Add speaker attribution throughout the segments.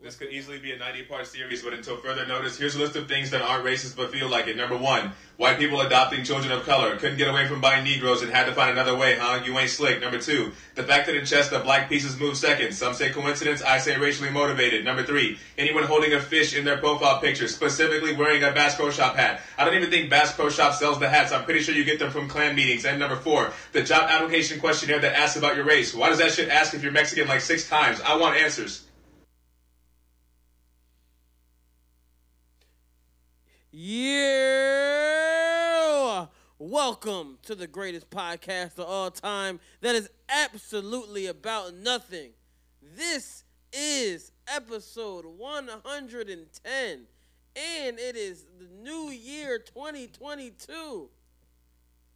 Speaker 1: This could easily be a 90 part series, but until further notice, here's a list of things that aren't racist but feel like it. Number one, white people adopting children of color. Couldn't get away from buying Negroes and had to find another way, huh? You ain't slick. Number two, the fact that in Chester, black pieces move second. Some say coincidence, I say racially motivated. Number three, anyone holding a fish in their profile picture, specifically wearing a Bass Pro Shop hat. I don't even think Bass Pro Shop sells the hats. I'm pretty sure you get them from clan meetings. And number four, the job application questionnaire that asks about your race. Why does that shit ask if you're Mexican like six times? I want answers.
Speaker 2: Yeah. Welcome to the greatest podcast of all time that is absolutely about nothing. This is episode 110, and it is the new year 2022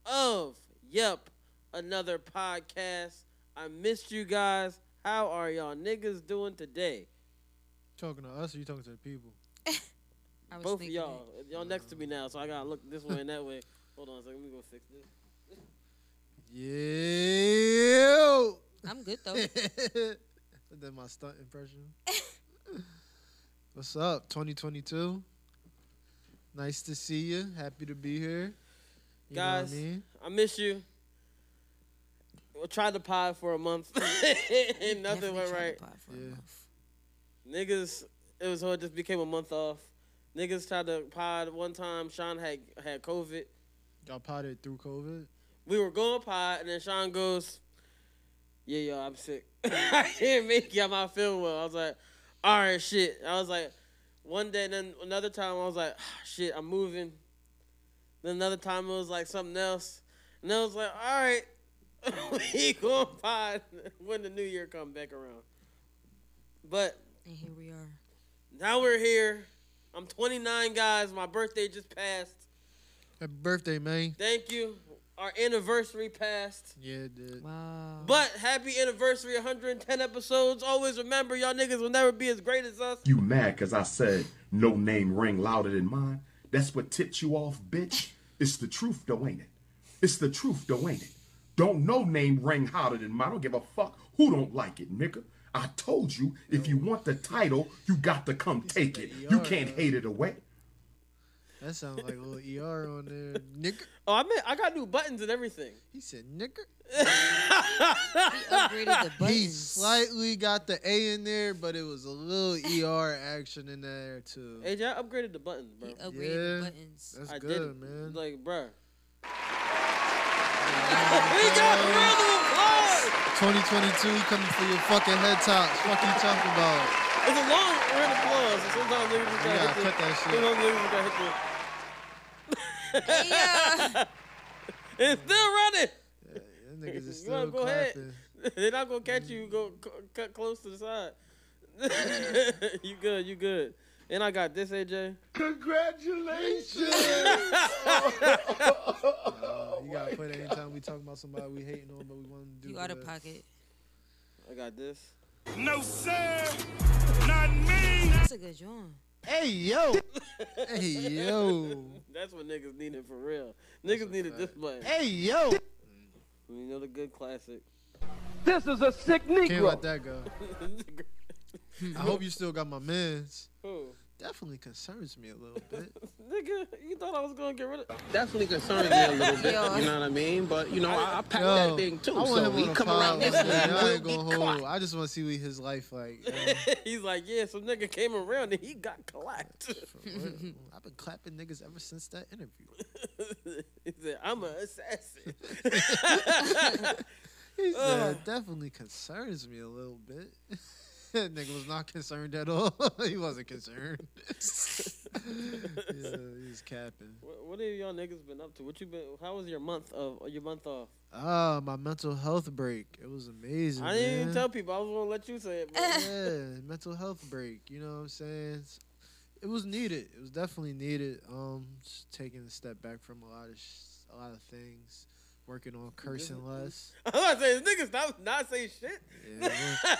Speaker 2: of Yep, another podcast. I missed you guys. How are y'all niggas doing today?
Speaker 3: Talking to us or you talking to the people?
Speaker 4: I was
Speaker 2: Both of
Speaker 4: thinking
Speaker 2: y'all, y'all next to me now, so I gotta look this way and that way. Hold on a second, let me go fix this.
Speaker 3: Yeah.
Speaker 4: that. I'm good though.
Speaker 3: That's my stunt impression. What's up, 2022? Nice to see you. Happy to be here. You
Speaker 2: Guys,
Speaker 3: know what I mean?
Speaker 2: I miss you. We tried to pod for a month and nothing
Speaker 4: Definitely
Speaker 2: went
Speaker 4: tried to
Speaker 2: right.
Speaker 4: apply for a
Speaker 3: Yeah.
Speaker 4: month.
Speaker 2: Niggas, it was it just became a month off. Niggas tried to pod one time. Sean had had COVID.
Speaker 3: y'all potted through COVID.
Speaker 2: We were going pod, and then Sean goes, "Yeah, yo, I'm sick. I can't make it. I'm not feeling well." I was like, "All right, shit." I was like, one day, then another time, I was like, "Ah, "Shit, I'm moving." Then another time, it was like something else, and I was like, "All right." we going pod when the new year come back around. But
Speaker 4: And here we are.
Speaker 2: now we're here. I'm 29, guys. My birthday just passed.
Speaker 3: Happy birthday, man.
Speaker 2: Thank you. Our anniversary passed.
Speaker 3: Yeah, it did.
Speaker 4: Wow.
Speaker 2: But happy anniversary, 110 episodes. Always remember, y'all niggas will never be as great as us.
Speaker 5: You mad because I said no name ring louder than mine? That's what tipped you off, bitch. It's the truth, though, ain't it? It's the truth, though, ain't it? Don't no name ring hotter than mine. I don't give a fuck who don't like it, nigga. I told you, if you want the title, you got to come take it. You can't hate it away.
Speaker 3: That sounds like a little ER on there. Nigger.
Speaker 2: Oh, I meant I got new buttons and everything.
Speaker 3: He said nigger.
Speaker 4: he upgraded the buttons.
Speaker 3: He slightly got the A in there, but it was a little ER action in there too.
Speaker 2: AJ, I upgraded the buttons, bro.
Speaker 4: He upgraded the
Speaker 3: Yeah.
Speaker 4: buttons.
Speaker 3: That's
Speaker 2: I
Speaker 3: good,
Speaker 2: did it.
Speaker 3: man.
Speaker 2: Like, bruh. we got a round of applause.
Speaker 3: 2022 coming for your fucking head tops. Fuck you talking about?
Speaker 2: It's a long round of applause. and Sometimes niggas just
Speaker 3: You
Speaker 2: gotta
Speaker 3: gotta
Speaker 2: hit the-
Speaker 3: cut that shit.
Speaker 2: Sometimes niggas just gotta hit
Speaker 4: yeah.
Speaker 2: the- It's still running.
Speaker 3: Them niggas is
Speaker 2: You wanna
Speaker 3: still
Speaker 2: go ahead?
Speaker 3: clapping.
Speaker 2: They're not gonna catch you. Go c- cut close to the side. you good? You good? And I got this, AJ.
Speaker 3: Uh, you gotta put it anytime we talk about somebody we hating on, but we want to do.
Speaker 4: You out
Speaker 3: good.
Speaker 4: of pocket.
Speaker 2: I got this.
Speaker 6: No, sir. Not me.
Speaker 4: That's a good joint.
Speaker 3: Hey yo, hey yo,
Speaker 2: That's what niggas needed for real. Niggas needed this button.
Speaker 3: hey yo.
Speaker 2: You know the good classic.
Speaker 3: Can't let that go.
Speaker 2: Who?
Speaker 3: I hope you still got my mans. Definitely concerns me a little bit.
Speaker 2: Nigga, you thought I was gonna get rid of
Speaker 7: definitely concerns me a little bit.
Speaker 4: Yeah.
Speaker 7: You know what I mean? But you know, I, I packed
Speaker 3: Yo,
Speaker 7: that thing too.
Speaker 3: I want
Speaker 7: so
Speaker 3: him
Speaker 7: we
Speaker 3: on a
Speaker 7: come around
Speaker 3: pod
Speaker 7: this
Speaker 3: one
Speaker 7: way,
Speaker 3: day. I ain't
Speaker 7: we'll
Speaker 3: gonna
Speaker 7: be
Speaker 3: hold.
Speaker 7: caught.
Speaker 3: I just want to see what his life like. yo.
Speaker 2: He's like, yeah, some nigga came around and he got clapped.
Speaker 3: For real. I've been clapping niggas ever since that interview.
Speaker 2: he said, I'm an assassin.
Speaker 3: He said, definitely concerns me a little bit. That nigga was not concerned at all. he wasn't concerned. yeah, he's capping.
Speaker 2: what, what have y'all niggas been up to? What you been? How was your month of your month off?
Speaker 3: Ah, my mental health break. It was amazing.
Speaker 2: I didn't even
Speaker 3: man.
Speaker 2: tell people. I was gonna let you say it. But
Speaker 3: yeah, mental health break. You know what I'm saying? S- It was needed. It was definitely needed. Um, just taking a step back from a lot of sh- a lot of things. Working on cursing less.
Speaker 2: I'm about to say, this nigga stop not saying shit.
Speaker 3: Yeah,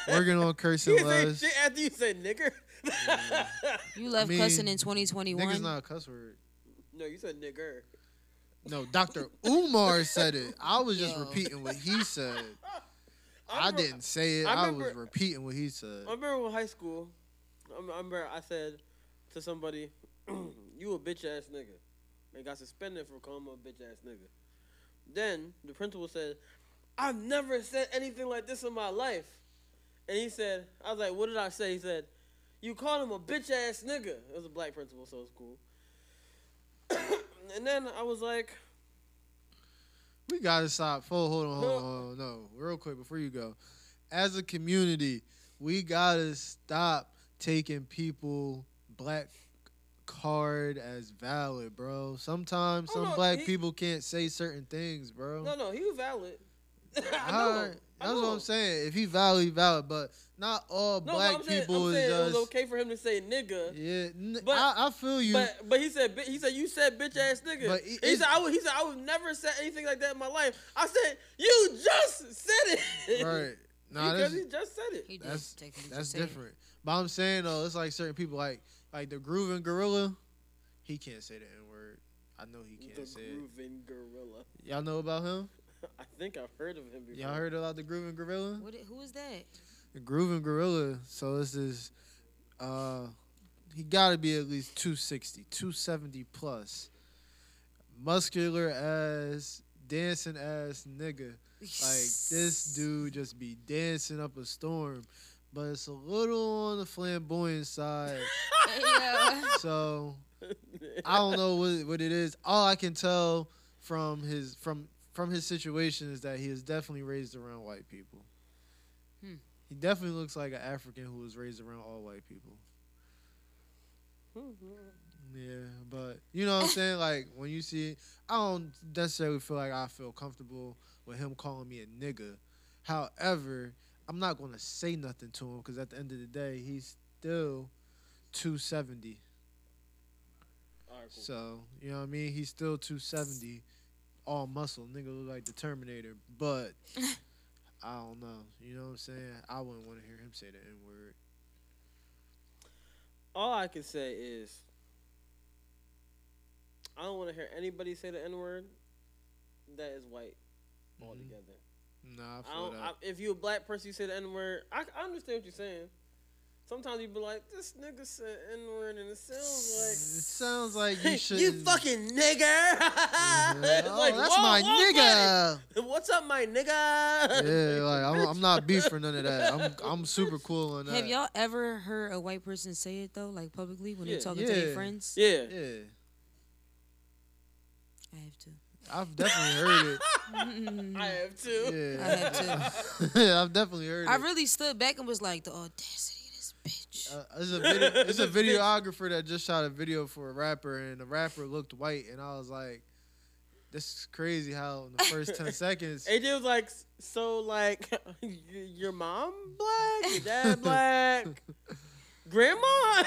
Speaker 3: wor- working on
Speaker 2: You
Speaker 3: cursing
Speaker 2: didn't
Speaker 3: less.
Speaker 2: say shit after you said nigger.
Speaker 4: You left
Speaker 3: mean,
Speaker 4: cussing in
Speaker 3: Niggas
Speaker 4: 2021.
Speaker 3: not a cuss word.
Speaker 2: no, you said nigger.
Speaker 3: No, Dr. Umar said it. I was just
Speaker 4: Yo.
Speaker 3: repeating what he said. I,
Speaker 2: remember-
Speaker 3: didn't say it.
Speaker 2: I
Speaker 3: I,
Speaker 2: remember- Um,
Speaker 3: was repeating what he said.
Speaker 2: I remember in high school, I remember I said to somebody, "You a bitch ass nigga," and got suspended for calling me a bitch ass nigga. Then the principal said, "I've never said anything like this in my life," and he said, "I was like, what did I say?" He said, "You called him a bitch ass nigga." It was a black principal, so it's cool. and then I was like,
Speaker 3: We gotta stop. Hold, hold on, hold on, hold on. No, real quick before you go. As a community, we gotta stop taking people black card as valid, bro. Sometimes
Speaker 2: Oh,
Speaker 3: some
Speaker 2: no,
Speaker 3: black
Speaker 2: he-
Speaker 3: people can't say certain things, bro.
Speaker 2: "No, no, he was valid." I
Speaker 3: All
Speaker 2: know.
Speaker 3: right,
Speaker 2: I
Speaker 3: That's what
Speaker 2: know.
Speaker 3: I'm saying. If he valid, he valid, but not all
Speaker 2: No, but
Speaker 3: black
Speaker 2: I'm saying,
Speaker 3: people
Speaker 2: I'm saying
Speaker 3: is
Speaker 2: it was
Speaker 3: just
Speaker 2: okay for him to say nigga.
Speaker 3: yeah. N-
Speaker 2: But-
Speaker 3: I, I feel you.
Speaker 2: But but he said bi- he said you said bitch ass nigga.
Speaker 3: But
Speaker 2: he
Speaker 3: it-
Speaker 2: said I would he said I would never say anything like that in my life. I said you just said it.
Speaker 3: right? Nah,
Speaker 2: because
Speaker 3: that's,
Speaker 2: he just said it.
Speaker 4: He
Speaker 3: that's
Speaker 4: just taking it to
Speaker 3: that's
Speaker 4: say it.
Speaker 3: different. But I'm saying though, it's like certain people, like like the grooving gorilla, he can't say the n word. I know he can't
Speaker 2: The
Speaker 3: say
Speaker 2: grooving gorilla.
Speaker 3: it. Y'all know about him?
Speaker 2: I think I've heard of him before.
Speaker 3: Y'all heard about the grooving gorilla?
Speaker 4: What, i- who is that?
Speaker 3: The grooving gorilla. So this is, uh, he got to be at least 260, 270 plus. Muscular ass, dancing ass nigga. Like this dude just be dancing up a storm, but it's a little on the flamboyant side.
Speaker 4: Yeah.
Speaker 3: So I don't know what what it is. All I can tell from his from from his situation is that he is definitely raised around white people.
Speaker 4: Hmm.
Speaker 3: He definitely looks like an African who was raised around all white people. Yeah, but you know what I'm saying? Like when you see, I don't necessarily feel like I feel comfortable with him calling me a nigga. However, I'm not going to say nothing to him because at the end of the day, he's still 270.
Speaker 2: All right, cool.
Speaker 3: So you know what I mean. He's still two seventy, all muscle. Nigga look like the Terminator, but I don't know. You know what I'm saying? I wouldn't want to hear him say the N word.
Speaker 2: All I can say is I don't want to hear anybody say the n word. That is white
Speaker 3: Mm-hmm.
Speaker 2: altogether.
Speaker 3: Nah, I
Speaker 2: I
Speaker 3: feel
Speaker 2: don't,
Speaker 3: that.
Speaker 2: I, if you a black person, you say the N word. I, I understand what you're saying. Sometimes you be like, this nigga said N word, and it
Speaker 3: it
Speaker 2: sounds
Speaker 3: sounds like
Speaker 2: like
Speaker 3: you should.
Speaker 2: fucking nigger. It's
Speaker 3: oh,
Speaker 2: like,
Speaker 3: that's
Speaker 2: whoa,
Speaker 3: my
Speaker 2: whoa,
Speaker 3: nigga.
Speaker 2: buddy. What's up, my nigga?
Speaker 3: Yeah, like I'm, I'm not beef for none of that. I'm I'm super cool on that.
Speaker 4: Have y'all ever heard a white person say it though, like publicly when
Speaker 2: Yeah.
Speaker 4: they're talking to their
Speaker 3: Yeah.
Speaker 4: friends?
Speaker 2: yeah.
Speaker 3: Yeah,
Speaker 4: I have to.
Speaker 3: I've definitely heard it.
Speaker 2: I have too.
Speaker 4: I
Speaker 3: Yeah,
Speaker 4: have to.
Speaker 3: I've definitely heard it.
Speaker 4: I really stood back and was like, the audacity of this bitch.
Speaker 3: Uh, it's a video, it's a videographer that just shot a video for a rapper, and the rapper looked white, and I was like, "This is crazy how in the first ten seconds."
Speaker 2: AJ was like, so like, y- your mom black, your dad black, grandma.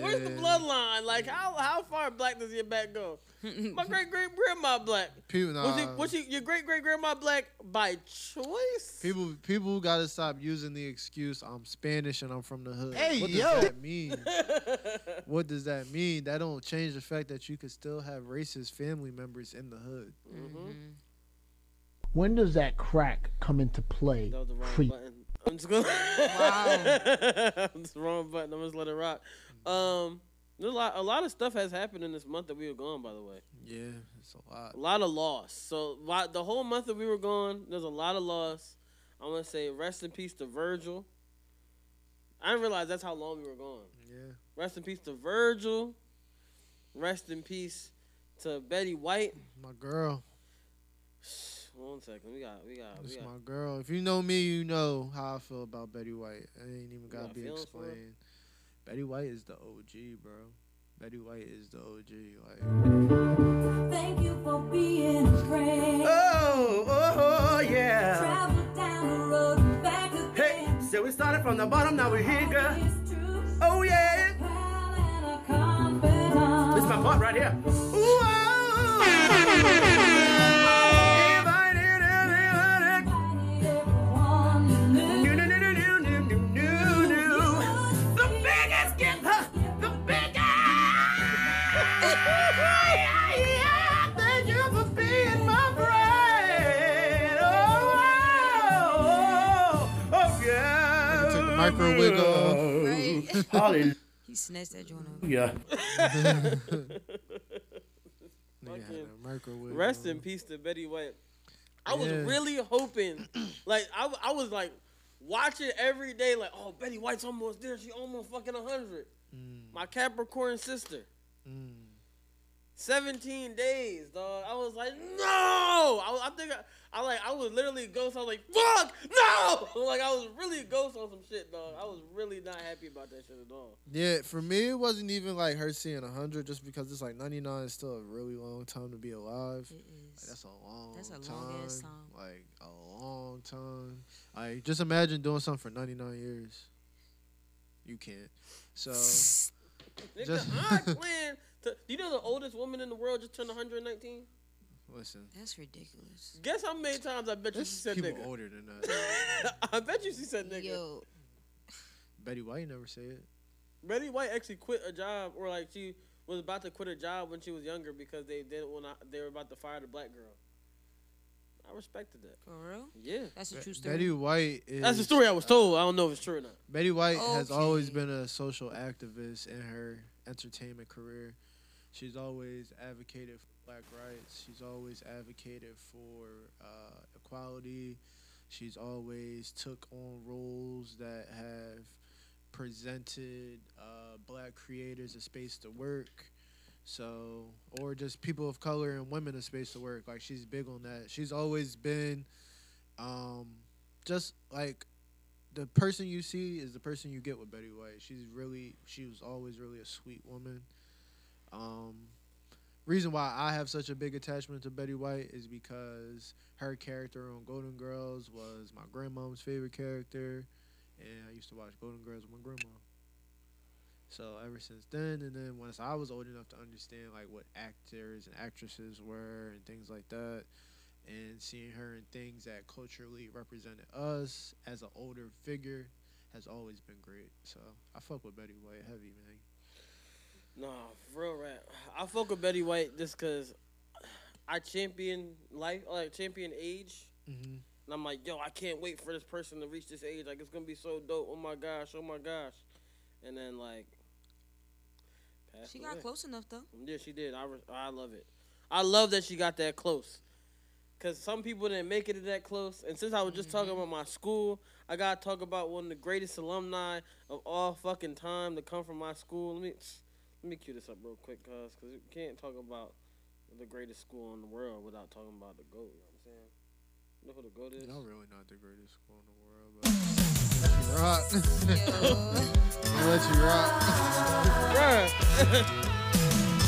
Speaker 2: Where's the
Speaker 3: Yeah.
Speaker 2: bloodline? Like, how how far black does your back go? My great great grandma black.
Speaker 3: People,
Speaker 2: Was,
Speaker 3: nah,
Speaker 2: it, was she, your great great grandma black by choice?
Speaker 3: Uh. people, people gotta stop using the excuse "I'm Spanish and I'm from the hood."
Speaker 6: Hey,
Speaker 3: what
Speaker 6: yo.
Speaker 3: does that mean?
Speaker 2: Mm-hmm.
Speaker 3: what does that mean? That don't change the fact that you could still have racist family members in the hood.
Speaker 8: When does that crack come into play?
Speaker 2: That was the wrong
Speaker 8: Creep.
Speaker 2: button. I'm just gonna.
Speaker 4: Wow.
Speaker 2: I'm just wrong button. I'm just let it rock. Um, there's a lot. A lot of stuff has happened in this month that we were gone. By the way,
Speaker 3: Yeah, it's a lot.
Speaker 2: a lot of loss. So why, the whole month that we were gone, there's a lot of loss. I want to say rest in peace to Virgil. I didn't realize that's how long we were gone.
Speaker 3: Yeah,
Speaker 2: Rest in peace to Virgil. Rest in peace to Betty White.
Speaker 3: my girl,
Speaker 2: One second, we got, we got, we
Speaker 3: it's
Speaker 2: got.
Speaker 3: my girl. If you know me, you know how I feel about Betty White. I ain't even gotta
Speaker 2: got
Speaker 3: be
Speaker 2: feelings for her?
Speaker 3: explained. Betty White is the OG, bro. Betty White is the OG. Like.
Speaker 9: Thank you for being a friend.
Speaker 10: Oh, oh, yeah.
Speaker 9: Travel down the road back
Speaker 10: Hey,
Speaker 9: again.
Speaker 10: so we started from the bottom, now we're here, girl.
Speaker 9: It's true.
Speaker 10: Oh, yeah.
Speaker 9: Pal and a confidant.
Speaker 10: This is my part right here. Ooh, oh. Invited everyone.
Speaker 9: Invited everyone you knew.
Speaker 10: New, new, new, new, new, new, new, new. The biggest gift, huh? The biggest. Yeah, yeah. Thank you for being my friend. Oh, oh, oh, yeah.
Speaker 3: Took the micro wig off.
Speaker 4: Right?
Speaker 2: Mm-hmm.
Speaker 11: Hallelujah.
Speaker 4: He snatched that joint up.
Speaker 2: Fucking-
Speaker 3: microwave
Speaker 2: Rest in peace to Betty White. I was
Speaker 3: Yeah.
Speaker 2: really hoping, like I, I was like watching every day, like oh Betty White's almost there. She almost fucking hundred. My Capricorn sister.
Speaker 3: Mm.
Speaker 2: Seventeen days, dog. I was like, no. I, was- I think I, I like I was literally ghost. I was like, fuck, no. Like I was really ghost on some shit, dog. I was really not happy about that shit at all.
Speaker 3: Yeah, for me, it wasn't even like her seeing 100 just because it's like 99 is still a really long time to be alive. Like, that's a long
Speaker 4: That's a
Speaker 3: time.
Speaker 4: long-ass time.
Speaker 3: Like, a long time. Like, just imagine doing something for 99 years. You can't. So,
Speaker 2: uh, Nigga,
Speaker 3: Just-
Speaker 2: I plan to. You know the oldest woman in the world just turned 119.
Speaker 3: listen.
Speaker 4: That's ridiculous.
Speaker 2: Guess how many times I bet you she said
Speaker 3: People
Speaker 2: nigga.
Speaker 3: older than that.
Speaker 2: I bet you she said nigga.
Speaker 3: Betty White never say it.
Speaker 2: Betty White actually quit a job, or like she was about to quit a job when she was younger because they didn't want to, they were about to fire the black girl. I respected that.
Speaker 4: For real?
Speaker 2: Yeah,
Speaker 4: that's a true story.
Speaker 3: Betty White is.
Speaker 2: That's the story I was told. I don't know if it's true or not.
Speaker 3: Betty White has always
Speaker 4: Okay.
Speaker 3: been a social activist in her entertainment career. She's always advocated for black rights. She's always advocated for uh, equality. She's always took on roles that have presented uh, black creators a space to work. So, or just people of color and women a space to work. Like, she's big on that. She's always been um, just like the person you see is the person you get with Betty White. She's really she was always really a sweet woman. Um reason why I have such a big attachment to Betty White is because her character on Golden Girls was my grandmom's favorite character and I used to watch Golden Girls with my grandma. So ever since then and then once I was old enough to understand like what actors and actresses were and things like that and seeing her in things that culturally represented us as an older figure has always been great. So I fuck with Betty White heavy, man.
Speaker 2: Nah, for real rap. I fuck with Betty White just cause I champion life, like champion age.
Speaker 3: Mhm.
Speaker 2: And I'm like, yo, I can't wait for this person to reach this age. Like, it's gonna be so dope. Oh my gosh, oh my gosh. And then like, passed
Speaker 4: She got
Speaker 2: away.
Speaker 4: close enough though.
Speaker 2: Yeah, she did. I, re- I love it. I love that she got that close. Cause some people didn't make it that close. And since I was just talking about my school, I gotta talk about one of the greatest alumni of all fucking time to come from my school. Let me let me cue this up real quick, cause cause you can't talk about the greatest school in the world without talking about the GOAT. You know what I'm saying? You know who the GOAT is?
Speaker 3: Y'all really not the greatest school in the world, but rock. i let you rock.
Speaker 2: Bruh.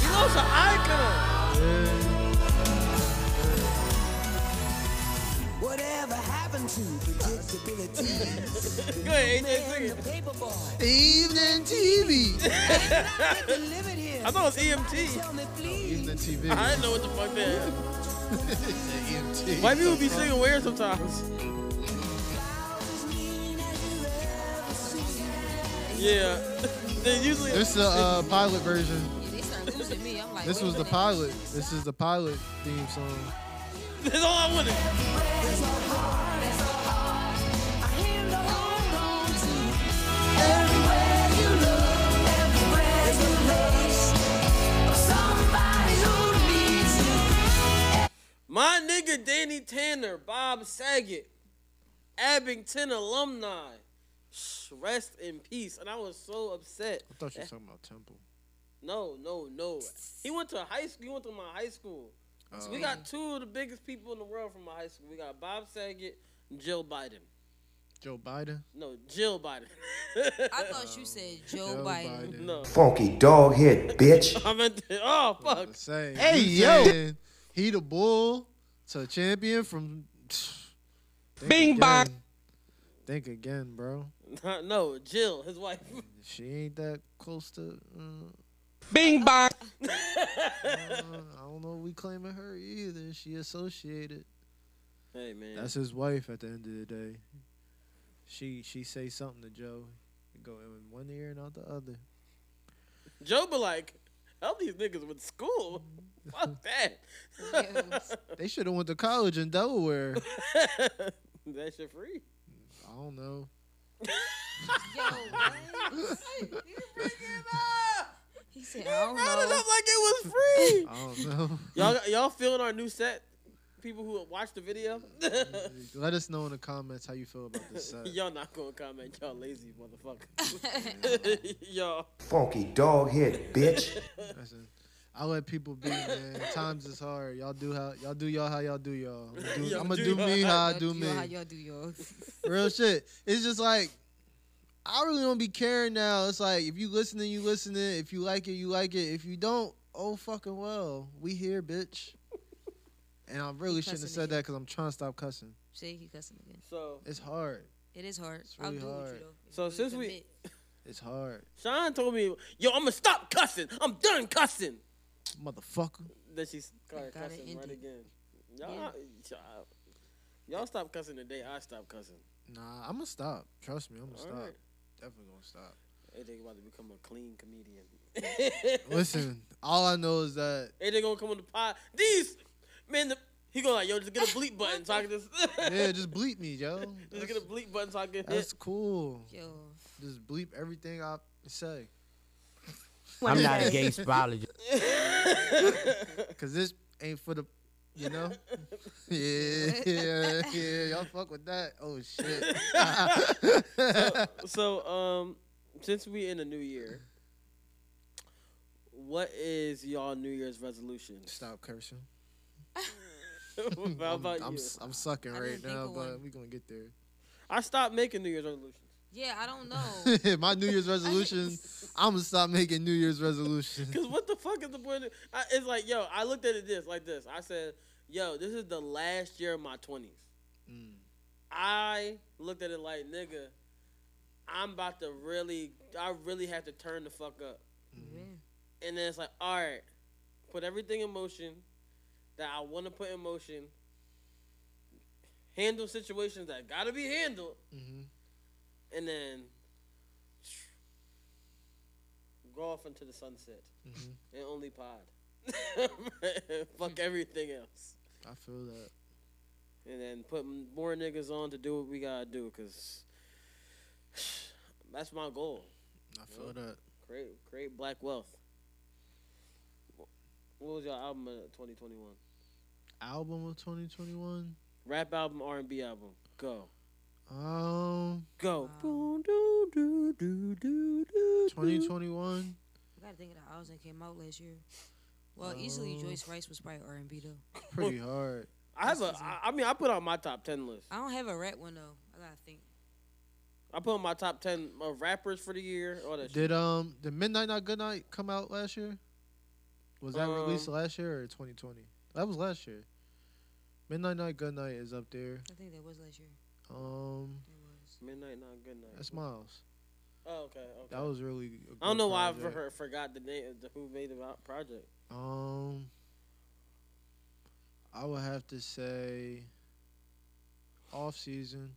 Speaker 2: you know it's an icon.
Speaker 10: Whatever happened to predictability?
Speaker 2: Good, AJ, sing it.
Speaker 3: Evening TV.
Speaker 2: I thought it was E EMT.
Speaker 3: Evening TV.
Speaker 2: I didn't know what the fuck that is.
Speaker 3: E EMT.
Speaker 2: White people be singing weird sometimes. Yeah. they usually.
Speaker 3: This is the uh, pilot version.
Speaker 4: Yeah, they started losing me. I'm like,
Speaker 3: This
Speaker 4: wait
Speaker 3: was
Speaker 4: a
Speaker 3: the
Speaker 4: minute.
Speaker 3: pilot. This is the pilot theme song.
Speaker 2: That's all I wanted. My nigga Danny Tanner, Bob Saget, Abington alumni. Shh, Rest in peace. And I was so upset.
Speaker 3: I thought you were talking about Temple.
Speaker 2: No, no, no. He went to high school. He went to my high school. So we got two of the biggest people in the world from my high school. We got Bob Saget and Jill Biden.
Speaker 3: Joe Biden.
Speaker 2: No, Jill Biden.
Speaker 4: I thought you said Joe,
Speaker 3: Joe
Speaker 4: Biden.
Speaker 3: Biden.
Speaker 2: No.
Speaker 11: Funky dog head, bitch.
Speaker 2: I meant to, oh fuck.
Speaker 3: Say,
Speaker 11: Hey,
Speaker 3: you
Speaker 11: yo.
Speaker 3: saying He the bull to champion from. Think
Speaker 2: Bing bong.
Speaker 3: again. Think again, bro.
Speaker 2: No, Jill, his wife.
Speaker 3: She ain't that close to. Uh,
Speaker 2: Bing bong.
Speaker 3: I don't know. if We claiming her either. She associated.
Speaker 2: Hey man.
Speaker 3: That's his wife. At the end of the day, she she say something to Joe. It go in one ear and out the other.
Speaker 2: Joe be like, help these niggas with school. Fuck that.
Speaker 3: They should have went to college in Delaware.
Speaker 2: that shit free.
Speaker 3: I don't know.
Speaker 4: Yo, what? he said, I don't
Speaker 2: brought it
Speaker 4: know.
Speaker 2: up like it was free.
Speaker 3: I don't know.
Speaker 2: y'all, y'all feeling our new set? People who watched the video,
Speaker 3: Let us know in the comments how you feel about this set.
Speaker 2: y'all not gonna comment. Y'all lazy motherfuckers. y'all,
Speaker 11: Funky dog head, bitch.
Speaker 3: Listen, I let people be, man. Times is hard. Y'all do how y'all do y'all how y'all do y'all. I'ma do,
Speaker 4: Y'all
Speaker 3: I'ma
Speaker 4: do
Speaker 3: do me how I
Speaker 4: Y'all
Speaker 3: do me.
Speaker 4: How y'all do yours?
Speaker 3: Real shit. It's just like I really don't be caring now. It's like if you listening, you listening. If you like it, you like it. If you don't, oh fucking well, we here, bitch. And I really
Speaker 4: He
Speaker 3: shouldn't have
Speaker 4: cussing
Speaker 3: said
Speaker 4: again.
Speaker 3: that because I'm trying to stop cussing.
Speaker 4: See, he cussing again.
Speaker 2: so
Speaker 3: It's hard.
Speaker 4: It is hard.
Speaker 3: It's really
Speaker 4: I'll do it with
Speaker 3: hard.
Speaker 4: you though.
Speaker 2: so since we,
Speaker 4: Commit.
Speaker 3: It's hard,
Speaker 2: Sean told me, yo, I'm gonna stop cussing. I'm done cussing.
Speaker 3: motherfucker.
Speaker 2: Then she started
Speaker 4: Gotta
Speaker 2: cussing
Speaker 4: end
Speaker 2: right
Speaker 4: it.
Speaker 2: again. Y'all, y'all, y'all stop cussing the day I stop cussing.
Speaker 3: Nah, I'm gonna stop. Trust me, I'm gonna
Speaker 2: All
Speaker 3: stop.
Speaker 2: right.
Speaker 3: Definitely gonna stop.
Speaker 2: AJ about to become a clean comedian.
Speaker 3: Listen, all I know is that
Speaker 2: AJ gonna come on the pod. These man, the, he gonna like yo, just get a bleep button so I can just
Speaker 3: yeah, just bleep me, yo.
Speaker 2: just
Speaker 3: That's,
Speaker 2: get a bleep button so I can hit.
Speaker 3: that's cool.
Speaker 4: Yo,
Speaker 3: Just bleep everything I say.
Speaker 12: I'm not a gay spologist.
Speaker 3: Cause this ain't for the, you know. yeah, yeah, yeah. Y'all fuck with that. Oh shit.
Speaker 2: So um, since we in the new year, what is y'all New Year's resolution?
Speaker 3: Stop cursing.
Speaker 2: How
Speaker 3: I'm,
Speaker 2: about
Speaker 3: I'm,
Speaker 2: you?
Speaker 3: s- I'm sucking
Speaker 4: I
Speaker 3: right
Speaker 4: didn't think
Speaker 3: now,
Speaker 4: of
Speaker 3: but
Speaker 4: one.
Speaker 3: we gonna get there.
Speaker 2: I stopped making New Year's resolutions.
Speaker 4: yeah, I don't know.
Speaker 3: My New Year's resolution. I'm gonna stop making New Year's resolutions.
Speaker 2: Cause what the fuck is the point? Of, I, it's like yo, I looked at it this like this. I said, yo, this is the last year of my twenties.
Speaker 3: Mm.
Speaker 2: I looked at it like nigga, I'm about to really, I really have to turn the fuck up.
Speaker 4: Man,
Speaker 2: and then it's like, all right, put everything in motion that I want to put in motion. Handle situations that gotta be handled,
Speaker 3: Mhm.
Speaker 2: and then go off into the sunset
Speaker 3: Mhm.
Speaker 2: and only pod. Fuck everything else,
Speaker 3: I feel that.
Speaker 2: and then put m- more niggas on to do what we gotta do, cause that's my goal.
Speaker 3: I feel that.
Speaker 2: Create, create black wealth. What was your album of 2021?
Speaker 3: Album of 2021.
Speaker 2: Rap album, R and B album. Go,
Speaker 3: Um,
Speaker 2: go.
Speaker 4: Wow.
Speaker 2: Boom, do, do, do, do, do,
Speaker 3: 2021.
Speaker 4: I gotta think of the albums that came out last year. Well, easily
Speaker 3: Oh.
Speaker 4: Joyce Rice was probably R and B though.
Speaker 3: Pretty hard.
Speaker 2: I have a. I, I mean, I put on my top ten list.
Speaker 4: I don't have a rap one though. I gotta think.
Speaker 2: I put on my top ten of rappers for the year. All that shit.
Speaker 3: Did um the Midnight Not Good Night come out last year? Was that released
Speaker 2: Um,
Speaker 3: last year or 2020? That was last year. Midnight Not Good Night is up there.
Speaker 4: I think that was last year.
Speaker 3: Um,
Speaker 4: That was.
Speaker 2: Midnight, not good night.
Speaker 3: that's Miles.
Speaker 2: Oh, okay, okay.
Speaker 3: That was really. a
Speaker 2: I don't
Speaker 3: good
Speaker 2: know why I
Speaker 3: project.
Speaker 2: for, forgot the name of the who made the out- project.
Speaker 3: Um, I would have to say, off season.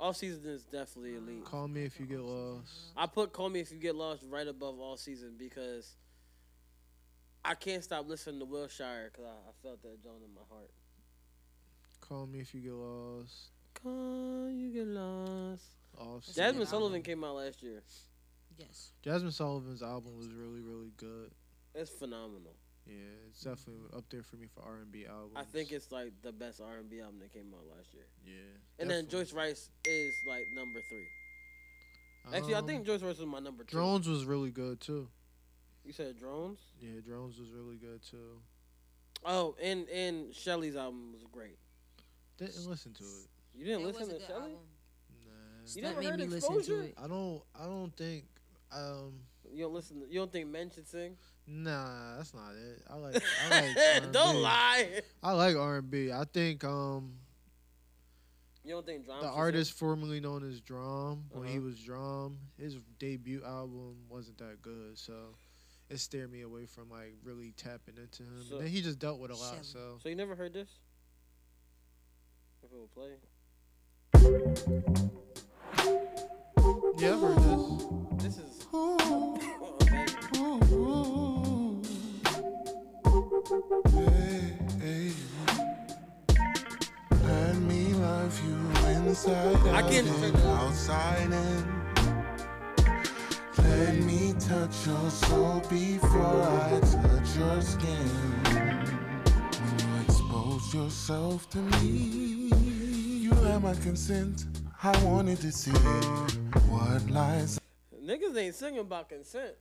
Speaker 2: All season is definitely elite.
Speaker 3: Call me if you get lost.
Speaker 2: I put Call Me If You Get Lost right above all season because I can't stop listening to Wilshire because I, I felt that joint in my heart.
Speaker 3: Call me if you get lost.
Speaker 2: Call you get lost.
Speaker 3: Off
Speaker 4: That's a
Speaker 2: Jasmine
Speaker 4: good
Speaker 2: Sullivan
Speaker 4: album.
Speaker 2: came out last year.
Speaker 4: Yes.
Speaker 3: Jasmine Sullivan's album was really really good.
Speaker 2: It's phenomenal.
Speaker 3: Yeah, it's definitely up there for me for R and B albums.
Speaker 2: I think it's like the best R and B album that came out last year.
Speaker 3: yeah.
Speaker 2: And then
Speaker 3: definitely.
Speaker 2: Joyce Rice is like number three. Actually,
Speaker 3: Um,
Speaker 2: I think Joyce Rice was my number two.
Speaker 3: Drones was really good too.
Speaker 2: You said drones.
Speaker 3: Yeah, Drones was really good too.
Speaker 2: Oh, and and Shelly's album was great.
Speaker 3: Didn't listen to it.
Speaker 2: You
Speaker 4: It
Speaker 2: didn't
Speaker 4: was a
Speaker 2: listen to
Speaker 4: good
Speaker 2: Shelly.
Speaker 4: album.
Speaker 3: Nah.
Speaker 2: You
Speaker 4: That
Speaker 2: never
Speaker 4: made
Speaker 2: heard
Speaker 4: me listen to
Speaker 2: Exposure?
Speaker 4: it.
Speaker 3: I don't. I don't think. Um.
Speaker 2: You don't listen. To, you don't think men should sing?
Speaker 3: Nah, that's not it. I like. I like R&B.
Speaker 2: don't lie.
Speaker 3: I like R and B. I think um
Speaker 2: You don't think drama?
Speaker 3: the artist formerly known as Drum when he
Speaker 2: Uh-huh.
Speaker 3: was Drum, his debut album wasn't that good, so it steered me away from like really tapping into him.
Speaker 2: So-
Speaker 3: and then he just dealt with a lot,
Speaker 4: Shelly.
Speaker 3: so
Speaker 2: So you never heard this? If it will play.
Speaker 3: yeah, I've heard this.
Speaker 2: This is. Oh,
Speaker 10: I me love you in the
Speaker 13: Outside
Speaker 2: I
Speaker 13: out
Speaker 2: can-
Speaker 13: in, outside in. Let me touch your soul before I touch your skin. When you expose yourself to me, you have my consent. I wanted to see what lies.
Speaker 2: Niggas ain't singing about consent.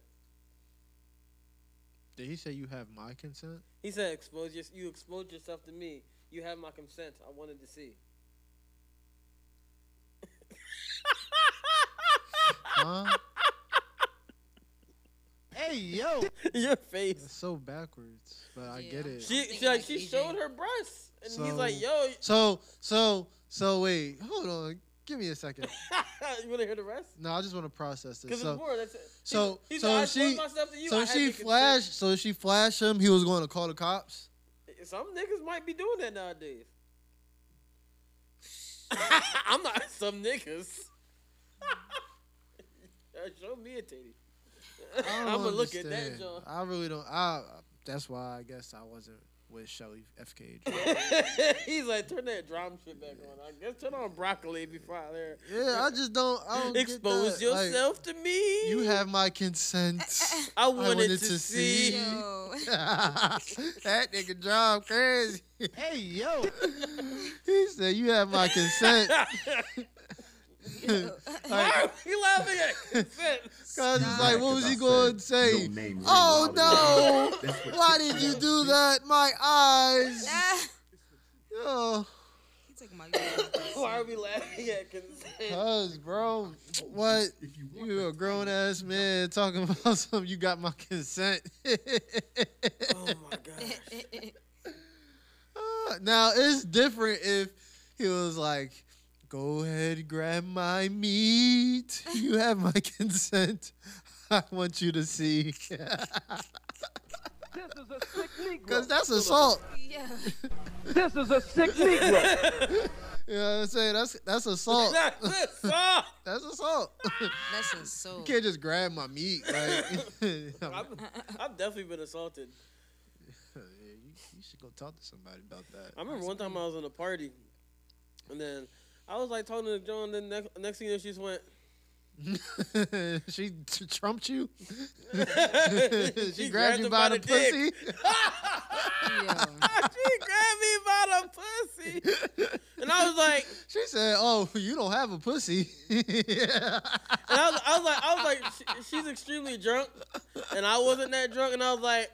Speaker 3: Did he say you have my consent?
Speaker 2: He said, "Expose your, you expose yourself to me. You have my consent. I wanted to see."
Speaker 3: Huh?
Speaker 2: Hey yo, your face.
Speaker 3: That's so backwards, but I get it.
Speaker 2: She she, like, she showed her breasts, and he's like, "Yo,
Speaker 3: So so so wait, hold on. Give me a second.
Speaker 2: you want to hear the rest?"
Speaker 3: No, I just want to process this.
Speaker 2: Because
Speaker 3: So,
Speaker 2: it's more. That's it.
Speaker 3: so,
Speaker 2: He's- he's
Speaker 3: so
Speaker 2: like,
Speaker 3: if
Speaker 2: I exposed
Speaker 3: she,
Speaker 2: myself to you,
Speaker 3: so
Speaker 2: I
Speaker 3: if
Speaker 2: had your
Speaker 3: she
Speaker 2: consent.
Speaker 3: flashed, so if she flashed him, he was going to call the cops.
Speaker 2: Some niggas might be doing that nowadays. I'm not some niggas. Uh, Show me a titty.
Speaker 3: I
Speaker 2: I'm
Speaker 3: don't
Speaker 2: gonna look at that,
Speaker 3: understand.
Speaker 2: John.
Speaker 3: I really don't. I. That's why I guess I wasn't with Shelly F. Cage.
Speaker 2: He's like, turn that drum shit back on. I guess turn on broccoli before I there.
Speaker 3: Yeah, I just don't. I don't get
Speaker 2: expose
Speaker 3: that. Like,
Speaker 2: yourself to me.
Speaker 3: You have my consent.
Speaker 2: I wanted, to, see.
Speaker 3: that nigga drive crazy. Hey yo, he said you have my consent.
Speaker 2: Why are we laughing at consent?
Speaker 3: Cause it's like, what was he going to say?
Speaker 5: ring
Speaker 3: oh
Speaker 5: loud. That's
Speaker 3: no!
Speaker 5: what
Speaker 3: Why
Speaker 5: you
Speaker 3: did you do that? My eyes. Oh,
Speaker 2: Why are we laughing at consent?
Speaker 3: cause bro, what? You a grown ass man talking about something? You got my consent.
Speaker 2: oh my god.
Speaker 3: now it's different if he was like, "Go ahead, grab my meat. You have my consent. I want you to see." Because that's assault.
Speaker 4: Yeah.
Speaker 3: This is a sick Negro. you know what I'm saying? That's that's assault.
Speaker 2: that's assault.
Speaker 3: that's assault.
Speaker 4: That's
Speaker 3: You
Speaker 4: assault.
Speaker 3: can't just grab my meat. Like,
Speaker 2: I've, I've definitely been assaulted.
Speaker 3: you should go talk to somebody about that.
Speaker 2: I remember one time I was in a party, and then I was like talking to John. Then next, next thing you know, she just went.
Speaker 3: she t- trumped you.
Speaker 2: She
Speaker 3: she, grabbed you
Speaker 2: him
Speaker 3: by, the, pussy.
Speaker 2: dick. she grabbed me by the pussy, and I was like,
Speaker 3: She said, "Oh, you don't have a pussy."
Speaker 2: and I was, I was like, I was like, she, she's extremely drunk, and I wasn't that drunk, and I was like,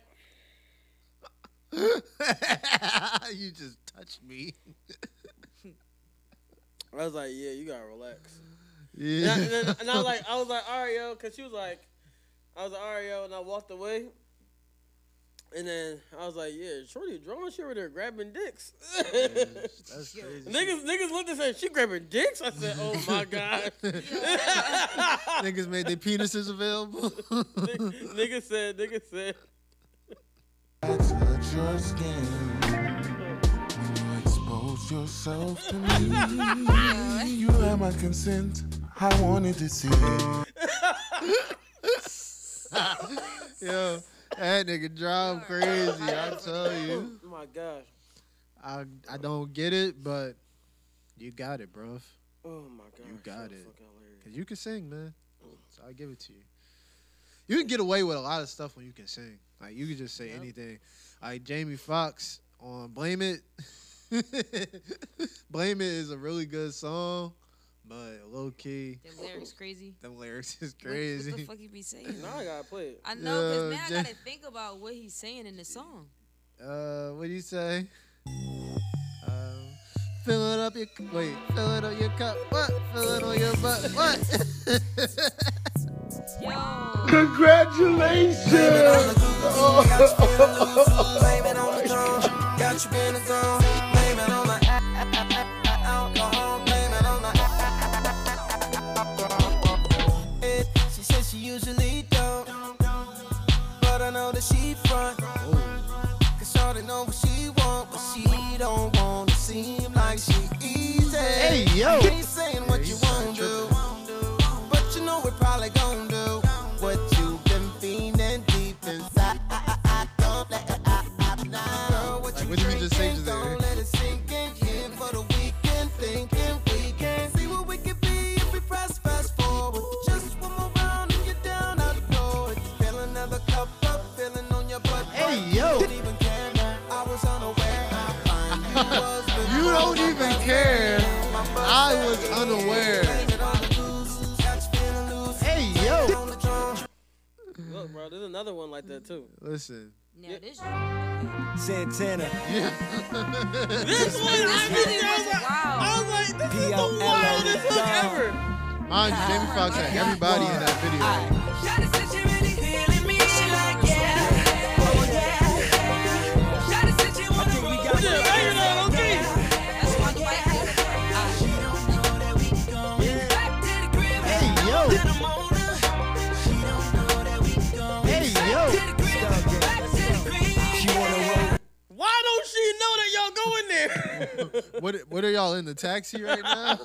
Speaker 3: you just touched me.
Speaker 2: I was like, yeah, you gotta relax.
Speaker 3: Yeah.
Speaker 2: And, I, and, then- and I was like, I was like, all right, yo, because she was like, I was like, all right, yo, and I walked away. And then I was like, yeah, shorty drunk. She over there grabbing dicks.
Speaker 3: That's crazy.
Speaker 2: niggas, niggas looked and said, she grabbing dicks? I said, oh my God.
Speaker 3: Niggas made their penises available.
Speaker 2: niggas said, niggas said,
Speaker 13: Touch your skin. When you expose yourself to me, you have my consent. I wanted to see.
Speaker 3: Yo, that nigga drive crazy. I tell you,
Speaker 2: oh my gosh.
Speaker 3: I I don't get it, but you got it, bruv.
Speaker 2: Oh my God.
Speaker 3: You got it. Cause you can sing, man. So I give it to you. You can get away with a lot of stuff when you can sing. Like you can just say anything. Like Jamie Foxx on "Blame It." "Blame It" is a really good song, but low key,
Speaker 4: The lyrics crazy.
Speaker 3: them lyrics is
Speaker 4: What- What, the
Speaker 3: crazy.
Speaker 4: fuck he be saying?
Speaker 2: Now I gotta play it.
Speaker 4: I know, cause
Speaker 3: Yeah,
Speaker 4: now
Speaker 3: Ja-
Speaker 4: I gotta think about what he's saying in the song.
Speaker 3: Uh, what do you say? Um, fill it up your cu- wait, fill it up your cup. What? Fill it on your butt. What?
Speaker 10: Congratulations!
Speaker 14: She says she usually don't, but I know that she front. Cause all they know what she want, but she don't want to seem like she easy.
Speaker 10: Hey, yo.
Speaker 14: Ain't saying what you want to, but you know we probably gon' do what you've been feeling deep inside. Don't let it out, out now. Girl, what
Speaker 3: Like, what did we just say just there?
Speaker 14: let it sink in, in for the weekend, thinking we can see
Speaker 3: care. I was unaware. Hey yo.
Speaker 2: Look, bro, there's another one like that too.
Speaker 3: Listen.
Speaker 4: Now this
Speaker 10: Santana.
Speaker 2: This one, I mean, I was like, I was like, this is the wildest hook ever.
Speaker 3: Mind you, Jamie Foxx had everybody in that video.
Speaker 2: Why don't she know that y'all going there?
Speaker 3: What what are y'all in the taxi right now?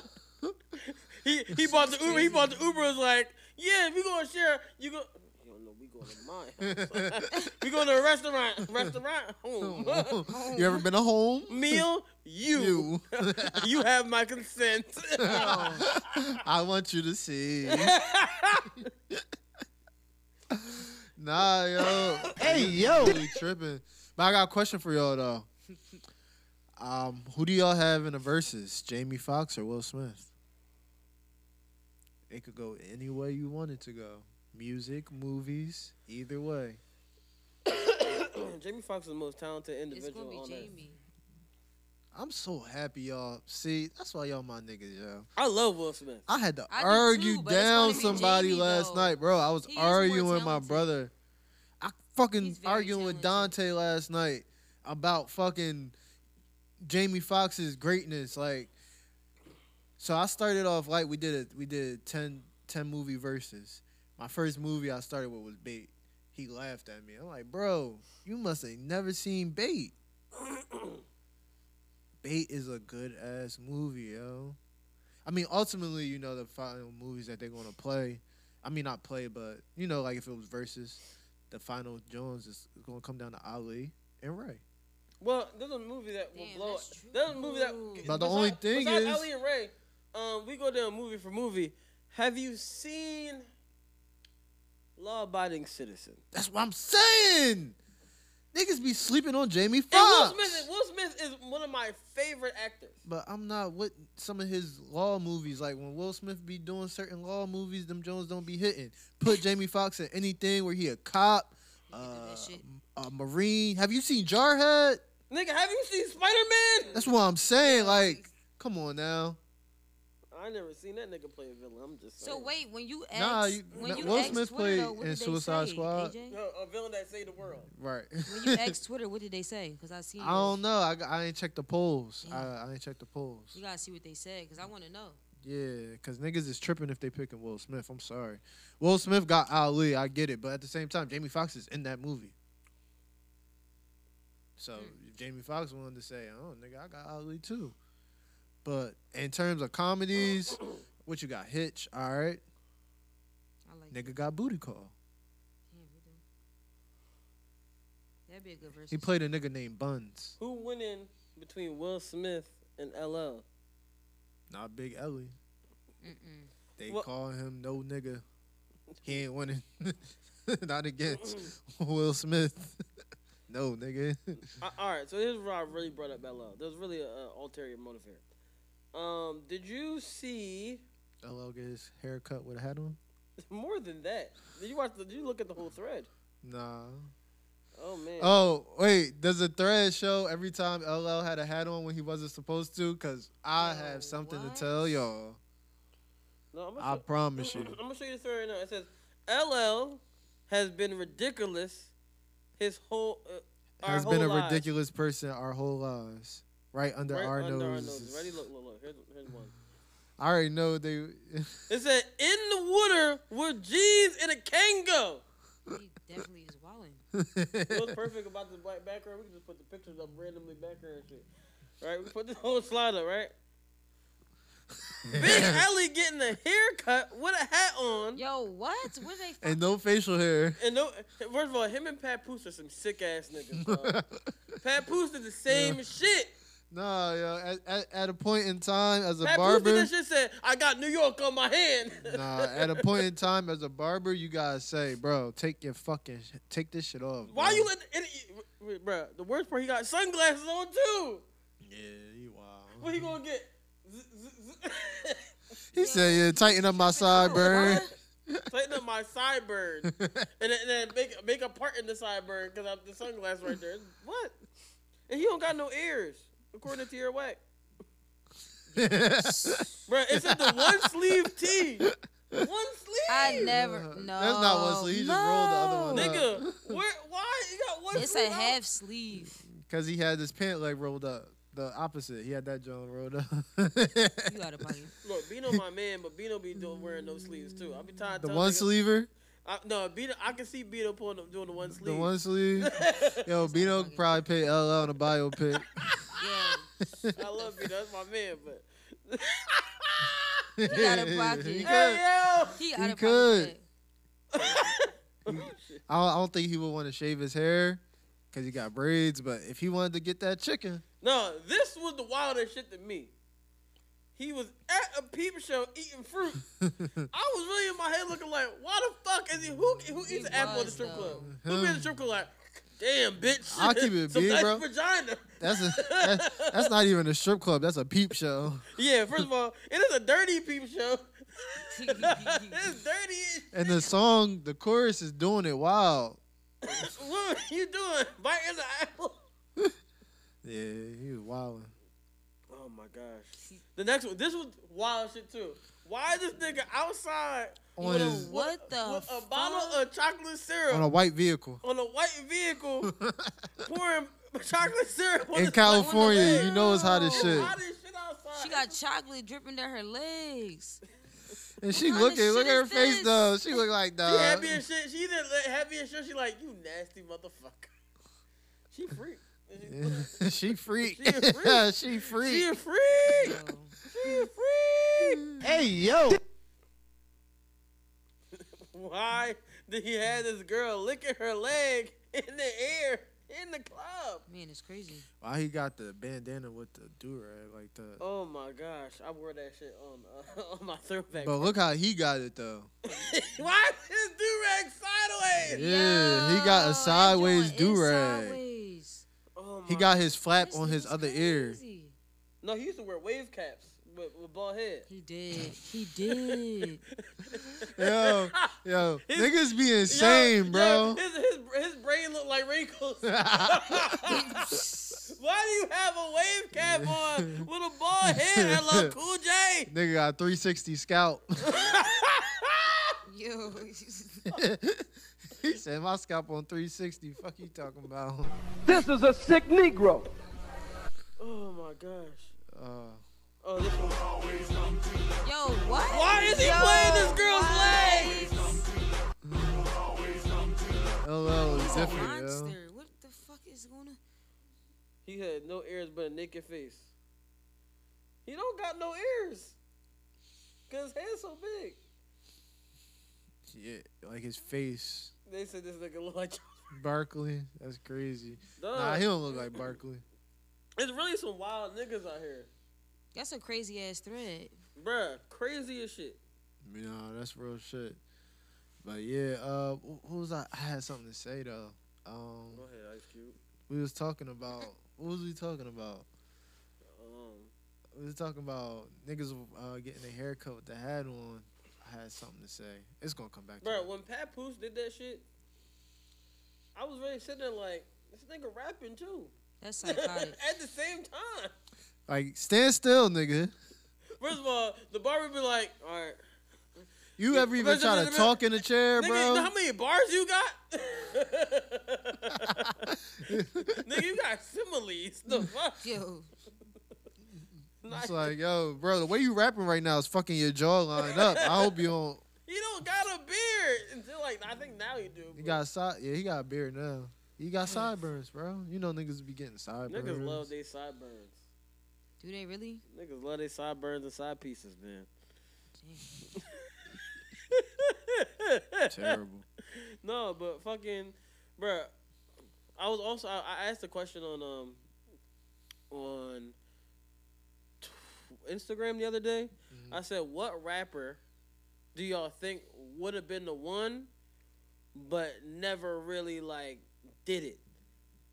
Speaker 2: he he bought the Uber. He bought the Uber. Was like, yeah, if you gonna share, you go. Yo, no, we going to my house. we going to a restaurant. Restaurant. Home.
Speaker 3: Oh. you ever been a home?
Speaker 2: Meal. You. You, have my consent.
Speaker 3: I want you to see. Nah, yo. hey, yo. You tripping. But I got a question for y'all, though. Um, who do y'all have in the verses? Jamie Foxx or Will Smith? It could go any way you want it to go. Music, movies, either way.
Speaker 2: Jamie Foxx is the most talented
Speaker 4: it's
Speaker 2: individual
Speaker 4: gonna be
Speaker 2: on there.
Speaker 4: Jamie.
Speaker 3: I'm so happy y'all. See, that's why y'all my niggas, yo.
Speaker 2: I love Will Smith.
Speaker 3: I had to
Speaker 2: I do
Speaker 3: argue
Speaker 2: too, but it's
Speaker 3: down
Speaker 2: gonna be
Speaker 3: somebody
Speaker 2: Jamie,
Speaker 3: last
Speaker 2: though.
Speaker 3: night, bro. I was
Speaker 2: He is more
Speaker 3: arguing my
Speaker 2: talented.
Speaker 3: brother. I fucking arguing with Dante last night about fucking Jamie Foxx's greatness. Like, so I started off like we did a we did a 10, 10 movie verses. My first movie I started with was Bait. He laughed at me. I'm like, bro, you must have never seen Bait. Bait is a good ass movie, yo. I mean, ultimately, you know, the final movies that they're gonna play. I mean, not play, but you know, like if it was versus, the final Jones is gonna come down to Ali and Ray.
Speaker 2: Well, there's a movie that will blow. There's a movie that.
Speaker 3: But the only thing
Speaker 2: besides
Speaker 3: is-
Speaker 2: Ellie and Ray, um, we go down movie for movie. Have you seen Law-Abiding Citizen?
Speaker 3: That's what I'm saying. Niggas be sleeping on Jamie
Speaker 2: And Will
Speaker 3: Foxx,
Speaker 2: Smith, Will Smith is one of my favorite actors.
Speaker 3: but I'm not with some of his law movies. Like when Will Smith be doing certain law movies, them Jones don't be hitting. Put Jamie Foxx in anything where he a cop, uh, a marine. Have you seen Jarhead?
Speaker 2: Nigga, have you seen Spider Man?
Speaker 3: That's what I'm saying. Like, come on now.
Speaker 2: I never seen that nigga play a villain. I'm just saying.
Speaker 4: So wait, when you ask,
Speaker 3: Nah, you-
Speaker 4: when
Speaker 3: no,
Speaker 4: you
Speaker 3: Will
Speaker 4: ask
Speaker 3: Smith
Speaker 4: Twitter,
Speaker 3: played
Speaker 4: though, what
Speaker 3: in
Speaker 4: did they
Speaker 3: Suicide
Speaker 4: say,
Speaker 3: Squad.
Speaker 4: AJ?
Speaker 2: No, a villain that saved the world.
Speaker 3: Right.
Speaker 4: when you asked Twitter, what did they say? Because I see.
Speaker 3: I don't know. I, I ain't checked the polls. I, I ain't checked the polls.
Speaker 4: You gotta see what they said because I want to know.
Speaker 3: Yeah, because niggas is tripping if they picking Will Smith. I'm sorry. Will Smith got Ali. I get it. But at the same time, Jamie Foxx is in that movie. So if Jamie Foxx wanted to say, oh, nigga, I got Ali too. But in terms of comedies, what you got? Hitch, all right. nigga got booty call.
Speaker 4: That'd be a good verse.
Speaker 3: He played a nigga named Buns.
Speaker 2: Who winning between Will Smith and LL?
Speaker 3: Not Big Ellie.
Speaker 4: Mm-mm.
Speaker 3: They
Speaker 2: Well-
Speaker 3: call him no nigga. He ain't winning. Not against
Speaker 2: Mm.
Speaker 3: Will Smith. no nigga.
Speaker 2: I, all right, so here's where I really brought up LL. There's really an ulterior motive here. Um, did you see
Speaker 3: LL get his haircut with a hat on.
Speaker 2: more than that? Did you watch? The, did you look at the whole thread?
Speaker 3: Nah.
Speaker 2: Oh man.
Speaker 3: Oh wait, does the thread show every time LL had a hat on when he wasn't supposed to? Cause I have something to tell y'all.
Speaker 2: No, I'm
Speaker 3: I promise you.
Speaker 2: I'm gonna show you the story right now. It says LL has been ridiculous his whole. Uh, our
Speaker 3: Has been a
Speaker 2: whole lives.
Speaker 3: ridiculous person our whole lives, right under
Speaker 2: Right
Speaker 3: our
Speaker 2: under
Speaker 3: noses.
Speaker 2: Ready? Look, look, look. Here's, here's one.
Speaker 3: I already know they.
Speaker 2: It said in the water with jeans and a Kango.
Speaker 4: He definitely is wilding.
Speaker 2: What's perfect about this black background? We can just put the pictures up randomly background and shit. Right? We put the whole slide up, right? Big Ellie getting a haircut with a hat on.
Speaker 4: Yo, what? What they?
Speaker 3: and no facial hair.
Speaker 2: And no, first of all, him and Papoose are some sick ass niggas. Bro. Papoose did the same shit.
Speaker 3: Nah, yo. At, at, at a point in time, as a
Speaker 2: Papoose did
Speaker 3: barber,
Speaker 2: that shit. Said I got New York on my hand.
Speaker 3: nah. At a point in time, as a barber, you gotta say, bro, take your fucking, sh- take this shit off.
Speaker 2: Why you let? It, it, bro, the worst part he got sunglasses on too.
Speaker 3: Yeah, you wild.
Speaker 2: What he
Speaker 3: Mm-hmm.
Speaker 2: gonna get? Z- z- z-
Speaker 3: He said, "Yeah, tighten up my sideburn."
Speaker 2: Tighten up my sideburn, and then, and then make make a part in the sideburn because I'm the sunglass right there. What? And he don't got no ears, according to your whack. Bruh, it's in the one sleeve tee. One sleeve.
Speaker 4: I never. No.
Speaker 3: That's not one sleeve. He just rolled the other one up.
Speaker 2: Nigga, where? Why you got one
Speaker 4: It's
Speaker 2: sleeve?
Speaker 4: a
Speaker 2: out?
Speaker 4: half sleeve.
Speaker 3: Cause he had his pant leg rolled up. The opposite. He had that joint rolled up.
Speaker 4: You got a party.
Speaker 2: Look, Bino my man, but Bino be doing wearing no sleeves too. I be tired.
Speaker 3: the
Speaker 2: telling
Speaker 3: one
Speaker 2: niggas-
Speaker 3: sleever.
Speaker 2: I, no, Bino. I can see Bino pulling up doing the one sleeve.
Speaker 3: The one sleeve. Yo, Bino could probably pay LL in a biopic.
Speaker 2: I love Bino. That's my man, but.
Speaker 3: He out of pocket. He
Speaker 2: Hey,
Speaker 3: could.
Speaker 2: yo.
Speaker 4: He
Speaker 3: He
Speaker 4: out of
Speaker 3: could. I don't, I don't think he would want to shave his hair because he got braids. But if he wanted to get that chicken,
Speaker 2: No, this was the wildest shit to me. He was at a peep show eating fruit. I was really in my head looking like, why the fuck is he? Who, who eats an apple at the strip club? Who be in the strip club like, damn, bitch.
Speaker 3: I'll keep it
Speaker 2: Some
Speaker 3: big,
Speaker 2: nice
Speaker 3: bro.
Speaker 2: vagina.
Speaker 3: that's a, that, that's not even a strip club. That's a peep show.
Speaker 2: Yeah, first of all, it is a dirty peep show. it's dirty.
Speaker 3: And the song, the chorus is doing it wild.
Speaker 2: as- What are you doing? Biting the apple?
Speaker 3: Yeah, he was wilding.
Speaker 2: Oh my gosh. The next one. This was wild shit too. Why is this nigga outside
Speaker 3: On
Speaker 2: with,
Speaker 3: his-
Speaker 2: a,
Speaker 4: What the
Speaker 2: with a bottle of chocolate syrup
Speaker 3: On a white vehicle
Speaker 2: on a white vehicle pouring chocolate syrup on
Speaker 3: in
Speaker 2: his leg on the
Speaker 3: California,
Speaker 2: leg.
Speaker 3: you know it's hot as
Speaker 2: It's
Speaker 3: shit.
Speaker 2: hot as shit outside.
Speaker 4: She got chocolate dripping down her legs.
Speaker 3: And she
Speaker 4: What
Speaker 3: looking,
Speaker 4: kind of
Speaker 3: look at
Speaker 4: shit
Speaker 3: her
Speaker 4: is
Speaker 3: face
Speaker 4: this?
Speaker 3: though. She look like
Speaker 2: She
Speaker 3: dog.
Speaker 2: happy as shit. She didn't let happy as shit. She like you nasty motherfucker. She freak.
Speaker 3: she freak.
Speaker 2: She a freak.
Speaker 3: she
Speaker 2: She a
Speaker 3: freak.
Speaker 2: freak. She a freak.
Speaker 3: Hey yo.
Speaker 2: Why did he have this girl licking her leg in the air in the club?
Speaker 4: Man, it's crazy.
Speaker 3: Why he got the bandana with the do rag like that?
Speaker 2: Oh my gosh, I wore that shit on uh, on my throwback.
Speaker 3: But look how he got it though.
Speaker 2: Why is his do rag sideways?
Speaker 3: Yeah, he got a sideways do rag.
Speaker 4: Please.
Speaker 2: Oh my
Speaker 3: He got his flap on his other ear.
Speaker 2: No, he used to wear wave caps with, with bald head.
Speaker 4: He did. He did.
Speaker 3: Yo, yo,
Speaker 2: His-
Speaker 3: niggas be
Speaker 2: Yo,
Speaker 3: insane,
Speaker 2: yo,
Speaker 3: bro.
Speaker 2: his, his, his brain looked like wrinkles. Why do you have a wave cap on with a bald head? I love Cool J.
Speaker 3: Nigga got 360 scalp.
Speaker 4: Yo.
Speaker 3: he said my scalp on 360. Fuck you talking about.
Speaker 7: This is a sick Negro.
Speaker 2: Oh my gosh.
Speaker 3: Uh,
Speaker 2: Oh, this one.
Speaker 4: Yo, what?
Speaker 2: Why is he
Speaker 4: Yo,
Speaker 2: playing this girl's
Speaker 4: what?
Speaker 3: LL is
Speaker 4: He's a
Speaker 3: different, yo.
Speaker 4: monster. What the fuck is going on?
Speaker 2: He had no ears but a naked face. He don't got no ears. Cause his head's so big.
Speaker 3: Yeah, like his face.
Speaker 2: They said this nigga look like
Speaker 3: Barkley, that's crazy.
Speaker 2: Duh.
Speaker 3: Nah, he don't look like Barkley.
Speaker 2: It's really some wild niggas out here.
Speaker 4: That's a crazy ass thread.
Speaker 2: Bruh, crazy as shit.
Speaker 3: No, that's real shit. But yeah, uh, wh- who was I? I had something to say though. Um,
Speaker 2: Go ahead, Ice Cube.
Speaker 3: we was talking about what was we talking about?
Speaker 2: Um,
Speaker 3: We was talking about niggas uh, getting a haircut with the hat on. I had something to say. It's gonna come back.
Speaker 2: Bro,
Speaker 3: to
Speaker 2: when Pat Poose did that shit, I was really sitting there like, this nigga rapping too.
Speaker 4: That's psychotic.
Speaker 2: At the same time.
Speaker 3: that. Like stand still, nigga.
Speaker 2: First of all, the barber be like, all right.
Speaker 3: You ever even try to talk in the chair,
Speaker 2: Nigga, you know
Speaker 3: bro?
Speaker 2: how many bars you got? nigga, you got similes. The fuck?
Speaker 4: Yo.
Speaker 3: It's like, yo, bro, the way you rapping right now is fucking your jawline up. I hope you don't.
Speaker 2: You don't got a beard until like I think now you do.
Speaker 3: He
Speaker 2: but-
Speaker 3: got side. Yeah, he got a beard now. He got sideburns, bro. You know niggas be getting sideburns.
Speaker 2: Niggas love their sideburns.
Speaker 4: Do they really?
Speaker 2: Niggas love their sideburns and side pieces, man.
Speaker 3: Terrible.
Speaker 2: No, but fucking, bruh. I was also I, I asked a question on um on t- Instagram the other day. I said, "What rapper do y'all think would have been the one, but never really like did it?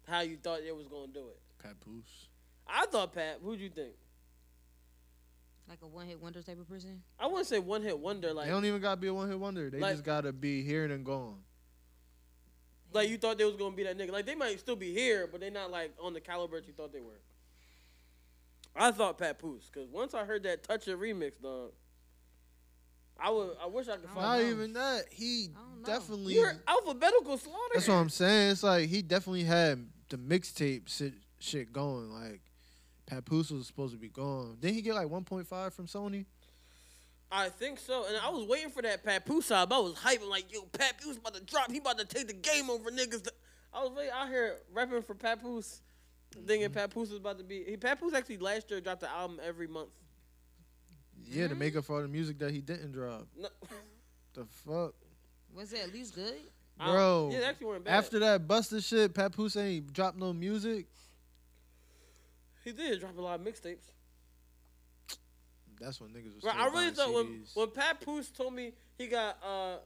Speaker 2: How you thought they was gonna do it?
Speaker 3: Papoose.
Speaker 2: I thought Pat. Who'd you think?
Speaker 4: Like a one hit wonder type of person?
Speaker 2: I wouldn't say one hit wonder. Like
Speaker 3: they don't even gotta be a one hit wonder. They
Speaker 2: Like-
Speaker 3: just gotta be here and gone.
Speaker 2: Like you thought they was gonna be that nigga. Like they might still be here, but they not like on the caliber that you thought they were. I thought Papoose, cause once I heard that touch a remix, dog, I would. I wish I could
Speaker 3: Not
Speaker 2: find.
Speaker 3: even that. He definitely.
Speaker 2: You're alphabetical slaughter.
Speaker 3: That's what I'm saying. It's like he definitely had the mixtape shit, shit going. Like Papoose was supposed to be gone. Didn't he get like 1.5 from Sony?
Speaker 2: I think so. And I was waiting for that Papoose album. I was hyping like, yo, Papoose about to drop. He about to take the game over niggas. I was really out here rapping for Papoose, thinking
Speaker 3: Mm-hmm.
Speaker 2: Papoose was about to be. He Papoose actually last year dropped the album every month.
Speaker 3: Yeah, to make up for all the music that he didn't drop.
Speaker 2: No.
Speaker 3: The fuck,
Speaker 4: Was it at least good?
Speaker 3: bro.
Speaker 2: yeah, they actually weren't bad.
Speaker 3: After that Buster shit, Papoose ain't dropped no music.
Speaker 2: He did drop a lot of mixtapes.
Speaker 3: That's when niggas was.
Speaker 2: Bro, I
Speaker 3: still
Speaker 2: really
Speaker 3: buying
Speaker 2: thought when
Speaker 3: CDs.
Speaker 2: when Papoose told me he got uh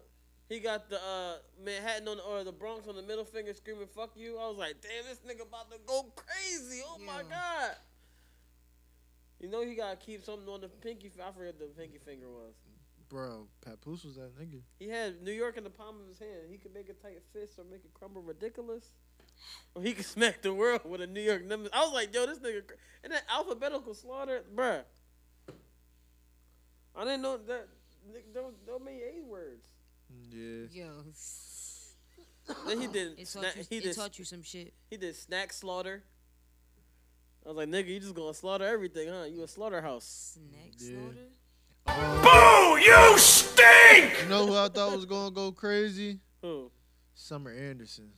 Speaker 2: he got the uh Manhattan on or the Bronx on the middle finger screaming "fuck you," I was like, damn, this nigga about to go crazy. Oh my god. You know he gotta keep something on the pinky. fi- I forget the pinky finger was.
Speaker 3: bro, Papoose was that nigga.
Speaker 2: He had New York in the palm of his hand. He could make a tight fist or make it crumble ridiculous. Or he could smack the world with a New York number. I was like, yo, this nigga. cr- And that alphabetical slaughter, bruh. I didn't know that. nigga, Don't, don't mean A words.
Speaker 3: Yeah.
Speaker 4: Yo.
Speaker 2: Then he did.
Speaker 4: It taught,
Speaker 2: sna-
Speaker 4: you,
Speaker 2: he
Speaker 4: it
Speaker 2: did.
Speaker 4: taught you some shit.
Speaker 2: He did snack slaughter. I was like, nigga, you just gonna slaughter everything, huh? You a slaughterhouse.
Speaker 4: Snack
Speaker 2: slaughter?
Speaker 3: Boo!
Speaker 2: you stink!
Speaker 3: You know who I thought was gonna go crazy?
Speaker 2: Who?
Speaker 3: Summer Anderson.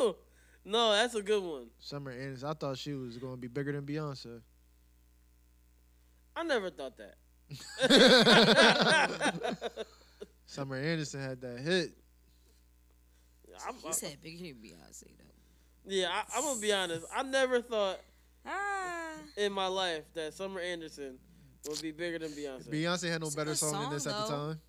Speaker 2: Ooh! No, that's a good one.
Speaker 3: Summer Anderson. I thought she was gonna be bigger than Beyonce.
Speaker 2: I never thought that.
Speaker 3: Summer Anderson had that hit.
Speaker 2: I'm, uh,
Speaker 4: He said big hit Beyonce though.
Speaker 2: Yeah, I, I'm gonna be honest. I never thought
Speaker 15: Ah.
Speaker 2: in my life that Summer Anderson would be bigger than Beyonce.
Speaker 3: Beyonce had no better song, than this at the time.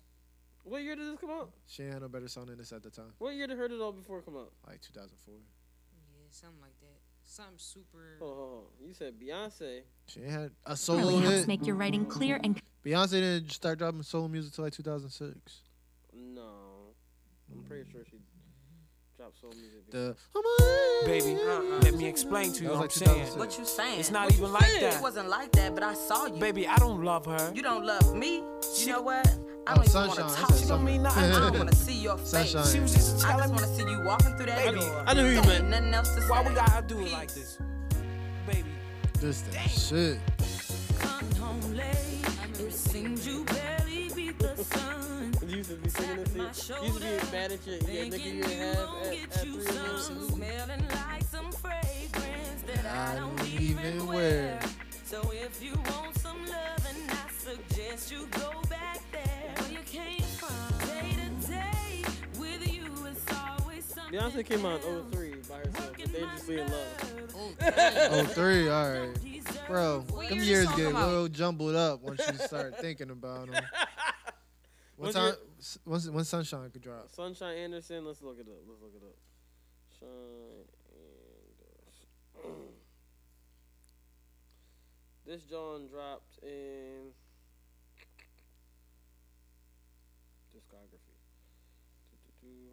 Speaker 2: What year did this come out?
Speaker 3: She ain't had no better song than this at the time.
Speaker 2: What year did Heard It All Before come out?
Speaker 3: Like 2004.
Speaker 4: Yeah, something like that. Something super.
Speaker 2: Hold on, hold on. You said Beyonce.
Speaker 3: She ain't had a solo
Speaker 2: really helps
Speaker 3: hit.
Speaker 2: make your writing clear and-
Speaker 3: Beyonce didn't start dropping solo music till like 2006.
Speaker 2: No, I'm pretty sure she dropped soul music.
Speaker 3: The
Speaker 16: Baby, let me explain to you what
Speaker 3: That
Speaker 16: I'm
Speaker 3: was like
Speaker 16: saying.
Speaker 3: 2006. What
Speaker 15: you saying?
Speaker 16: It's not
Speaker 15: What
Speaker 16: even
Speaker 15: you
Speaker 16: like
Speaker 15: saying?
Speaker 16: that.
Speaker 15: It wasn't like that, but I saw you.
Speaker 16: Baby, I don't love her.
Speaker 15: You don't love me. You know what? I don't even want to talk.
Speaker 16: Oh, She don't mean nothing.
Speaker 15: I don't want to see your face.
Speaker 16: Sunshine. She was just
Speaker 15: I just want to see you walking through that
Speaker 16: Baby,
Speaker 15: door.
Speaker 16: I knew who you
Speaker 15: There
Speaker 16: meant.
Speaker 15: ain't Nothing else to say.
Speaker 16: Why we gotta do it like this? Baby.
Speaker 3: This that shit.
Speaker 10: Come home late. It seems you barely beat the sun.
Speaker 2: You used to be singing this. shit. You used to be mad at your, your nigga you didn't have at, at three years old.
Speaker 10: Smelling like some fragrance that I don't even wear. So if you want some love, and I suggest you go back there where you came from. Day to day with you, it's always something.
Speaker 2: Beyonce came out in 03 by herself, but they just in
Speaker 3: Oh
Speaker 2: love.
Speaker 3: three, all right, bro.
Speaker 2: What
Speaker 3: Them
Speaker 2: year
Speaker 3: years
Speaker 2: this
Speaker 3: get
Speaker 2: song come out?
Speaker 3: real jumbled up once you start thinking about them. One
Speaker 2: What's
Speaker 3: time,
Speaker 2: your-
Speaker 3: s- once when sunshine could drop.
Speaker 2: Sunshine Anderson. Let's look it up. Let's look it up. Shine Anderson. This John dropped in discography. Doo-doo-doo.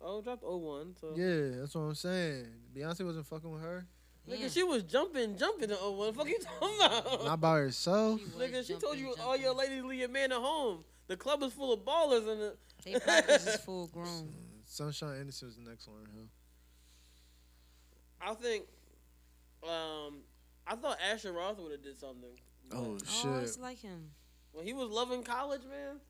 Speaker 2: Oh, it dropped 01. So
Speaker 3: Yeah, that's what I'm saying. Beyonce wasn't fucking with her.
Speaker 2: Nigga, she was jumping, jumping in 01. Fuck you talking about?
Speaker 3: Not by herself.
Speaker 2: Nigga, Oh. she told you all your ladies leave your man at home. The club is full of ballers and the
Speaker 4: They pockets is full grown.
Speaker 3: Sunshine Anderson was the next one. Huh?
Speaker 2: I think, um, I thought Asher Roth would have did something.
Speaker 3: Oh
Speaker 4: Oh,
Speaker 3: shit.
Speaker 4: it's like him.
Speaker 2: When he was loving college, man,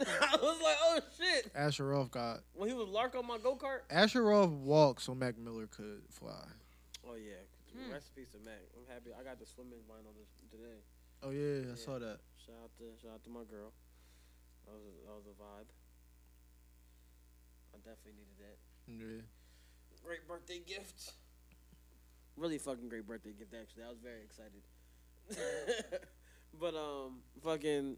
Speaker 2: I was like, oh shit.
Speaker 3: Asher Roth got
Speaker 2: When he was lark on my go kart.
Speaker 3: Asher Roth walked so Mac Miller could fly.
Speaker 2: Oh yeah, recipes to Mac. I'm happy. I got the swimming vinyl this, today.
Speaker 3: Oh yeah, I saw that.
Speaker 2: Shout out to shout out to my girl. That was a, that was a vibe. I definitely needed that.
Speaker 3: Yeah.
Speaker 2: Great birthday gift. Really fucking great birthday gift. Actually, I was very excited. but um, fucking,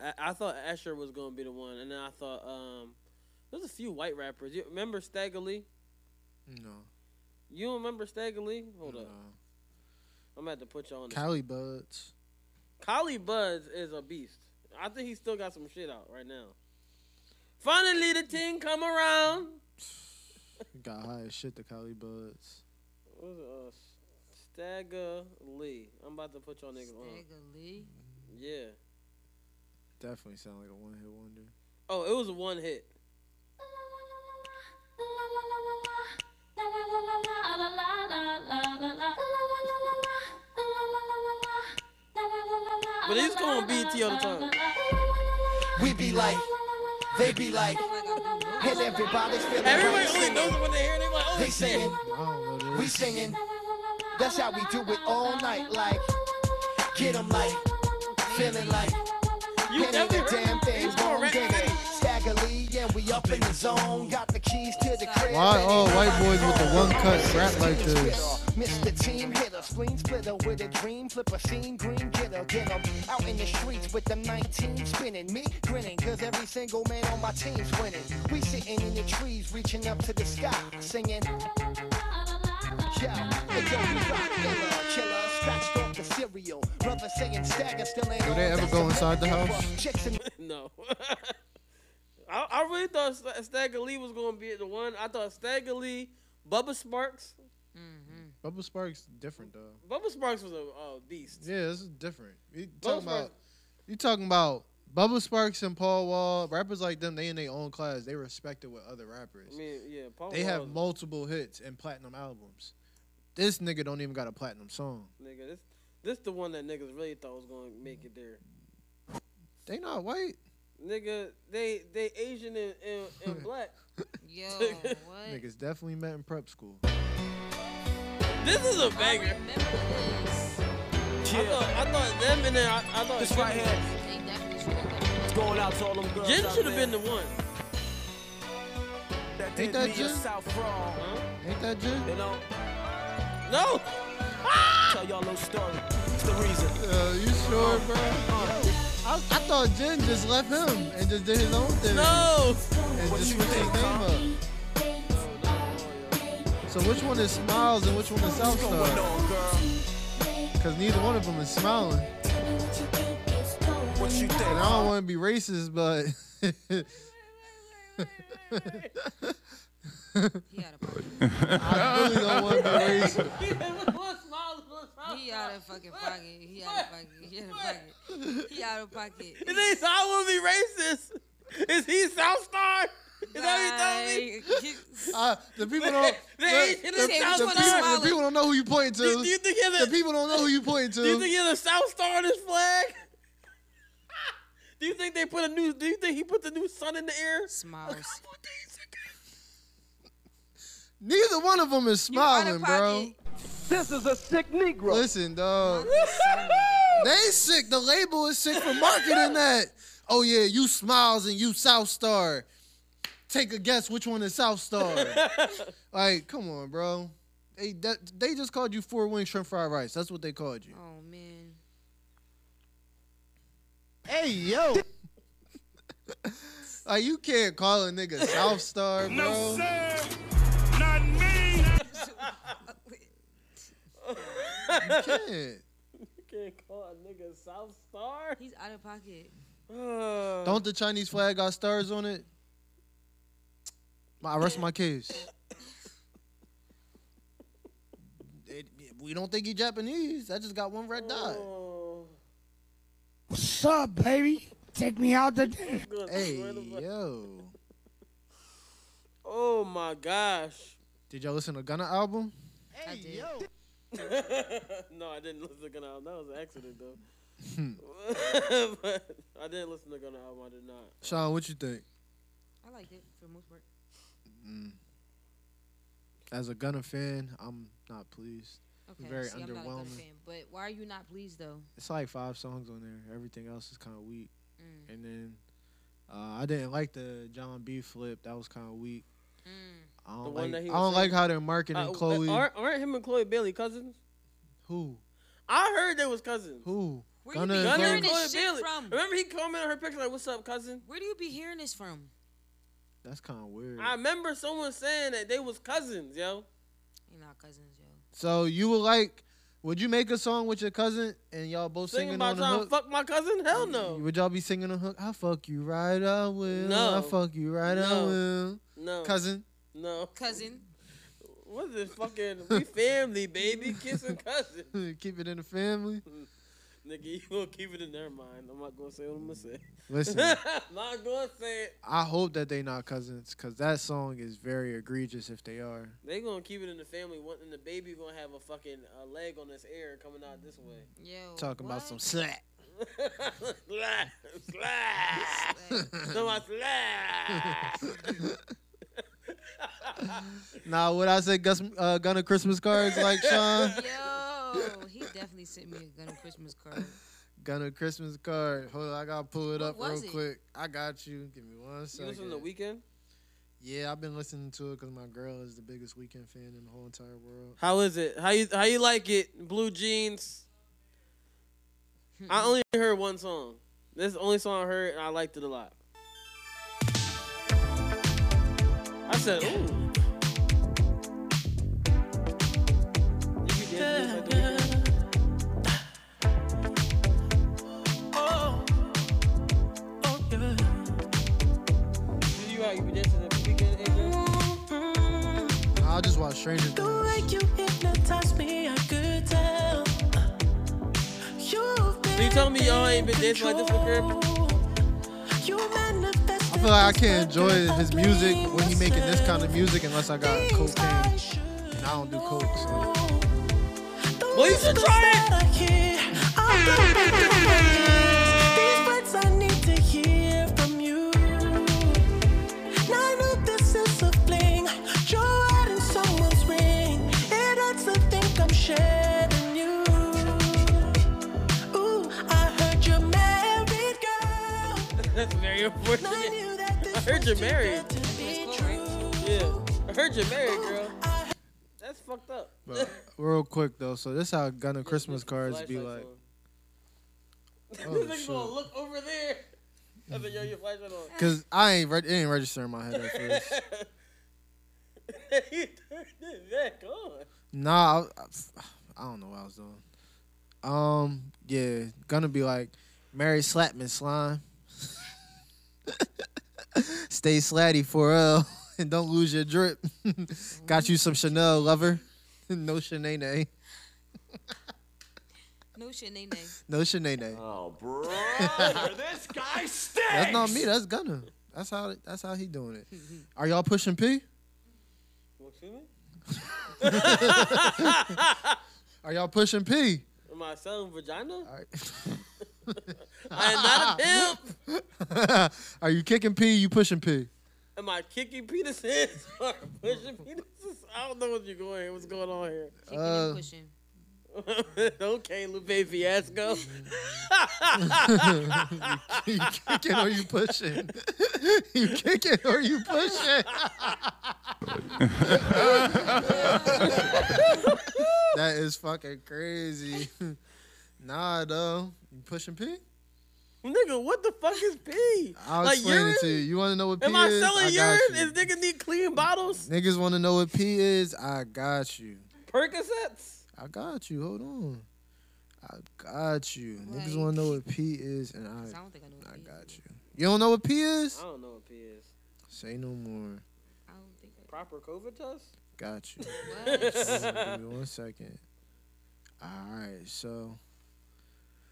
Speaker 2: I, I thought Asher was gonna be the one, and then I thought um, there's a few white rappers. You remember Stagger Lee?
Speaker 3: No.
Speaker 2: You don't remember Stagger Lee? Hold up. I'm gonna have to put you on. the-
Speaker 3: Cali buds.
Speaker 2: Collie Buds is a beast. I think he still got some shit out right now. Finally, the team come around.
Speaker 3: Got high as shit. The Cali buds.
Speaker 2: What's it, uh, Stagger Lee. I'm about to put y'all niggas on. Stagger Lee. Yeah.
Speaker 3: Definitely sound like a one hit wonder.
Speaker 2: Oh, it was a one hit. But it's going BT all the time.
Speaker 11: We be like, they be like, and everybody's feeling
Speaker 2: Everybody
Speaker 11: right
Speaker 2: only knows it when they hear it. They like, oh
Speaker 11: They
Speaker 2: shit.
Speaker 11: singing, we singing. That's how we do it all night. Like, get 'em like, feeling like. You it ain't a damn thing wrong, did it? Stagger Lee, yeah, we up in the zone. Got the keys to the crib.
Speaker 3: Why all white boys with the one cut rap like this?
Speaker 11: Mr. Team hitter, spleen splitter with a dream, flip a scene, green getter, get 'em out in the streets with them 19 spinning, me grinning, cause every single man on my team's winning. We sitting in the trees, reaching up to the sky, singing. Yeah, it don't be rock, killer, killer, scratched off the cereal. Brother saying stagger still ain't
Speaker 3: Do
Speaker 11: all
Speaker 3: they ever
Speaker 11: that
Speaker 3: go inside the house?
Speaker 11: Chicks and
Speaker 2: no. I, I really thought Sta- Stagger Lee was going to be the one. I thought Stagger Lee, Bubba Sparks.
Speaker 3: Bubble Sparks different though.
Speaker 2: Bubba Sparks was a, a beast.
Speaker 3: Yeah, this is different. You
Speaker 2: Bubba
Speaker 3: talking about? You talking about Bubble Sparks and Paul Wall? Rappers like them, they in their own class. They respected with other rappers.
Speaker 2: I mean, yeah, Paul
Speaker 3: they have
Speaker 2: Wall is
Speaker 3: multiple hits and platinum albums. This nigga don't even got a platinum song.
Speaker 2: a nigga. This this the one that niggas really thought was going to make it there.
Speaker 3: They not white.
Speaker 2: Nigga, they they Asian and, and, and black.
Speaker 4: Yo,
Speaker 3: Niggas definitely met in prep school.
Speaker 2: This is a banger. I, thought, I thought them and then I, I thought
Speaker 16: This right here. It's going out to all them girls.
Speaker 2: Jen
Speaker 16: out
Speaker 2: should have
Speaker 16: there
Speaker 2: been the one.
Speaker 16: that
Speaker 3: Ain't
Speaker 16: did
Speaker 3: that
Speaker 16: me a
Speaker 3: Jen?
Speaker 16: South wrong.
Speaker 3: Ain't that Jen?
Speaker 16: You know,
Speaker 2: No.
Speaker 16: tell y'all no story. It's the reason.
Speaker 3: Uh, you sure, bro? I, I thought Jen just left him and just did his own thing.
Speaker 2: No.
Speaker 3: And just switched his name up. So which one is Smiles and which one is South Star? Because neither one of them is smiling.
Speaker 16: What you think?
Speaker 3: And I don't want to be racist, but I really don't want to be racist.
Speaker 4: He uh, out of fucking pocket. He out of pocket. He out of pocket. He out of pocket.
Speaker 2: It ain't so I wouldn't be racist. Is he South Star? Is that what you
Speaker 4: telling me?
Speaker 3: Uh, the people don't. the,
Speaker 2: They ain't
Speaker 3: the,
Speaker 2: in
Speaker 3: the,
Speaker 2: the South
Speaker 3: people,
Speaker 2: Star.
Speaker 3: the people don't know who you pointing to.
Speaker 2: Do you think you're
Speaker 3: the
Speaker 2: the-
Speaker 3: people don't know who you pointing to.
Speaker 2: Do you think he's a South Star on his flag? do you think they put a new? Do you think he put the new sun in the air?
Speaker 4: Smiles.
Speaker 3: Neither one of them is smiling, bro.
Speaker 7: This is a sick Negro.
Speaker 3: Listen, dog. they sick. The label is sick for marketing that. Oh yeah, you smiles and you South Star. Take a guess which one is South Star. like, come on, bro. They that, they just called you four wing shrimp fried rice. That's what they called you.
Speaker 4: Oh man.
Speaker 3: Hey yo. like you can't call a nigga South Star, bro.
Speaker 6: No, sir. Not me.
Speaker 3: You can't.
Speaker 2: You can't call a nigga South Star.
Speaker 4: He's out of pocket.
Speaker 3: Don't the Chinese flag got stars on it? My, I rest my case. It- we don't think he Japanese. I just got one red dot.
Speaker 17: What's up, baby? Take me out to dinner.
Speaker 3: Hey, yo.
Speaker 2: Oh my gosh.
Speaker 3: Did y'all listen to Gunna album?
Speaker 4: I did.
Speaker 2: no, I didn't listen to Gunna album. That was an accident though. but I didn't listen to Gunna album. I did not.
Speaker 3: Sean, what you think? Mm.
Speaker 4: I liked it for the most part.
Speaker 3: As a Gunna fan, I'm not pleased. It's
Speaker 4: Okay.
Speaker 3: Very
Speaker 4: see, I'm not a Gunna
Speaker 3: underwhelming.
Speaker 4: fan, but why are you not pleased though?
Speaker 3: It's like five songs on there. Everything else is kind of weak.
Speaker 4: Mm.
Speaker 3: And then uh, I didn't like the John B flip. That was kind of weak.
Speaker 4: mm.
Speaker 3: I don't,
Speaker 2: The one
Speaker 3: like,
Speaker 2: that he
Speaker 3: I
Speaker 2: was
Speaker 3: don't like
Speaker 2: singing-
Speaker 3: how they're marketing
Speaker 2: Uh,
Speaker 3: Chloe.
Speaker 2: Aren't, aren't him and Chloe Bailey cousins?
Speaker 3: Who?
Speaker 2: I heard they was cousins.
Speaker 3: Who?
Speaker 4: Where you be
Speaker 3: and
Speaker 4: hearing
Speaker 3: Chloe-
Speaker 4: this shit from?
Speaker 2: Remember he commented on her picture like, "What's up, cousin?"
Speaker 4: Where do you be hearing this from?
Speaker 3: That's kind of weird.
Speaker 2: I remember someone saying that they was cousins, yo.
Speaker 4: You're not cousins, yo.
Speaker 3: so you would like Would you make a song with your cousin and y'all both
Speaker 2: Singing
Speaker 3: singing,
Speaker 2: about
Speaker 3: on the
Speaker 2: trying to
Speaker 3: hook?
Speaker 2: fuck my cousin? Hell no.
Speaker 3: Would y'all be singing on the hook? I fuck you right, I will.
Speaker 2: No.
Speaker 3: I fuck you right, I
Speaker 2: No.
Speaker 3: will.
Speaker 2: No.
Speaker 3: Cousin.
Speaker 2: No.
Speaker 4: Cousin.
Speaker 2: What is this fucking we family, baby? Kissing cousin.
Speaker 3: Keep it in the family.
Speaker 2: Nigga, you gonna keep it in their mind. I'm not gonna say what I'm gonna say.
Speaker 3: Listen.
Speaker 2: I'm not gonna say it.
Speaker 3: I hope that they not cousins, cause that song is very egregious if they are.
Speaker 2: They gonna keep it in the family, one- and the baby gonna have a fucking uh, leg on his ear coming out this way.
Speaker 4: Yo,
Speaker 2: Oh,
Speaker 3: Talking about some slack.
Speaker 2: slack, slack, so much slack.
Speaker 3: Now, would I say Gus, uh, Gunna Christmas cards like Sean?
Speaker 4: Yo, he definitely sent me a gun and Christmas card.
Speaker 3: Gunna Christmas card. Hold on, I gotta pull it
Speaker 4: What
Speaker 3: up real
Speaker 4: was it?
Speaker 3: quick. I got you. Give me one
Speaker 2: You
Speaker 3: second.
Speaker 2: listen to the weekend?
Speaker 3: Yeah, I've been listening to it because my girl is the biggest weekend fan in the whole entire world.
Speaker 2: How is it? How you how you like it? Blue jeans. I only heard one song. This is the only song I heard, and I liked it a lot. I said, ooh. You dance like the Weeknd.
Speaker 10: Oh, oh yeah.
Speaker 2: You knew how you were dancing at the weekend, Adrian?
Speaker 3: I'll just watch Stranger Things.
Speaker 10: The way you hypnotize me, I could tell. You've been
Speaker 2: So you telling me y'all ain't been dancing like this for crib?
Speaker 10: you manifest.
Speaker 3: I feel like I can't enjoy his music when he making this kind of music unless I got cocaine. And I don't do coke, so.
Speaker 10: Well, you should try it. These words I need to hear from you. Now I know this is a fling. You're out in someone's ring. It hurts to think I'm sharing you. Ooh, I heard you're married, girl.
Speaker 2: That's very unfortunate. I heard you're married. Yeah. I heard you're married, girl. That's fucked up.
Speaker 3: But real quick though, so this how Gunna Christmas cards be
Speaker 2: flashlights
Speaker 3: like.
Speaker 2: this
Speaker 3: Oh,
Speaker 2: nigga gonna look over there. I said, yo, your flashlight on.
Speaker 3: Cause I ain't re- it ain't registering my head at first.
Speaker 2: he turned it back on.
Speaker 3: Nah, I, I- I don't know what I was doing. Um, yeah, gonna be like Mary Slapman slime. Stay slatty for real and don't lose your drip. Got you some Chanel lover. No eh? Shanae.
Speaker 4: No shit, nay nay.
Speaker 3: No Shanae.
Speaker 18: Oh, brother, this guy stinks.
Speaker 3: That's not me. That's Gunna. That's how that's how he doing it. Are y'all pushing P?
Speaker 2: Excuse me?
Speaker 3: Are y'all pushing P?
Speaker 2: Am I selling vagina? I am not a pimp.
Speaker 3: Are you kicking P? You pushing P?
Speaker 2: Am I kicking penises or pushing penises? I don't know what you're going here. What's going on here?
Speaker 3: Kicking and Uh,
Speaker 2: okay, Lupe Fiasco.
Speaker 3: you kicking or you pushing? you kicking or you pushing? that is fucking crazy. nah, though. You pushing P?
Speaker 2: Nigga, what the fuck is pee?
Speaker 3: I'll explain it to you. You want to know what P
Speaker 2: Am I
Speaker 3: is?
Speaker 2: selling
Speaker 3: got
Speaker 2: urine?
Speaker 3: you.
Speaker 2: Is nigga need clean bottles?
Speaker 3: Niggas want to know what P is? I got you.
Speaker 2: Percocets?
Speaker 3: I got you. Hold on. I got you. Niggas want to know what P is, and I,
Speaker 4: I don't think I know.
Speaker 3: I got you. You don't know what P is?
Speaker 2: I don't know what pee is.
Speaker 3: Say no more.
Speaker 4: I don't think.
Speaker 2: Proper COVID test?
Speaker 3: Got you.
Speaker 4: What?
Speaker 3: Give me one second. All right, so.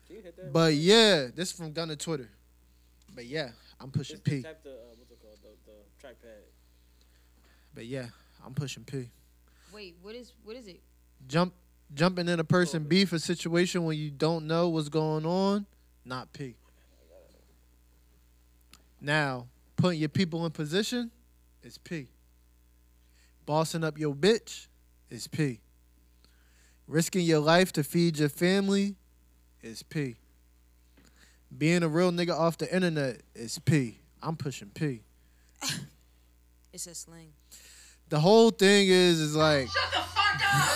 Speaker 2: Can you hit that?
Speaker 3: But yeah, this is from Gunna Twitter. But yeah, I'm pushing
Speaker 2: Just to
Speaker 3: P.
Speaker 2: Tap the, uh, what's it called? The, the trackpad.
Speaker 3: But yeah, I'm pushing P.
Speaker 4: Wait, what is what is it?
Speaker 3: Jump, jumping in a person beef a situation when you don't know what's going on, not P. Now putting your people in position is P. Bossing up your bitch is P. Risking your life to feed your family is P. Being a real nigga off the internet is P. I'm pushing P.
Speaker 4: It's a slang.
Speaker 3: The whole thing is is like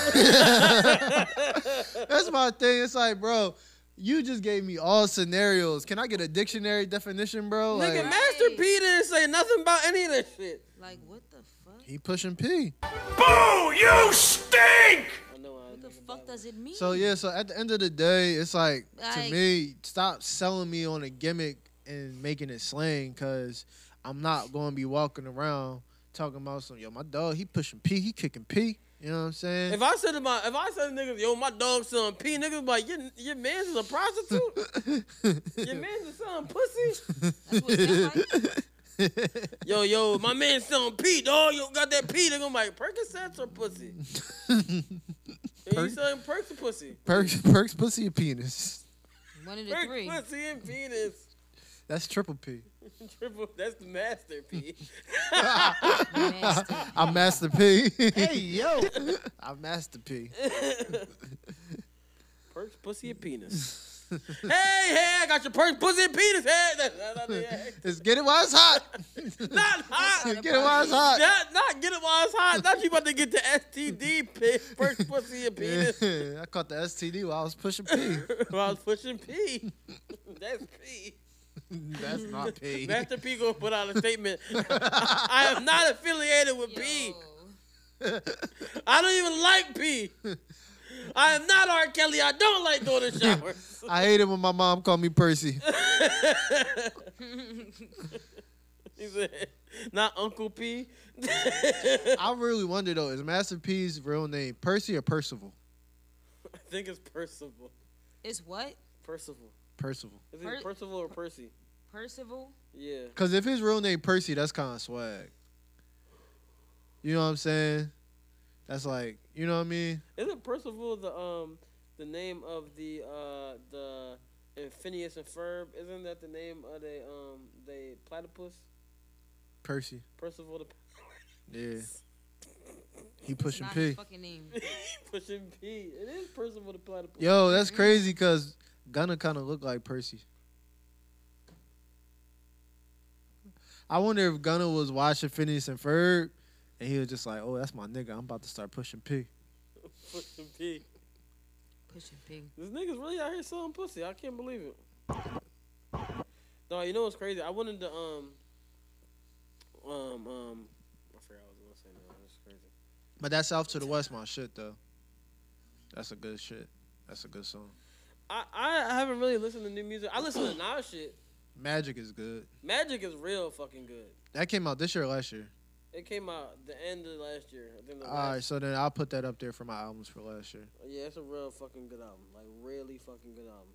Speaker 3: That's my thing. It's like, bro, you just gave me all scenarios. Can I get a dictionary definition, bro?
Speaker 2: Nigga,
Speaker 3: Like,
Speaker 2: Master P didn't say nothing about any of that shit.
Speaker 4: Like what the
Speaker 3: he pushing P.
Speaker 2: Boo! You stink!
Speaker 4: what the
Speaker 19: the fuck does it mean?
Speaker 3: So yeah, so at the end of the day, it's like
Speaker 19: Like-
Speaker 3: to me, stop selling me on a gimmick and making it slang, cause I'm not going to be walking around talking about some yo, my dog, he pushing P, he kicking P. You know what I'm saying?
Speaker 2: If I said to my, if I said to niggas, yo, my dog son P, niggas like your your man's is a prostitute. your man's is son pussy. yo, yo, my man's son P, dog. You got that P? Nigga, I'm like Percocets or pussy. And you
Speaker 3: Perk-
Speaker 2: selling perks or pussy?
Speaker 3: Perks, perks, pussy, and penis.
Speaker 2: One of the three. Pussy and penis.
Speaker 3: That's triple P.
Speaker 2: Triple. That's the master P.
Speaker 3: I'm Master P.
Speaker 2: Hey, yo.
Speaker 3: I'm Master P.
Speaker 2: Perks, pussy, and penis. hey, hey, I got your perks, pussy, and penis. Hey, that, that, that, that.
Speaker 3: Let's get it while it's hot.
Speaker 2: not hot.
Speaker 3: Get it while it's hot.
Speaker 2: Not, not get it while it's hot. Not you about to get the STD, pi- perks, pussy, and penis.
Speaker 3: I caught the STD while I was pushing P.
Speaker 2: while I was pushing P. That's P.
Speaker 3: That's not P.
Speaker 2: Master P gonna put out a statement. I am not affiliated with P. I don't even like P. I am not R. Kelly. I don't like doing the shower.
Speaker 3: I hate it when my mom called me Percy.
Speaker 2: he said, not Uncle P.
Speaker 3: I really wonder though, is Master P's real name Percy or Percival?
Speaker 2: I think it's Percival.
Speaker 19: It's what?
Speaker 2: Percival.
Speaker 3: Percival.
Speaker 2: Is
Speaker 19: Per-
Speaker 2: it Percival or Percy?
Speaker 19: Percival?
Speaker 2: Yeah.
Speaker 3: Cause if his real name Percy, that's kind of swag. You know what I'm saying? That's like, you know what I mean?
Speaker 2: Isn't Percival the um the name of the uh the and Phineas and Ferb? Isn't that the name of the um the platypus?
Speaker 3: Percy.
Speaker 2: Percival the
Speaker 3: Yeah. He pushing
Speaker 2: not
Speaker 3: P.
Speaker 2: his fucking name. pushing P. It is Percival the platypus.
Speaker 3: Yo, that's crazy because Gunna kind of looked like Percy. I wonder if Gunna was watching Phineas and Ferb and he was just like, oh, that's my nigga. I'm about to start pushing P.
Speaker 2: pushing P.
Speaker 19: Pushing P.
Speaker 2: This nigga's really out here selling pussy. I can't believe it. No, you know what's crazy? I wanted to um um um I forgot what I was gonna say now. That's crazy.
Speaker 3: But that South to the West, my shit, though. That's a good shit. That's a good song.
Speaker 2: I, I haven't really listened to new music. I listen to Nas shit.
Speaker 3: Magic is good.
Speaker 2: Magic is real fucking good.
Speaker 3: That came out this year or last year?
Speaker 2: It came out the end of last year. I think the
Speaker 3: All
Speaker 2: last-
Speaker 3: right, so then I'll put that up there for my albums for last year.
Speaker 2: Yeah, it's a real fucking good album. Like really fucking good album.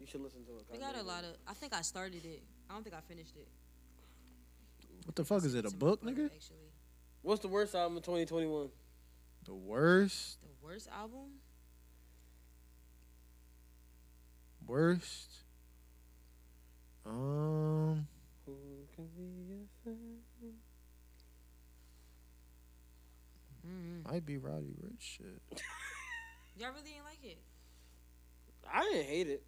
Speaker 2: You should listen to it.
Speaker 19: We got a lot of. I think I started it. I don't think I finished it.
Speaker 3: What the fuck is it? A book, nigga?
Speaker 2: What's the worst album of 2021?
Speaker 3: The worst,
Speaker 19: The worst album?
Speaker 3: worst. Um, might be Roddy Rich shit.
Speaker 19: Y'all really didn't like it.
Speaker 2: I didn't hate it.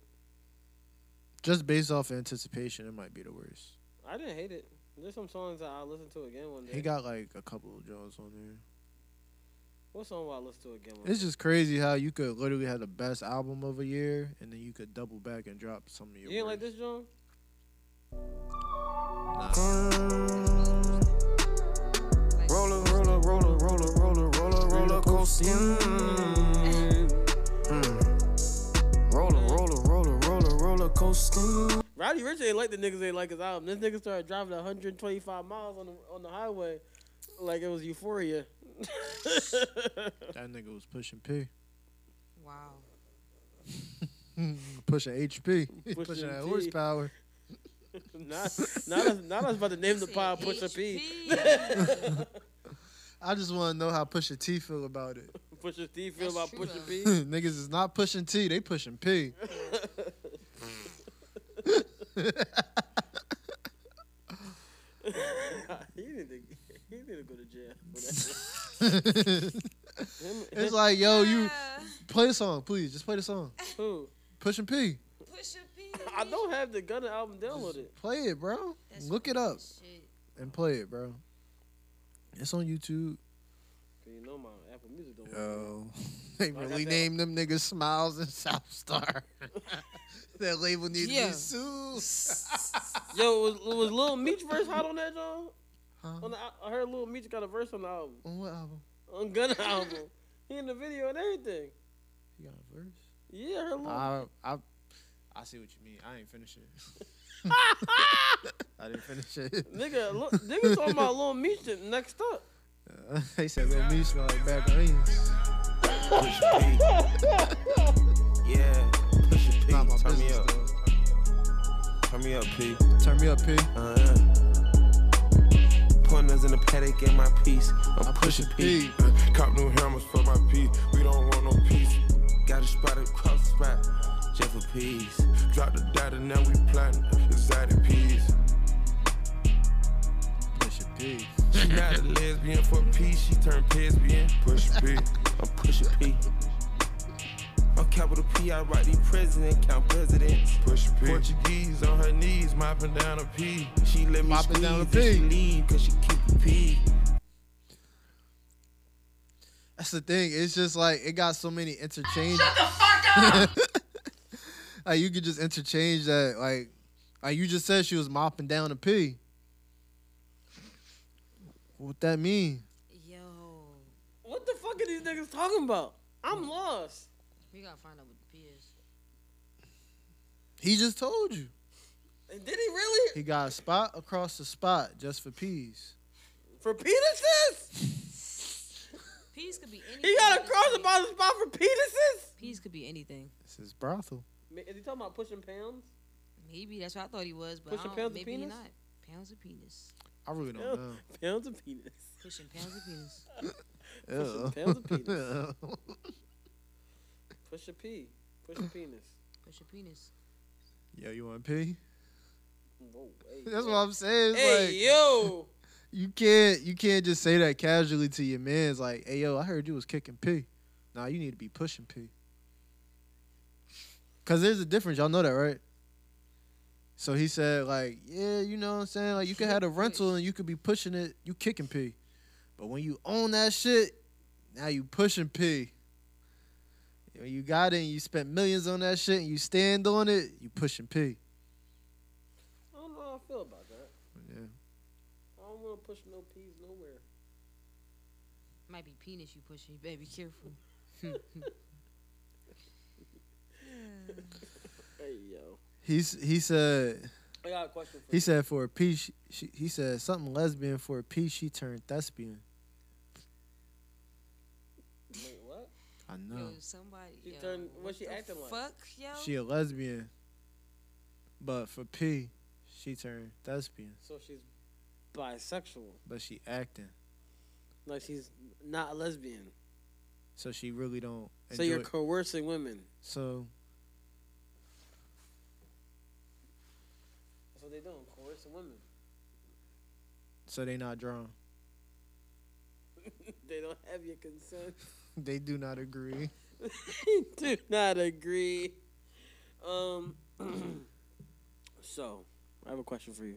Speaker 3: Just based off anticipation, it might be the worst.
Speaker 2: I didn't hate it. There's some songs that I'll listen to again one day.
Speaker 3: He got like a couple of draws on there.
Speaker 2: what song will I listen to again one
Speaker 3: It's
Speaker 2: day?
Speaker 3: just crazy how you could literally have the best album of a year, and then you could double back and drop some of
Speaker 2: You
Speaker 3: your.
Speaker 2: didn't like this song?
Speaker 14: Roller, roller, roller, roller, roller, roller, roller coaster. Mm. Mm. Roller, roller, roller, roller, roller coaster.
Speaker 2: Roddy Rich ain't like the niggas ain't like his album. This nigga started driving 125 miles on the on the highway, like it was euphoria.
Speaker 3: That nigga was pushing P,
Speaker 19: Wow.
Speaker 3: pushing HP, pushing,
Speaker 2: Pushing
Speaker 3: that
Speaker 2: P.
Speaker 3: horsepower.
Speaker 2: not not us, not us about to name the pod Pusha P.
Speaker 3: I just want to know how Pusha T feel about it.
Speaker 2: Pusha T feel about Pusha P.
Speaker 3: Niggas is not pushing T, they pushing P.
Speaker 2: he need to he need to go to jail. for that. Him- him-
Speaker 3: it's like, yo,
Speaker 2: Oh,
Speaker 3: you play the song, please. Just play the song.
Speaker 2: Who?
Speaker 3: Pushing P.
Speaker 19: Pusha P.
Speaker 2: I don't have the Gunna album downloaded.
Speaker 3: Play it, bro. Look it up and play it, bro. It's on YouTube.
Speaker 2: You know my Apple Music don't.
Speaker 3: Yo, they really named them niggas Smiles and South Star. that label needs to
Speaker 2: Yeah.
Speaker 3: be sued.
Speaker 2: Yo, was was Lil Meech verse hot on that song?
Speaker 3: Huh?
Speaker 2: On the, I heard Lil Meech got a verse on the album.
Speaker 3: On what album?
Speaker 2: On Gunna album. He in the video and everything.
Speaker 3: You got a verse?
Speaker 2: Yeah, her little-
Speaker 3: I, I, I see what you mean. I ain't finished it. I didn't finish it.
Speaker 2: Nigga, look, nigga talking about Lil Meech next up.
Speaker 3: Uh, they said Lil Meech smell like bad greens.
Speaker 16: Yeah, push your P.
Speaker 3: Not my
Speaker 16: Turn me
Speaker 3: business,
Speaker 16: up. Turn me up, P.
Speaker 3: Turn me up, P.
Speaker 16: Uh-huh. Pointers in the paddock in my piece. I'm pushing P. Uh, Cop new hammers for my P. We don't want no peace. Got a spot across the spot. Jeff a piece. Drop the data, now we plotting. Exotic peas.
Speaker 3: Push your P.
Speaker 16: She not a lesbian for P. She turned lesbian. Push a P. I'm pushing P. I'm capital P. I write the president, count presidents. Push P. Portuguese on her knees, mopping down a P. She let me
Speaker 3: Mopping
Speaker 16: squeeze
Speaker 3: down a
Speaker 16: and She leave 'cause she keep a P.
Speaker 3: That's the thing. It's just like it got so many interchange. Shut
Speaker 19: the fuck
Speaker 3: up. like you could just interchange that. Like, like you just said she was mopping down a pee. What that mean?
Speaker 2: What the fuck are these niggas talking about? I'm lost.
Speaker 4: We gotta find out what the P is.
Speaker 3: He just told you.
Speaker 2: Did he really?
Speaker 3: He got a spot across the spot just for peas.
Speaker 2: For penises?
Speaker 4: P's could be anything.
Speaker 2: He got a cross about the spot for penises?
Speaker 4: P's could be anything.
Speaker 3: This is brothel.
Speaker 2: Ma- Is he talking about pushing pounds?
Speaker 4: Maybe that's what I thought he was, but
Speaker 2: Pushing
Speaker 4: I don't,
Speaker 2: pounds of
Speaker 4: maybe he
Speaker 2: penis?
Speaker 4: not. Pounds of penis.
Speaker 3: I really don't
Speaker 2: Ew.
Speaker 3: know.
Speaker 2: Pounds of penis.
Speaker 4: Pushing pounds of penis.
Speaker 2: Pushing
Speaker 3: Ew.
Speaker 2: pounds of penis.
Speaker 3: Ew.
Speaker 2: Push a P. Push a penis.
Speaker 4: Push your penis.
Speaker 3: Yo, you want pee?
Speaker 2: Whoa, hey,
Speaker 3: That's
Speaker 2: yo.
Speaker 3: what I'm saying. It's
Speaker 2: Hey,
Speaker 3: like,
Speaker 2: yo.
Speaker 3: You can't you can't just say that casually to your man's like, hey yo, I heard you was kicking P. Nah, you need to be pushing P. Cause there's a difference, y'all know that, right? So he said, like, yeah, you know what I'm saying? Like you could have a rental and you could be pushing it, you kicking P. But when you own that shit, now you pushing P. When you got it and you spent millions on that shit and you stand on it, you pushing P.
Speaker 2: I don't know how I feel about that.
Speaker 3: Yeah.
Speaker 2: I don't want to push no peas nowhere.
Speaker 4: Might be penis you pushing. You better be careful.
Speaker 2: Hey, yo.
Speaker 3: He's he said
Speaker 2: I got a question for
Speaker 3: He
Speaker 2: you.
Speaker 3: said for a piece, she, she, he said something lesbian for a piece, she turned thespian.
Speaker 2: Wait, what?
Speaker 3: I
Speaker 4: Yo,
Speaker 3: know.
Speaker 4: somebody.
Speaker 2: She
Speaker 4: yo,
Speaker 2: turned- what she
Speaker 4: the
Speaker 2: acting like?
Speaker 4: Fuck, yo.
Speaker 3: She a lesbian. But for P, she turned thespian.
Speaker 2: So she's bisexual.
Speaker 3: But she acting.
Speaker 2: Like she's not a lesbian.
Speaker 3: So she really don't enjoy
Speaker 2: So you're coercing women.
Speaker 3: So
Speaker 2: That's what they doing, coercing women.
Speaker 3: so they not drawn.
Speaker 2: they don't have your consent.
Speaker 3: They do not agree.
Speaker 2: Do not agree. Um. so, I have a question for you.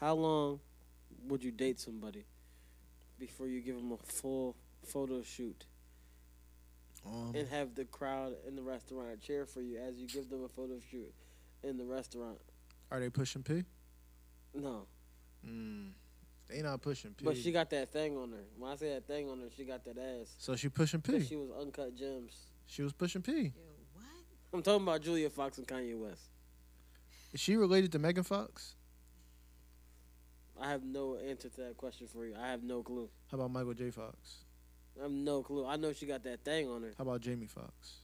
Speaker 2: How long would you date somebody before you give them a full photo shoot
Speaker 3: Um,
Speaker 2: and have the crowd in the restaurant cheer for you as you give them a photo shoot in the restaurant?
Speaker 3: are they pushing P?
Speaker 2: No,
Speaker 3: Mm, they not pushing P.
Speaker 2: but she got that thing on her. When I say that thing on her, she got that ass.
Speaker 3: so she pushing
Speaker 2: 'Cause
Speaker 3: P.
Speaker 2: She was uncut gems.
Speaker 3: She was pushing P.
Speaker 4: Yo, what?
Speaker 2: I'm talking about Julia Fox and Kanye West.
Speaker 3: Is she related to Megan Fox?
Speaker 2: I have no answer to that question for you. I have no clue.
Speaker 3: How about Michael J. Fox?
Speaker 2: I have no clue. I know she got that thing on her.
Speaker 3: How about Jamie Fox?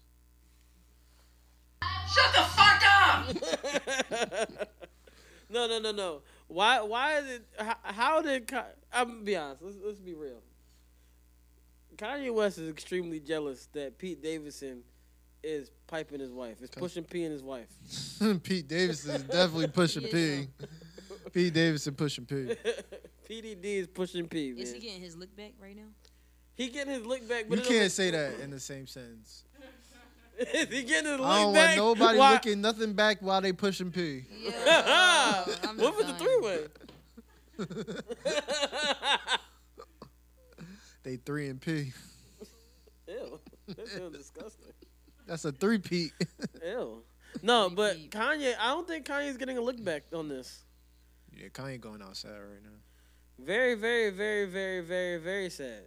Speaker 19: Shut the fuck up!
Speaker 2: no, no, no, no. Why? Why is it? How, how did? Ka- I'm gonna be honest. Let's let's be real. Kanye West is extremely jealous that Pete Davidson is piping his wife. Is pushing P and his wife.
Speaker 3: Pete Davidson is definitely pushing P. Pete Davidson pushing P.
Speaker 2: PDD is pushing P. Man.
Speaker 4: Is he getting his look back right now?
Speaker 2: He getting his lick back.
Speaker 3: You
Speaker 2: But it don't
Speaker 3: can't
Speaker 2: make-
Speaker 3: say that in the same sentence.
Speaker 2: Is he getting his lick
Speaker 3: I don't want
Speaker 2: back?
Speaker 3: nobody
Speaker 2: Why-
Speaker 3: looking nothing back while they pushing P.
Speaker 4: I'm
Speaker 2: what was the
Speaker 4: done.
Speaker 2: three way?
Speaker 3: They three and P.
Speaker 2: Ew, that sounds disgusting.
Speaker 3: That's a three Pete.
Speaker 2: Ew. No, but Kanye, I don't think Kanye's getting a look back on this.
Speaker 3: yeah, Kanye going outside right now.
Speaker 2: Very, very, very, very, very, very sad.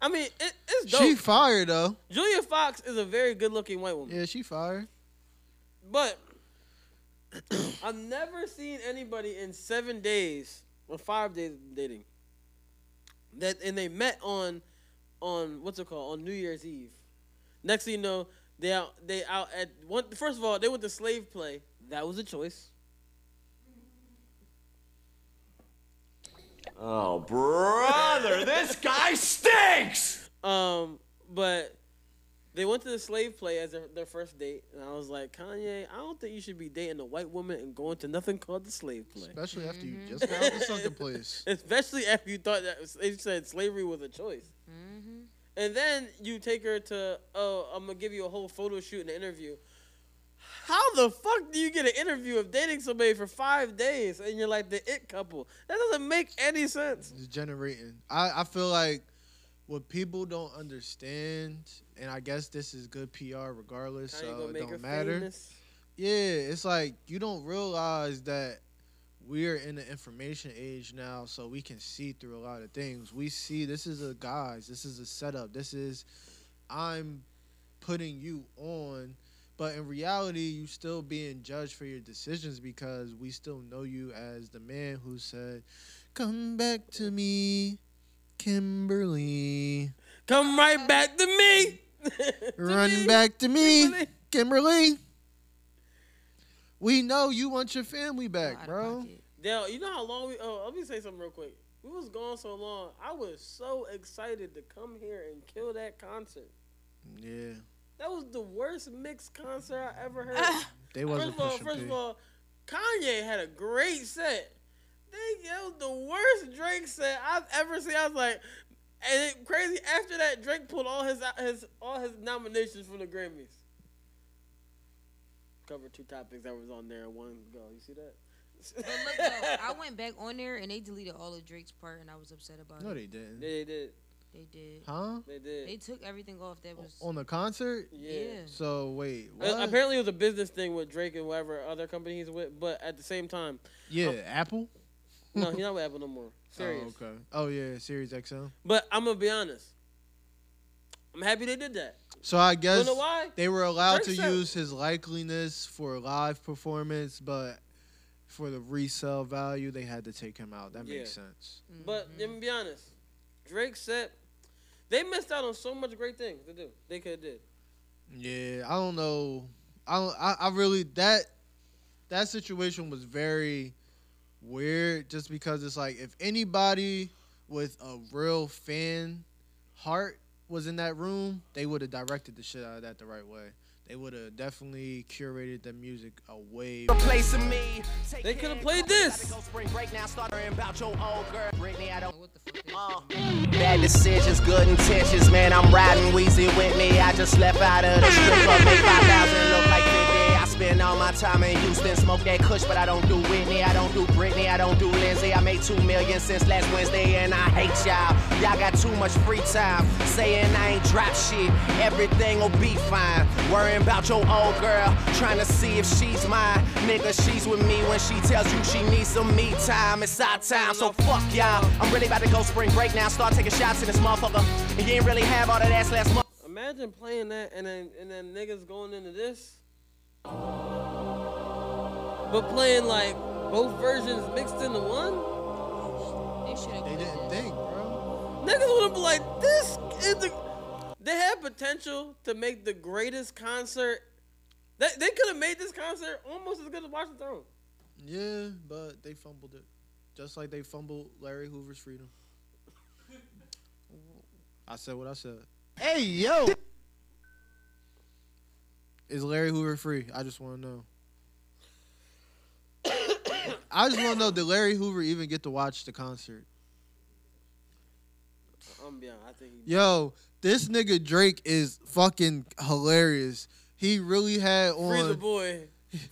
Speaker 2: I mean, it, it's dope.
Speaker 3: She fired though.
Speaker 2: Julia Fox is a very good looking white woman.
Speaker 3: Yeah, she fired.
Speaker 2: But I've never seen anybody in seven days or five days of dating that and they met on on what's it called on New Year's Eve. Next thing you know, they out they out at one. First of all, they went to slave play. That was a choice.
Speaker 18: Oh, brother, this guy stinks.
Speaker 2: Um, but they went to the slave play as their, their first date, and I was like, Kanye, I don't think you should be dating a white woman and going to nothing called the slave play.
Speaker 3: Especially after
Speaker 2: mm-hmm.
Speaker 3: you just got out of the sunken place.
Speaker 2: Especially after you thought that they said slavery was a choice. Mm-hmm. And then you take her to, oh, I'm gonna give you a whole photo shoot and an interview. How the fuck do you get an interview of dating somebody for five days and you're like the it couple? That doesn't make any sense.
Speaker 3: It's generating. I, I feel like what people don't understand, and I guess this is good PR regardless,
Speaker 2: Kanye
Speaker 3: so
Speaker 2: gonna
Speaker 3: it
Speaker 2: make her
Speaker 3: don't matter.
Speaker 2: famous?
Speaker 3: Yeah, it's like you don't realize that we're in the information age now, so we can see through a lot of things. We see this is a guise, this is a setup, this is I'm putting you on, but in reality, you still being judged for your decisions because we still know you as the man who said, "Come back to me, Kimberly."
Speaker 2: Come right back to me.
Speaker 3: Run back to me, Kimberly. We know you want your family back, bro.
Speaker 2: Dale, you know how long we? Oh, let me say something real quick. We was gone so long. I was so excited to come here and kill that concert.
Speaker 3: Yeah,
Speaker 2: That was the worst mixed concert I ever
Speaker 4: Ah.
Speaker 2: heard.
Speaker 3: they wasn't
Speaker 2: first of all,
Speaker 3: pushing
Speaker 2: first
Speaker 3: P.
Speaker 2: of all, Kanye had a great set. They, that was the worst Drake set I've ever seen. I was like, and it, crazy. After that, Drake pulled all his his all his nominations from the Grammys. Covered two topics that was on there in one go. You see that?
Speaker 4: But look, though, I went back on there and they deleted all of Drake's part, and I was upset about it.
Speaker 3: No, they didn't.
Speaker 2: They did.
Speaker 4: They did.
Speaker 3: Huh?
Speaker 2: They did.
Speaker 4: They took everything off that was.
Speaker 3: On the concert?
Speaker 4: Yeah.
Speaker 3: So wait,
Speaker 2: Uh,
Speaker 3: what?
Speaker 2: Apparently, it was a business thing with Drake and whatever other company he's with. But at the same time,
Speaker 3: yeah, Apple.
Speaker 2: no, he's not with Apple no more. Serious.
Speaker 3: Oh, okay. Oh yeah, Series XL.
Speaker 2: But I'm gonna be honest. I'm happy they did that.
Speaker 3: So I guess
Speaker 2: know why?
Speaker 3: they were allowed
Speaker 2: Drake
Speaker 3: to
Speaker 2: said-
Speaker 3: use his likeliness for a live performance, but for the resale value, they had to take him out. That makes
Speaker 2: Yeah.
Speaker 3: sense.
Speaker 4: mm,
Speaker 2: But let me be honest. Drake said they missed out on so much great things to do. They could have did.
Speaker 3: Yeah, I don't know. I don't, I, I really that that situation was very weird just because it's like if anybody with a real fan heart was in that room, they would have directed the shit out of that the right way. They would have definitely curated the music away.
Speaker 20: Replacing me. They
Speaker 2: could have played this.
Speaker 20: Spring break now, start worrying about your old girl. Brittany, I don't. Uh, Bad decisions, good intentions, man. I'm riding Wheezy with me. I just left out of the strip club. Make 5,000 look like 50. I spend all my time in Houston, smoke that Kush, but I don't do Whitney. I don't do Britney. I don't do Lindsay. I made 2 million since last Wednesday, and I hate y'all. Y'all got too much free time. Saying I ain't drop shit. Everything will be fine. Worrying about your old girl, trying to see if she's mine. Nigga, she's with me when she tells you she needs some me time. It's our time, so fuck y'all. I'm really about to go spring break now. Start taking shots in this motherfucker. And you ain't really have all that ass last month.
Speaker 2: Imagine playing that and then and then niggas going into this. But playing like both versions mixed into one?
Speaker 4: They should have.
Speaker 3: They didn't think, bro.
Speaker 2: Niggas would have been like, this is the They had potential to make the greatest concert. They, they could have made this concert almost as good as Watch the Throne.
Speaker 3: Yeah, but they fumbled it. Just like they fumbled Larry Hoover's freedom. I said what I said. Hey, yo! Is Larry Hoover free? I just want to know. I just want to know did Larry Hoover even get to watch the concert?
Speaker 2: I'm beyond. I think he
Speaker 3: Yo, this nigga Drake is fucking hilarious. He really had
Speaker 2: Free the
Speaker 3: on
Speaker 2: boy.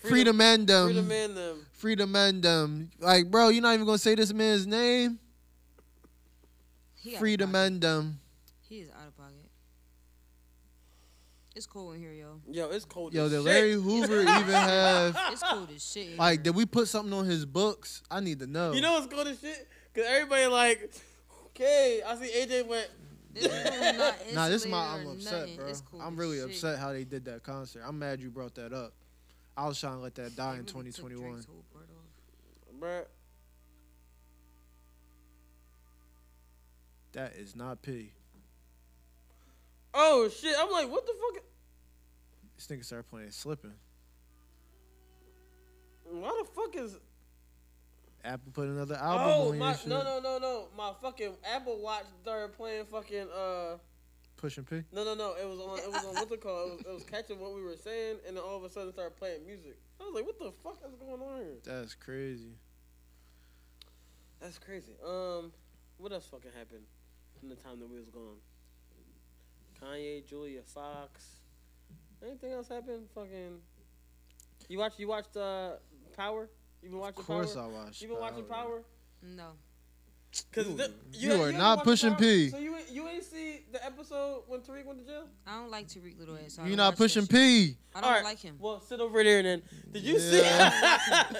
Speaker 3: Free the man them.
Speaker 2: Free the man them.
Speaker 3: Freedom and um, like, bro, you're not even gonna say this man's name.
Speaker 4: He out of
Speaker 3: Freedom and um,
Speaker 4: He is out of pocket. It's cold in here, yo.
Speaker 2: Yo, it's cold.
Speaker 3: yo,
Speaker 2: as
Speaker 3: did
Speaker 2: shit.
Speaker 3: Larry Hoover even have?
Speaker 4: It's cold as shit. in
Speaker 3: Like, did we put something on his books? I need to know.
Speaker 2: You know what's cool as shit? Cause everybody like, okay, I see AJ went,
Speaker 4: This room not
Speaker 3: nah, this is my.
Speaker 4: insulated
Speaker 3: I'm
Speaker 4: or
Speaker 3: upset,
Speaker 4: nothing.
Speaker 3: bro.
Speaker 4: It's cool
Speaker 3: I'm
Speaker 4: as
Speaker 3: really
Speaker 4: shit.
Speaker 3: upset how they did that concert. I'm mad you brought that up. I was trying to let that die in 2021.
Speaker 2: Bruh.
Speaker 3: That is not P.
Speaker 2: Oh shit! I'm like, what the fuck?
Speaker 3: This nigga started playing slipping.
Speaker 2: Why the fuck is?
Speaker 3: Apple put another album
Speaker 2: Oh
Speaker 3: on
Speaker 2: my!
Speaker 3: your shit.
Speaker 2: No no no no! My fucking Apple Watch started playing fucking uh.
Speaker 3: Pushing P.
Speaker 2: No, no, no. It was on. It was on. What's it called? It was, it was catching what we were saying, and then all of a sudden started playing music. I was like, "What the fuck is going on here?"
Speaker 3: That's crazy.
Speaker 2: That's crazy. Um, what else fucking happened in the time that we was gone? Kanye, Julia Fox. Anything else happened? Fucking. You watch. You watched uh, Power. You been watching?
Speaker 3: course
Speaker 2: Power?
Speaker 3: I watched
Speaker 2: You been watching
Speaker 3: Power.
Speaker 2: Power?
Speaker 4: No.
Speaker 2: Cause
Speaker 3: You-
Speaker 2: the-
Speaker 3: you
Speaker 2: ain't-
Speaker 3: are
Speaker 2: ain't
Speaker 3: not
Speaker 2: watching
Speaker 3: pushing
Speaker 2: Power?
Speaker 3: P.
Speaker 2: So you ain't- you ain't see the episode when Tariq went to jail?
Speaker 4: I don't like Tariq Little ass.
Speaker 3: You're not pushing P.
Speaker 4: I don't like him.
Speaker 2: Well, sit over there and then. Did you see?
Speaker 3: Yo, that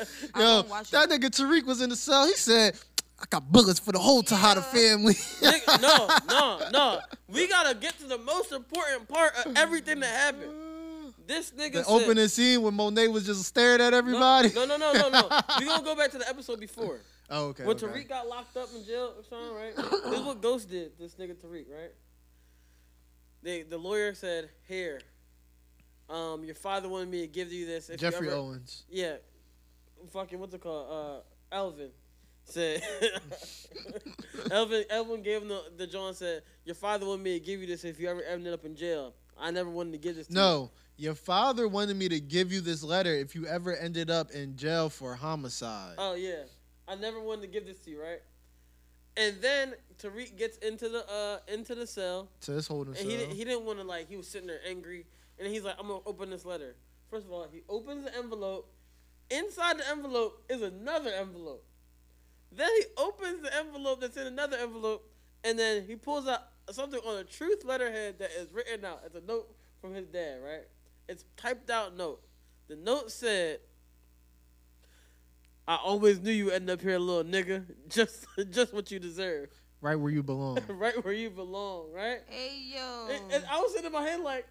Speaker 3: nigga Tariq was in the cell. He said, "I got bullets for the whole Tejada family."
Speaker 2: Nigga, no, no, no. We gotta get to the most important part of everything that happened. This nigga
Speaker 3: the
Speaker 2: said,
Speaker 3: opening scene when Monet was just staring at everybody.
Speaker 2: No, no, no, no, no. We gonna go back to the episode before.
Speaker 3: Oh, okay,
Speaker 2: When
Speaker 3: okay.
Speaker 2: Tariq got locked up in jail, Sean, right? this is what Ghost did. This nigga Tariq, right? They, the lawyer said, "Here, um, your father wanted me to give you this." If you
Speaker 3: Jeffrey
Speaker 2: ever-
Speaker 3: Owens.
Speaker 2: Yeah, fucking what's it called? Uh, Alvin said. Elvin, Elvin gave him the, the John said, "Your father wanted me to give you this if you ever ended up in jail. I never wanted to give this to you."
Speaker 3: No, your father wanted me to give you this letter if you ever ended up in jail for homicide.
Speaker 2: Oh yeah, I never wanted to give this to you, right? And then Tariq gets into the uh into the cell,
Speaker 3: to this holding
Speaker 2: and
Speaker 3: cell.
Speaker 2: he didn't- he didn't want to like he was sitting there angry, and he's like, "I'm gonna open this letter." First of all, he opens the envelope. Inside the envelope is another envelope. Then he opens the envelope that's in another envelope, and then he pulls out something on a truth letterhead that is written out. It's a note from his dad, right? It's typed out note. The note said, "I always knew you end up here, little nigga. Just, just what you deserve,
Speaker 3: right where you belong.
Speaker 2: right where you belong, right."
Speaker 4: Hey yo.
Speaker 2: And, and I was sitting in my head like,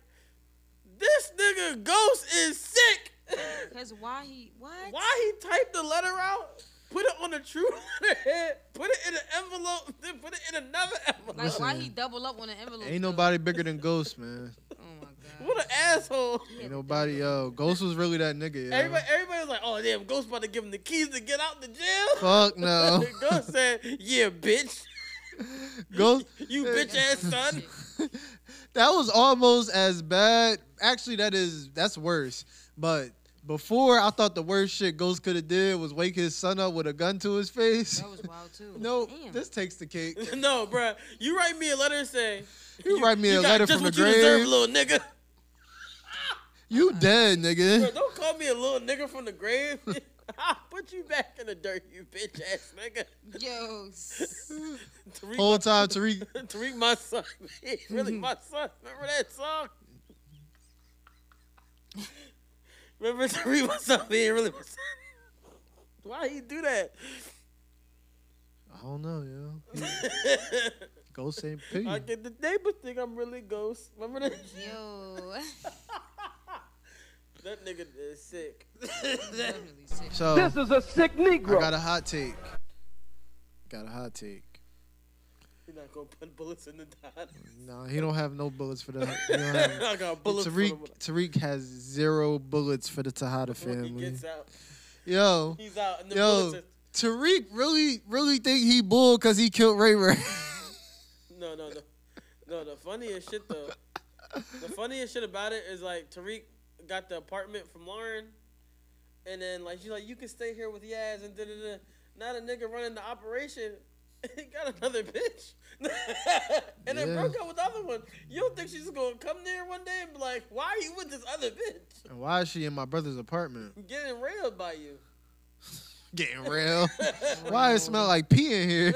Speaker 2: "This nigga Ghost is sick.
Speaker 4: Cause why he what?
Speaker 2: Why he typed the letter out?" Put it on a true letterhead. Put it in an envelope. Then put it in another envelope.
Speaker 4: Like why
Speaker 3: Listen.
Speaker 4: he double up on an envelope? Oh
Speaker 3: Ain't nobody bigger than Ghost, man.
Speaker 2: What an asshole.
Speaker 3: Ain't nobody, yo. Ghost was really that nigga, yo.
Speaker 2: Everybody, everybody was like, "Oh damn, Ghost about to give him the keys to get out the jail."
Speaker 3: Fuck no.
Speaker 2: Ghost said, "Yeah, bitch,
Speaker 3: Ghost,
Speaker 2: you bitch ass son."
Speaker 3: that was almost as bad. Actually, that is that's worse. But before, I thought the worst shit Ghost could have did was wake his son up with a gun to his face. That
Speaker 4: was wild too.
Speaker 3: No, this takes the cake.
Speaker 2: no, bruh, you write me a letter saying,
Speaker 3: You, write me a
Speaker 2: got
Speaker 3: letter from
Speaker 2: just
Speaker 3: the
Speaker 2: what
Speaker 3: grave,
Speaker 2: you deserve, little nigga."
Speaker 3: You dead, nigga.
Speaker 2: Bruh, don't call me a little nigga from the grave. I'll put you back in the dirt, you bitch ass nigga.
Speaker 4: Yo,
Speaker 2: Tariq,
Speaker 3: Whole time, Tariq.
Speaker 2: Tariq, my son, He's really my son. Remember that song? Remember Tariq, my son, being really my son. Why he do that?
Speaker 3: I don't know, yo. Ghost ain't pig.
Speaker 2: I get the neighbors think I'm really ghost. Remember that?
Speaker 4: Yo.
Speaker 2: that nigga is sick.
Speaker 3: So
Speaker 17: This is a sick Negro.
Speaker 3: I got a hot take. Got a hot take.
Speaker 2: You're not gonna put bullets in the dot.
Speaker 3: Nah, he don't have no bullets for the. he don't have-
Speaker 2: I got bullets for
Speaker 3: Tariq,
Speaker 2: the-
Speaker 3: Tariq has zero bullets for the Tejada
Speaker 2: When he
Speaker 3: family.
Speaker 2: gets out.
Speaker 3: Yo,
Speaker 2: He's out. And the
Speaker 3: yo,
Speaker 2: bullets
Speaker 3: Tariq really, really think he bull because he killed Ray Ray.
Speaker 2: is- no, no, no. No, the funniest shit though. The funniest shit about it is like Tariq got the apartment from Lauren, and then like she's like, "You can stay here with Yaz and da da da." Now the nigga running the operation, he got another bitch, and then
Speaker 3: Yeah.
Speaker 2: broke up with the other one. You don't think she's gonna come there one day and be like, "Why are you with this other bitch?"
Speaker 3: and why is she in my brother's apartment?
Speaker 2: Getting railed by you.
Speaker 3: Getting real. why it smell like pee in here?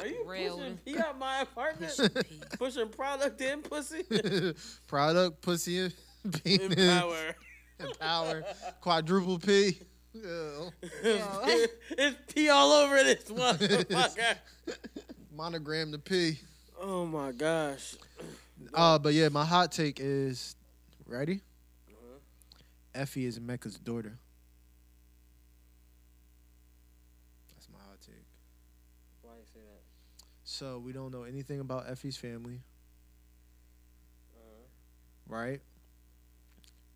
Speaker 2: Are you pushing pee out my apartment? pushing product in pussy?
Speaker 3: Product, pussy, and penis.
Speaker 2: Power.
Speaker 3: Power. Quadruple P. Yo.
Speaker 2: it's pee all over this motherfucker.
Speaker 3: Monogram the P.
Speaker 2: Oh my gosh.
Speaker 3: Uh, but yeah, my hot take is ready. Effie is Mecca's daughter. That's my hot take.
Speaker 2: Why you say that?
Speaker 3: So we don't know anything about Effie's family,
Speaker 2: Uh,
Speaker 3: right?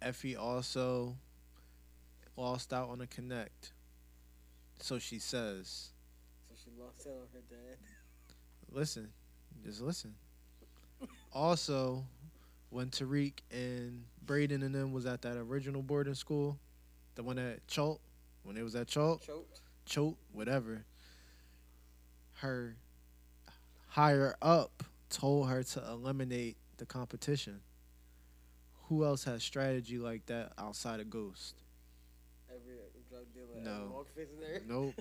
Speaker 3: Effie also lost out on a connect. So she says,
Speaker 2: So she lost out on her dad.
Speaker 3: listen, just listen. also, when Tariq and Braden and them was at that original boarding school, the one at Chult, when it was at Chult,
Speaker 2: Choked.
Speaker 3: Chote, whatever, her higher up told her to eliminate the competition. Who else has strategy like that outside of Ghost?
Speaker 2: Every drug dealer.
Speaker 3: No.
Speaker 2: Ever walked face in there.
Speaker 3: Nope.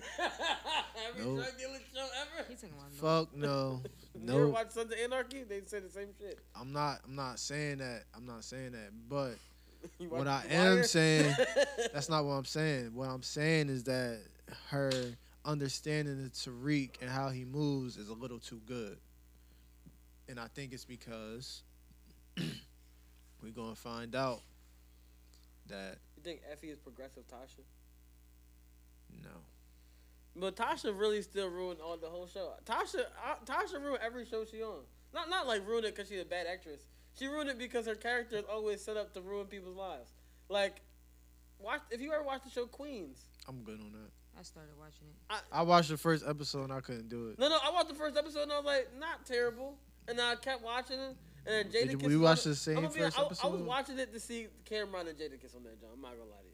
Speaker 2: Every
Speaker 3: Nope.
Speaker 2: drug dealer show ever. He's talking about
Speaker 3: Fuck no.
Speaker 2: You ever
Speaker 3: Nope.
Speaker 2: watch Sons of Anarchy? They said the same shit.
Speaker 3: I'm not I'm not saying that. I'm not saying that. But
Speaker 2: You
Speaker 3: what I
Speaker 2: watch The
Speaker 3: am
Speaker 2: Wire?
Speaker 3: saying that's not what I'm saying. What I'm saying is that her understanding of Tariq and how he moves is a little too good. And I think it's because we're gonna find out that
Speaker 2: You think Effie is progressive, Tasha?
Speaker 3: no.
Speaker 2: But Tasha really still ruined all the whole show. Tasha, uh, Tasha ruined every show she on. Not not like ruined it because she's a bad actress. She ruined it because her character is always set up to ruin people's lives. Like, watch if you ever watch the show Queens.
Speaker 3: I'm good on that.
Speaker 4: I started watching it.
Speaker 3: I watched the first episode and I couldn't do it.
Speaker 2: No, no, I watched the first episode and I was like, not terrible. And I kept watching it. And then
Speaker 3: Did
Speaker 2: Jada
Speaker 3: you-
Speaker 2: Kiss.
Speaker 3: we
Speaker 2: on
Speaker 3: watched
Speaker 2: it.
Speaker 3: the same
Speaker 2: I'ma be-
Speaker 3: first
Speaker 2: I, I was
Speaker 3: episode?
Speaker 2: watching it to see Cameron and Jada Kiss on that, John. I'm not gonna lie to you.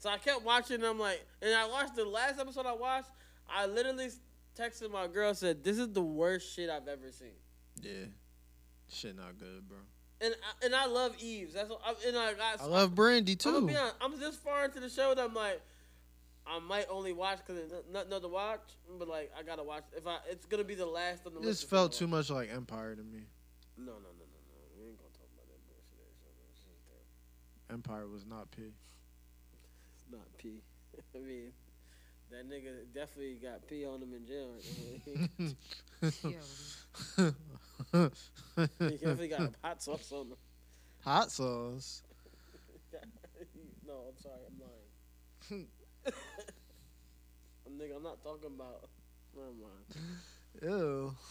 Speaker 2: So I kept watching. And I'm like, and I watched the last episode I watched. I literally texted my girl said, "This is the worst shit I've ever seen."
Speaker 3: Yeah. Shit not good, bro.
Speaker 2: And I, and I love Eves. That's what I, and I got.
Speaker 3: I love Brandy
Speaker 2: I'm gonna
Speaker 3: too.
Speaker 2: be honest, I'm this far into the show that I'm like, I might only watch because there's nothing other to watch. But like, I gotta watch. If I, it's gonna be the last on the list.
Speaker 3: This
Speaker 2: if I
Speaker 3: felt
Speaker 2: watch.
Speaker 3: too much like Empire to me.
Speaker 2: No, no, no, no, no. We ain't gonna talk about that bullshit. ass shit. That shit's terrible.
Speaker 3: Empire was not P.
Speaker 2: It's not P. I mean, that nigga definitely got P on him in jail. Right now. he definitely got hot sauce on him.
Speaker 3: Hot sauce.
Speaker 2: no, I'm sorry, I'm lying. nigga, I'm not talking about. Never mind.
Speaker 3: Ew.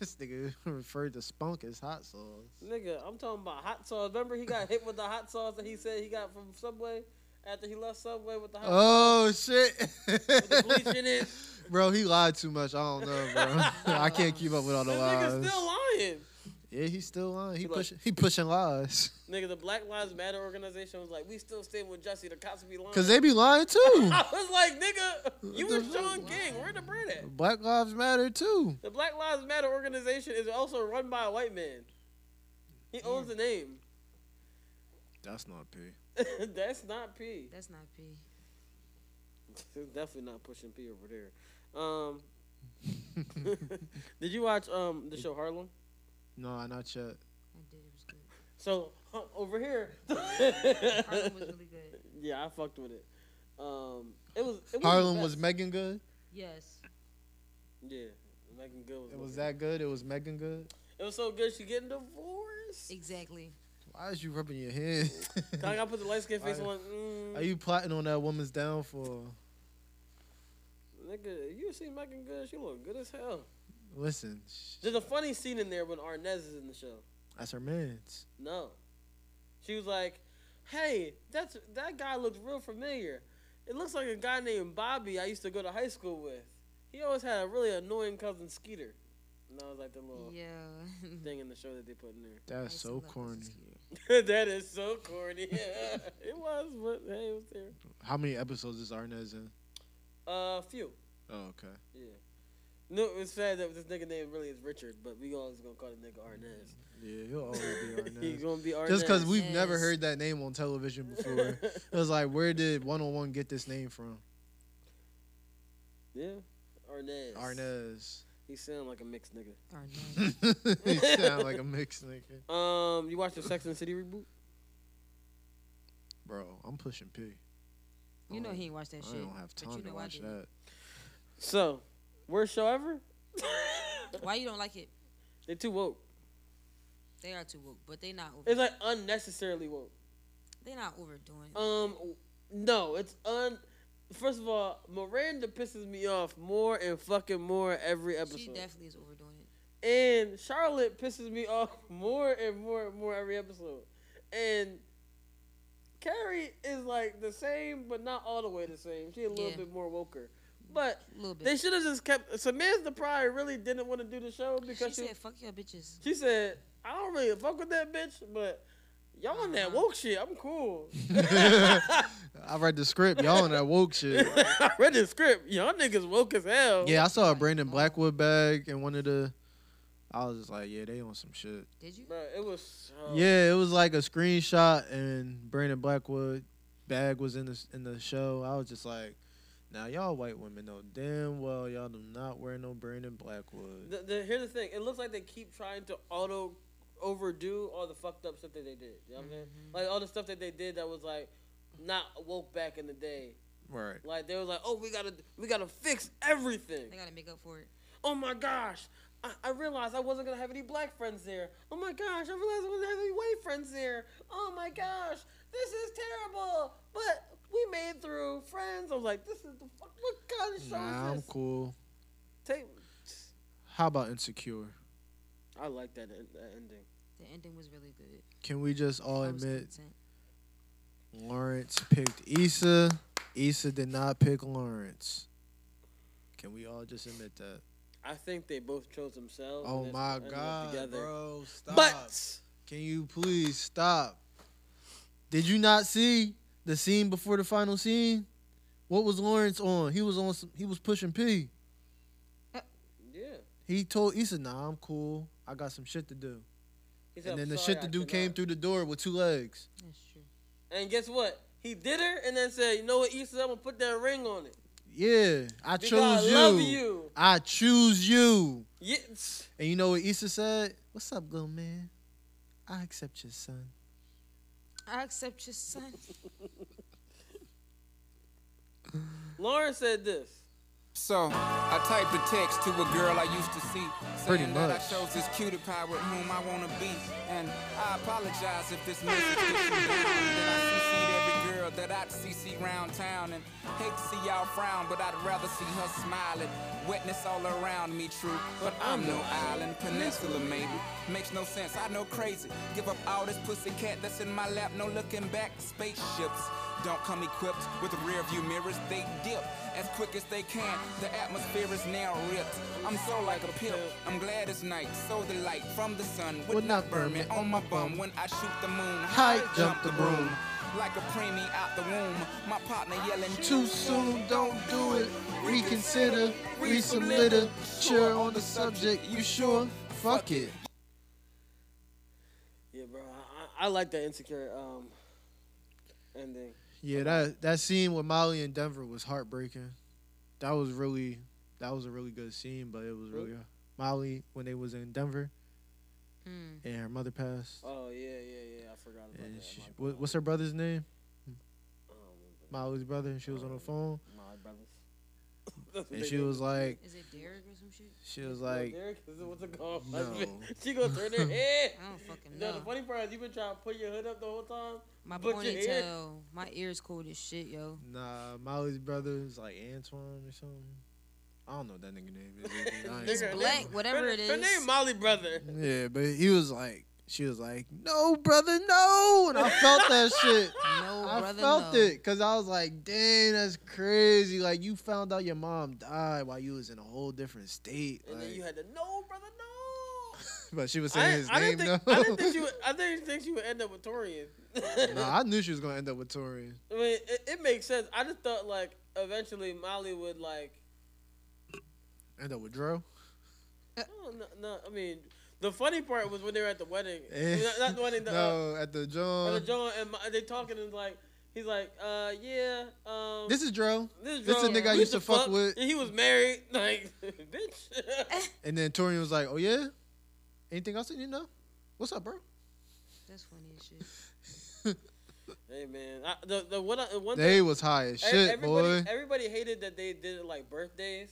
Speaker 3: This nigga referred to spunk as hot sauce.
Speaker 2: Nigga, I'm talking about hot sauce. Remember he got hit with the hot sauce that he said he got from Subway after he left Subway with the hot
Speaker 3: Oh shit.
Speaker 2: bleach in it.
Speaker 3: Bro, he lied too much. I don't know, bro. I can't keep up with all the
Speaker 2: sauce. Nigga
Speaker 3: lies.
Speaker 2: still lying.
Speaker 3: yeah, he's still lying. He,
Speaker 2: He like-
Speaker 3: pushing he pushing lies.
Speaker 2: Nigga, the Black Lives Matter organization was like, we still stand with Jesse. The cops be lying.
Speaker 3: Cause they be lying too.
Speaker 2: I was like, nigga, you
Speaker 3: What
Speaker 2: were
Speaker 3: the
Speaker 2: Sean King. Where the bread at?
Speaker 3: Black Lives Matter too.
Speaker 2: The Black Lives Matter organization is also run by a white man.
Speaker 3: Hmm.
Speaker 2: He owns the name.
Speaker 3: That's not P.
Speaker 2: That's not P.
Speaker 4: That's not P.
Speaker 2: It's definitely not pushing P over there. Um, did you watch um the show Harlem?
Speaker 3: No, not yet.
Speaker 2: So huh, over here,
Speaker 4: Harlem was really good.
Speaker 2: yeah, I fucked with it. Um, it was it
Speaker 3: Harlem
Speaker 2: the
Speaker 3: was
Speaker 2: best.
Speaker 3: Megan good.
Speaker 4: Yes.
Speaker 2: yeah, Megan Good. Was
Speaker 3: It was
Speaker 2: that.
Speaker 3: that good. It was Megan good.
Speaker 2: It was so good. She getting divorced.
Speaker 4: Exactly.
Speaker 3: Why is you rubbing your head?
Speaker 2: Can I gotta put the light skin face
Speaker 3: Are-
Speaker 2: on? Mm,
Speaker 3: Are you plotting on that woman's downfall?
Speaker 2: nigga, you see Megan Good? She look good as hell.
Speaker 3: Listen, sh-
Speaker 2: There's a funny scene in there when Arnez is in the show.
Speaker 3: that's her man's.
Speaker 2: No, she was like, "Hey, that's that guy looks real familiar. It looks like a guy named Bobby I used to go to high school with. He always had a really annoying cousin Skeeter." And that was like the little
Speaker 4: Yeah.
Speaker 2: thing in the show that they put in there.
Speaker 3: That's so corny.
Speaker 2: that is so corny. Yeah, it was, but hey, it was there.
Speaker 3: How many episodes is Arnez in?
Speaker 2: Uh, few.
Speaker 3: Oh, okay.
Speaker 2: Yeah. No, it's sad that this nigga name really is Richard, but we always gonna call the nigga Arnez.
Speaker 3: Yeah, he'll always Oh, be Arnez.
Speaker 2: He's gonna be Arnez.
Speaker 3: Just because we've never
Speaker 4: Yes.
Speaker 3: heard that name on television before. it was like, where did One on One get this name from?
Speaker 2: Yeah, Arnez.
Speaker 3: Arnez.
Speaker 2: He sound like a mixed nigga.
Speaker 3: he sound like a mixed nigga.
Speaker 2: Um, you watched the Sex and the City reboot?
Speaker 3: Bro, I'm pushing P.
Speaker 4: You know he ain't watched that
Speaker 3: Oh, I
Speaker 4: shit.
Speaker 3: don't have
Speaker 4: but
Speaker 3: time
Speaker 4: you know
Speaker 3: to
Speaker 4: I
Speaker 3: watch
Speaker 4: do.
Speaker 3: that.
Speaker 2: So, worst show ever?
Speaker 4: Why you don't like it?
Speaker 2: They're too woke.
Speaker 4: They are too woke, but they not. Over,
Speaker 2: It's like unnecessarily woke.
Speaker 4: they not overdoing. it.
Speaker 2: Um, no, it's un. First of all, Miranda pisses me off more and fucking more every episode.
Speaker 4: She definitely is overdoing it.
Speaker 2: And Charlotte pisses me off more and more and more every episode. And Carrie is like the same, but not all the way the same. She a little
Speaker 4: Yeah.
Speaker 2: bit more woker. But
Speaker 4: bit.
Speaker 2: they should have just kept Samantha Pryor really didn't want to do the show because
Speaker 4: she
Speaker 2: she,
Speaker 4: said, "Fuck your bitches."
Speaker 2: she said, I don't really fuck with that bitch, but y'all on
Speaker 4: Uh-huh.
Speaker 2: that woke shit, I'm cool.
Speaker 3: I read the script. Y'all in that woke shit.
Speaker 2: I read the script. Y'all niggas woke as hell.
Speaker 3: Yeah, I saw a Brandon
Speaker 4: oh.
Speaker 3: Blackwood bag and one of the. I was just like, yeah, they on some shit.
Speaker 4: Did you?
Speaker 2: Bro, it was. so-
Speaker 3: Yeah, it was like a screenshot, and Brandon Blackwood bag was in the in the show. I was just like, now y'all white women know damn well y'all do not wear no Brandon Blackwood.
Speaker 2: The, the, here's the thing. It looks like they keep trying to auto overdo all the fucked up stuff that they did. You know what I'm saying?
Speaker 3: Mm-hmm.
Speaker 2: Like all the stuff that they did that was like not woke back in the day.
Speaker 3: Right.
Speaker 2: Like they was like, oh, we gotta we gotta fix everything.
Speaker 4: They gotta make up for it.
Speaker 2: Oh my gosh. I, I realized I wasn't gonna have any black friends there. Oh my gosh, I realized I wasn't gonna have any white friends there. Oh my gosh, this is terrible. But we made it through friends. I was like, this is the fuck, what kind of show
Speaker 3: Nah,
Speaker 2: is
Speaker 3: I'm
Speaker 2: this?
Speaker 3: cool.
Speaker 2: Take,
Speaker 3: How about insecure?
Speaker 2: I like that, en- that ending.
Speaker 4: The ending was really good.
Speaker 3: Can we just all
Speaker 4: I was
Speaker 3: admit
Speaker 4: content.
Speaker 3: Lawrence picked Issa? Issa did not pick Lawrence. Can we all just admit that?
Speaker 2: I think they both chose themselves. and
Speaker 3: Oh
Speaker 2: that's
Speaker 3: my
Speaker 2: what ended up
Speaker 3: god,
Speaker 2: together.
Speaker 3: bro! Stop.
Speaker 2: But
Speaker 3: Can you please stop? Did you not see the scene before the final scene? What was Lawrence on? He was on. Some, he was pushing P.
Speaker 2: yeah,
Speaker 3: He told Issa, "Nah, I'm cool. I got some shit to do."
Speaker 2: He said,
Speaker 3: And then
Speaker 2: "I'm
Speaker 3: the
Speaker 2: sorry
Speaker 3: shit to
Speaker 2: I
Speaker 3: do came
Speaker 2: cannot."
Speaker 3: through the door with two legs.
Speaker 2: And guess what? He did her, and then said, "You know what, Issa, I'm gonna put that ring on it."
Speaker 3: Yeah, I
Speaker 2: Because
Speaker 3: chose
Speaker 2: I
Speaker 3: you.
Speaker 2: love you.
Speaker 3: I choose you.
Speaker 2: Yeah.
Speaker 3: And you know what Issa said? What's up, little man? I accept your son.
Speaker 4: I accept your son.
Speaker 2: Lauren said this.
Speaker 21: So I typed a text to a girl I used to see, saying
Speaker 3: Pretty
Speaker 21: that I
Speaker 3: much.
Speaker 21: chose this cutie pie with whom I wanna be, and I apologize if this message gets you down. That I CC'd every girl that I'd CC round town, and hate to see y'all frown, but I'd rather see her smiling. Wetness all around me, true, but I'm no island, peninsula maybe. Makes no sense, I know crazy. Give up all this pussy cat that's in my lap, no looking back. Spaceships don't come equipped with rear view mirrors, they dip as quick as they can. The atmosphere is now ripped. I'm so like a pimp. I'm glad it's night, so the light from the sun would not burn me on my bum when I shoot the moon.
Speaker 3: High jump the broom.
Speaker 21: Like a preemie out the womb, my partner yelling
Speaker 3: Too soon, don't do it. Reconsider, read some literature on the subject. You sure? Fuck it.
Speaker 2: Yeah, bro, I, I, I like that insecure um ending.
Speaker 3: Yeah, that that scene with Molly and Denver was heartbreaking. That was really that was a really good scene, but it was really Molly when they was in Denver
Speaker 4: Hmm,
Speaker 3: and her mother passed.
Speaker 2: Oh yeah, yeah, yeah. I forgot about
Speaker 3: And
Speaker 2: that.
Speaker 3: she, what, what's her brother's name? Molly's brother. and She was on the phone
Speaker 2: My brothers. That's what
Speaker 3: and
Speaker 2: they
Speaker 3: she
Speaker 2: do.
Speaker 3: was like,
Speaker 4: Is it Derek or some shit?
Speaker 3: she was
Speaker 2: No,
Speaker 3: like,
Speaker 2: Derek is what's it called?
Speaker 3: No.
Speaker 2: she gonna turn her head.
Speaker 4: I don't fucking
Speaker 2: No, the
Speaker 4: know.
Speaker 2: funny part is you've been trying to put your hood up the whole time.
Speaker 4: My
Speaker 2: but your hair-
Speaker 4: ponytail. My ears cold as shit, yo.
Speaker 3: Nah, Molly's brother is like Antoine or something. I don't know what that nigga name. Is. I ain't
Speaker 4: It's
Speaker 3: gonna-
Speaker 4: black, whatever
Speaker 2: her,
Speaker 4: it
Speaker 2: Her
Speaker 4: is.
Speaker 2: name Molly brother.
Speaker 3: Yeah, but he was like, she was like, no, brother, no. And I felt that shit.
Speaker 4: No,
Speaker 3: I
Speaker 4: brother,
Speaker 3: felt
Speaker 4: no.
Speaker 3: it because I was like, dang, that's crazy. Like, you found out your mom died while you was in a whole different state.
Speaker 2: And then
Speaker 3: like-
Speaker 2: you had to no, brother, no.
Speaker 3: but she was
Speaker 2: I,
Speaker 3: saying his
Speaker 2: I
Speaker 3: name,
Speaker 2: didn't think
Speaker 3: though.
Speaker 2: I didn't think she would, I didn't think she would end up with Torian.
Speaker 3: nah, I knew she was going to end up with Torian.
Speaker 2: I mean, it, it makes sense. I just thought like eventually Molly would like
Speaker 3: End up with Dro. Uh,
Speaker 2: no, no, no. I mean, the funny part was when they were at the wedding. not, not the wedding. The, uh,
Speaker 3: Eh, no, at the
Speaker 2: Brother
Speaker 3: John.
Speaker 2: John and my, they talking and like he's like, uh, yeah, um,
Speaker 3: This is Dro.
Speaker 2: this is
Speaker 3: This is the
Speaker 2: Dro.
Speaker 3: nigga I
Speaker 2: We
Speaker 3: used to fuck with. Eh.
Speaker 2: And he was married, like, bitch.
Speaker 3: And then Torian was like, oh, yeah? Anything else that you know? What's up, bro?
Speaker 4: That's funny as shit.
Speaker 2: hey man, I, the the one, I- one
Speaker 3: They
Speaker 2: thing-
Speaker 3: was high as
Speaker 2: e-
Speaker 3: shit,
Speaker 2: everybody,
Speaker 3: boy.
Speaker 2: Everybody hated that they did it like birthdays.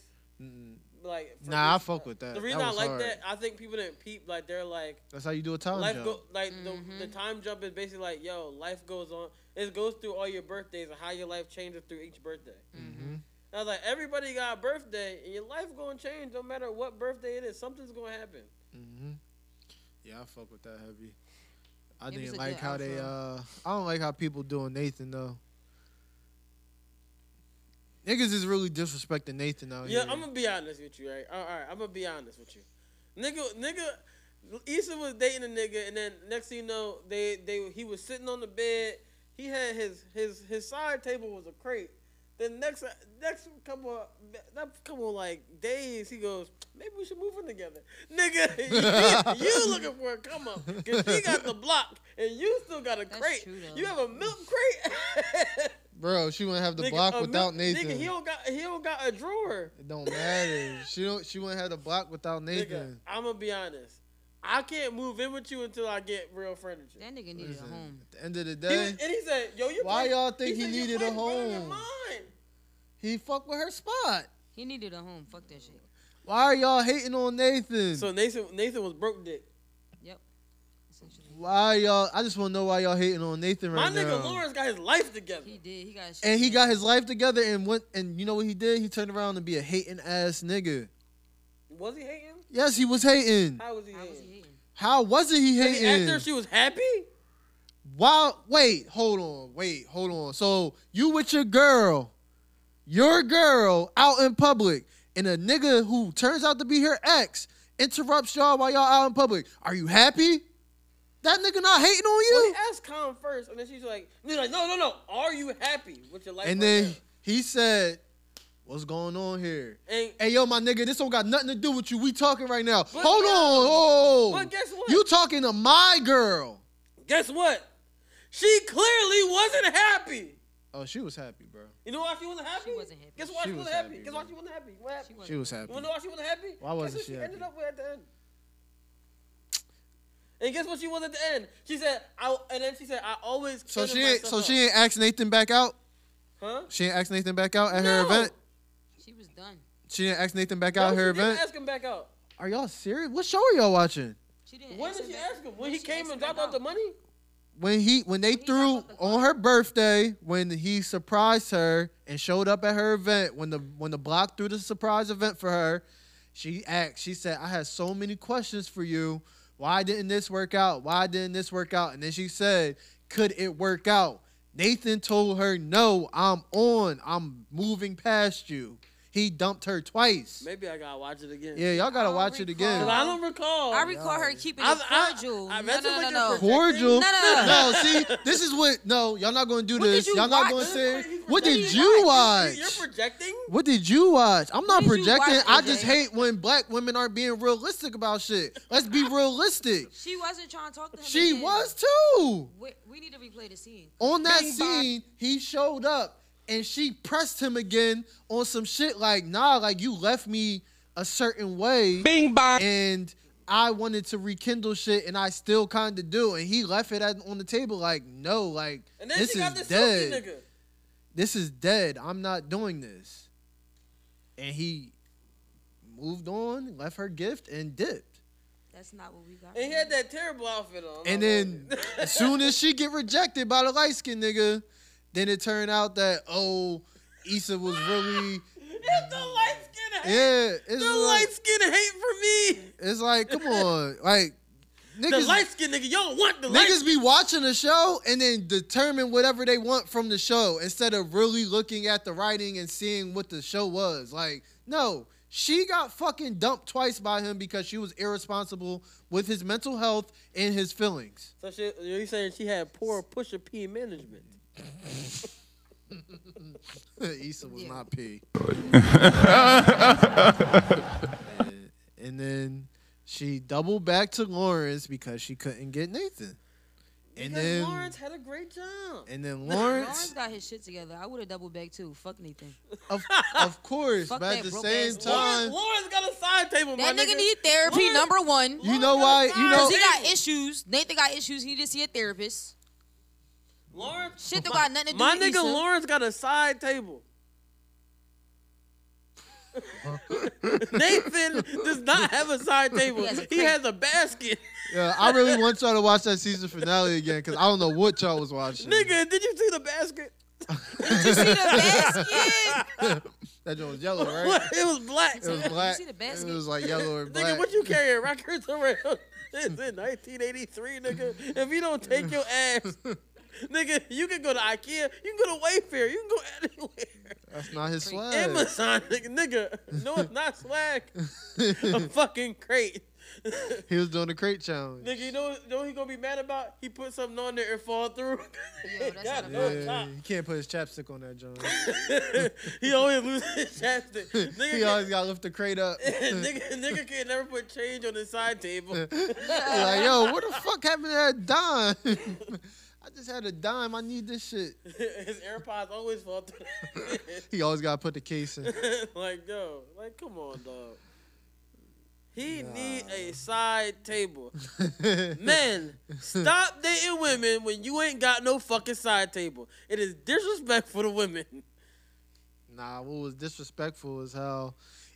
Speaker 2: Like for
Speaker 3: Nah,
Speaker 2: me-
Speaker 3: I fuck with that.
Speaker 2: The reason
Speaker 3: That
Speaker 2: I
Speaker 3: was
Speaker 2: like
Speaker 3: hard.
Speaker 2: that, I think people didn't peep. Like they're like,
Speaker 3: That's how you do a time
Speaker 2: life
Speaker 3: jump.
Speaker 2: Go, like the, the time jump is basically like, yo, life goes on. It goes through all your birthdays and how your life changes through each birthday.
Speaker 3: Mhm.
Speaker 2: And I was like, everybody got a birthday, and your life gonna change no matter what birthday it is. Something's gonna happen. Mm-hmm.
Speaker 3: hmm Yeah, I fuck with that heavy. I
Speaker 2: It was
Speaker 3: didn't
Speaker 2: a
Speaker 3: like
Speaker 2: good
Speaker 3: how they. uh
Speaker 2: outro.
Speaker 3: I don't like how people doing Nathan though. Niggas is really disrespecting Nathan out
Speaker 2: yeah,
Speaker 3: here.
Speaker 2: I'm gonna be honest with you, right? All right, I'm gonna be honest with you, nigga, nigga. Issa was dating a nigga, and then next thing you know, they they he was sitting on the bed. He had his his his side table was a crate. Then next next couple of, that couple of, like days, he goes, maybe we should move in together, nigga. you looking for a come up? Cause she got the block, and you still got a crate. you have a milk crate,
Speaker 3: Bro, she wouldn't have the
Speaker 2: nigga,
Speaker 3: block
Speaker 2: a
Speaker 3: without
Speaker 2: milk-
Speaker 3: Nathan.
Speaker 2: Nigga, he don't got he don't got a drawer.
Speaker 3: it don't matter. she don't. She wouldn't have the block without Nathan.
Speaker 2: I'm gonna be honest. I can't move in with you until I get real furniture.
Speaker 4: That nigga needed
Speaker 3: Listen,
Speaker 4: a home.
Speaker 3: At the end of the
Speaker 2: He was-
Speaker 3: day,
Speaker 2: and he said, "Yo, you
Speaker 3: why
Speaker 2: play-
Speaker 3: y'all think
Speaker 2: he
Speaker 3: he,
Speaker 2: said you
Speaker 3: needed
Speaker 2: play
Speaker 3: a
Speaker 2: better than
Speaker 3: home?
Speaker 2: mine."
Speaker 3: He fucked with her spot.
Speaker 4: He needed a home. Fuck that shit.
Speaker 3: Why are y'all hating on Nathan?
Speaker 2: So Nathan, Nathan was broke dick.
Speaker 4: Yep.
Speaker 3: Why y'all? I just want to know why y'all hating on Nathan
Speaker 2: My
Speaker 3: right now.
Speaker 2: nigga Lawrence got his life together. He
Speaker 4: did. He got. His
Speaker 3: and he got his life together and went and you know what he did? He turned around and be a hating ass nigga.
Speaker 2: Was he hating?
Speaker 3: Yes, he was hating.
Speaker 2: How was he hating?
Speaker 3: How wasn't he
Speaker 2: And the
Speaker 3: hating?
Speaker 2: actor, she was happy.
Speaker 3: Why? Wait, hold on, wait, hold on. So you with your girl, your girl out in public, and a nigga who turns out to be her ex interrupts y'all while y'all out in public. Are you happy? That nigga not hating on you.
Speaker 2: Well, he asked Colin first, and then she's like, and "He's like, no, no, no. Are you happy with your life?"
Speaker 3: and
Speaker 2: right
Speaker 3: then
Speaker 2: now?"
Speaker 3: he said, "What's going on here?"
Speaker 2: And-
Speaker 3: hey, yo, my nigga, this don't got nothing to do with you. We talking right now.
Speaker 2: But
Speaker 3: Hold
Speaker 2: guess-
Speaker 3: on. Oh,
Speaker 2: but guess what?
Speaker 3: You talking to my girl?
Speaker 2: Guess what? She clearly wasn't happy.
Speaker 3: Oh, she was happy, bro.
Speaker 2: You know why she wasn't happy? She wasn't happy. Guess why
Speaker 3: She
Speaker 2: she,
Speaker 3: was
Speaker 2: wasn't happy?
Speaker 3: happy,
Speaker 2: Guess why she wasn't happy? What happened?
Speaker 3: She was happy.
Speaker 2: You wanna know why she wasn't happy?
Speaker 3: Why wasn't
Speaker 2: Guess what
Speaker 3: she
Speaker 2: she
Speaker 3: happy?
Speaker 2: ended up with at the end? And guess what she was at the end? She said, "I." And then she said, "I always."
Speaker 3: So
Speaker 2: counted
Speaker 3: she ain't.
Speaker 2: myself
Speaker 3: So
Speaker 2: up."
Speaker 3: she ain't asked Nathan back out.
Speaker 2: Huh?
Speaker 3: She ain't asked Nathan back out at her
Speaker 2: No.
Speaker 3: event.
Speaker 4: She was done.
Speaker 3: She didn't ask Nathan back
Speaker 2: No,
Speaker 3: out
Speaker 2: she
Speaker 3: at her
Speaker 2: didn't
Speaker 3: event.
Speaker 2: Ask him back out.
Speaker 3: Are y'all serious? What show are y'all watching?
Speaker 4: She didn't.
Speaker 2: When did she ask him? When he came and dropped out the money?
Speaker 3: When he when they threw on her birthday, when he surprised her and showed up at her event, when the when the block threw the surprise event for her, she asked, she said, I had so many questions for you. Why didn't this work out? Why didn't this work out? And then she said, Could it work out? Nathan told her, No, I'm on. I'm moving past you. He dumped her twice.
Speaker 2: Maybe I gotta watch it again.
Speaker 3: Yeah, y'all gotta watch it again.
Speaker 2: Cause I don't recall.
Speaker 4: I recall her keeping
Speaker 2: I-
Speaker 4: it
Speaker 2: I-
Speaker 4: cordial.
Speaker 2: I-
Speaker 4: no,
Speaker 2: that's
Speaker 4: no,
Speaker 2: what
Speaker 4: no,
Speaker 2: you're
Speaker 4: no.
Speaker 3: cordial.
Speaker 4: No, no, no.
Speaker 3: No, see, this is what. No, y'all not gonna do
Speaker 4: What did
Speaker 3: this.
Speaker 4: you
Speaker 3: Y'all not
Speaker 4: watch?
Speaker 3: gonna
Speaker 4: This
Speaker 3: say. What did you watch?
Speaker 2: projecting?
Speaker 3: What did you watch? I'm not
Speaker 4: What did you
Speaker 3: projecting.
Speaker 4: watch,
Speaker 3: I just
Speaker 4: AJ?
Speaker 3: hate when black women aren't being realistic about shit. Let's be realistic.
Speaker 4: She wasn't trying to talk to him.
Speaker 3: She
Speaker 4: again.
Speaker 3: was too.
Speaker 4: We, we need to replay the scene.
Speaker 3: On that scene, he showed up and she pressed him again on some shit like, nah, like you left me a certain way. Bing bong. And I wanted to rekindle shit and I still kind of do. And he left it at, on the table like, no, like,
Speaker 2: And then
Speaker 3: this
Speaker 2: she
Speaker 3: is
Speaker 2: got this
Speaker 3: dead.
Speaker 2: Sophie nigga.
Speaker 3: This is dead. I'm not doing this. And he moved on, left her gift, and dipped.
Speaker 4: That's not what we got.
Speaker 2: And he had that terrible outfit on.
Speaker 3: And then as soon as she get rejected by the light skinned nigga, then it turned out that oh Issa was really
Speaker 2: it's the light skin hate.
Speaker 3: Yeah, it's
Speaker 2: the
Speaker 3: like-
Speaker 2: light skin hate for me.
Speaker 3: it's like, come on, like
Speaker 2: the
Speaker 3: niggas
Speaker 2: light skin nigga, y'all want the light
Speaker 3: niggas be watching the show and then determine whatever they want from the show instead of really looking at the writing and seeing what the show was. Like, no, she got fucking dumped twice by him because she was irresponsible with his mental health and his feelings.
Speaker 2: So she, you saying she had poor Pusha P management?
Speaker 3: Issa was not P. and then she doubled back to Lawrence because she couldn't get Nathan. And
Speaker 2: Because
Speaker 3: then
Speaker 2: Lawrence had a great job.
Speaker 3: and then
Speaker 4: Lawrence
Speaker 3: Lawrence,
Speaker 4: got his shit together. I would have doubled back too. Fuck Nathan.
Speaker 3: of, of course,
Speaker 4: Fuck
Speaker 3: but at
Speaker 4: that
Speaker 3: the
Speaker 4: broke
Speaker 3: same
Speaker 4: ass
Speaker 3: time,
Speaker 4: Lawrence.
Speaker 2: Lawrence got a side table.
Speaker 4: That
Speaker 2: my
Speaker 4: nigga, need therapy.
Speaker 2: Lawrence-
Speaker 4: number one.
Speaker 3: you know why? You know
Speaker 4: Cause he got issues. Nathan got issues. He need to see a therapist.
Speaker 2: Lawrence.
Speaker 4: Shit that got nothing to do
Speaker 2: My
Speaker 4: with
Speaker 2: nigga
Speaker 4: Issa.
Speaker 2: Lawrence got a side table. Nathan does not have a side table.
Speaker 3: He has a
Speaker 2: He has a basket.
Speaker 3: Yeah, I really want y'all to watch that season finale again because I don't know what y'all was watching.
Speaker 2: Nigga, did you see the basket?
Speaker 3: Did
Speaker 2: you see the basket?
Speaker 3: that joint was yellow, right?
Speaker 2: What? It was black.
Speaker 3: It was
Speaker 2: Did you
Speaker 3: black.
Speaker 2: see the
Speaker 3: It was like yellow or black.
Speaker 2: Nigga, what you carrying records around? It's in 1983, nigga. If you don't take your ass, nigga, you can go to IKEA, you can go to Wayfair, you can go anywhere.
Speaker 3: That's not his swag.
Speaker 2: Amazon, nigga, nigga. No, it's not swag. A fucking crate.
Speaker 3: He was doing the crate challenge.
Speaker 2: Nigga, you know, you know what he gonna be mad about? He put something on there and fall through. Yeah, that's
Speaker 3: Yeah, you can't put his chapstick on that joint.
Speaker 2: He always loses his chapstick. Nigga,
Speaker 3: he always got to lift the crate up.
Speaker 2: nigga, nigga can't never put change on his side table.
Speaker 3: like, yo, what the fuck happened to that dime? I just had a dime. I need this shit.
Speaker 2: His AirPods always fall through.
Speaker 3: He always got to put the case in.
Speaker 2: like, yo, like, come on, dog. He need a side table. Men, stop dating women when you ain't got no fucking side table. It is disrespectful to women.
Speaker 3: Nah, what was disrespectful is how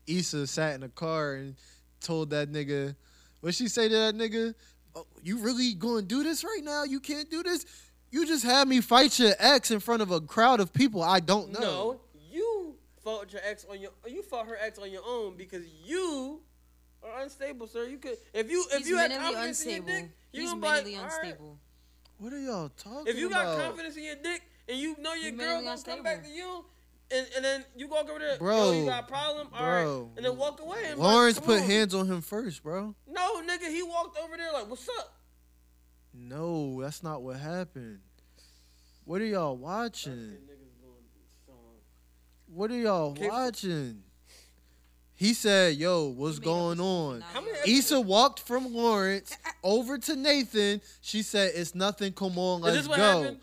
Speaker 3: Issa sat in the car and told that nigga, what she say to that nigga? Oh, you really going to do this right now? You can't do this? You just had me fight your ex in front of a crowd of people I don't know.
Speaker 2: No, you fought your ex on your you fought her ex on your own because you are unstable, sir. You could if you if
Speaker 4: He's
Speaker 2: you had
Speaker 4: mentally
Speaker 2: confidence in your
Speaker 4: unstable.
Speaker 2: dick, you
Speaker 4: He's
Speaker 2: gonna be like,
Speaker 4: mentally
Speaker 2: "All right,
Speaker 4: unstable.
Speaker 3: What are y'all talking
Speaker 2: If you got
Speaker 3: about?
Speaker 2: confidence in your dick and you know your
Speaker 4: You
Speaker 2: girl
Speaker 4: mentally
Speaker 2: gonna come back to you, and, and then you walk over there,
Speaker 3: Bro,
Speaker 2: yo, you got a problem, all right,
Speaker 3: bro.
Speaker 2: and then walk away. And be like,
Speaker 3: Lawrence
Speaker 2: "Come
Speaker 3: put
Speaker 2: on."
Speaker 3: hands on him first, bro.
Speaker 2: No, nigga, he walked over there like, "What's up?"
Speaker 3: No, that's not what happened. What are y'all watching? What are y'all watching? He said, "Yo, what's going on?" Issa walked from Lawrence over to Nathan. She said, "It's nothing. Come on,
Speaker 2: Is this
Speaker 3: let's
Speaker 2: what
Speaker 3: go."
Speaker 2: happened?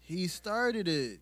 Speaker 3: He started it.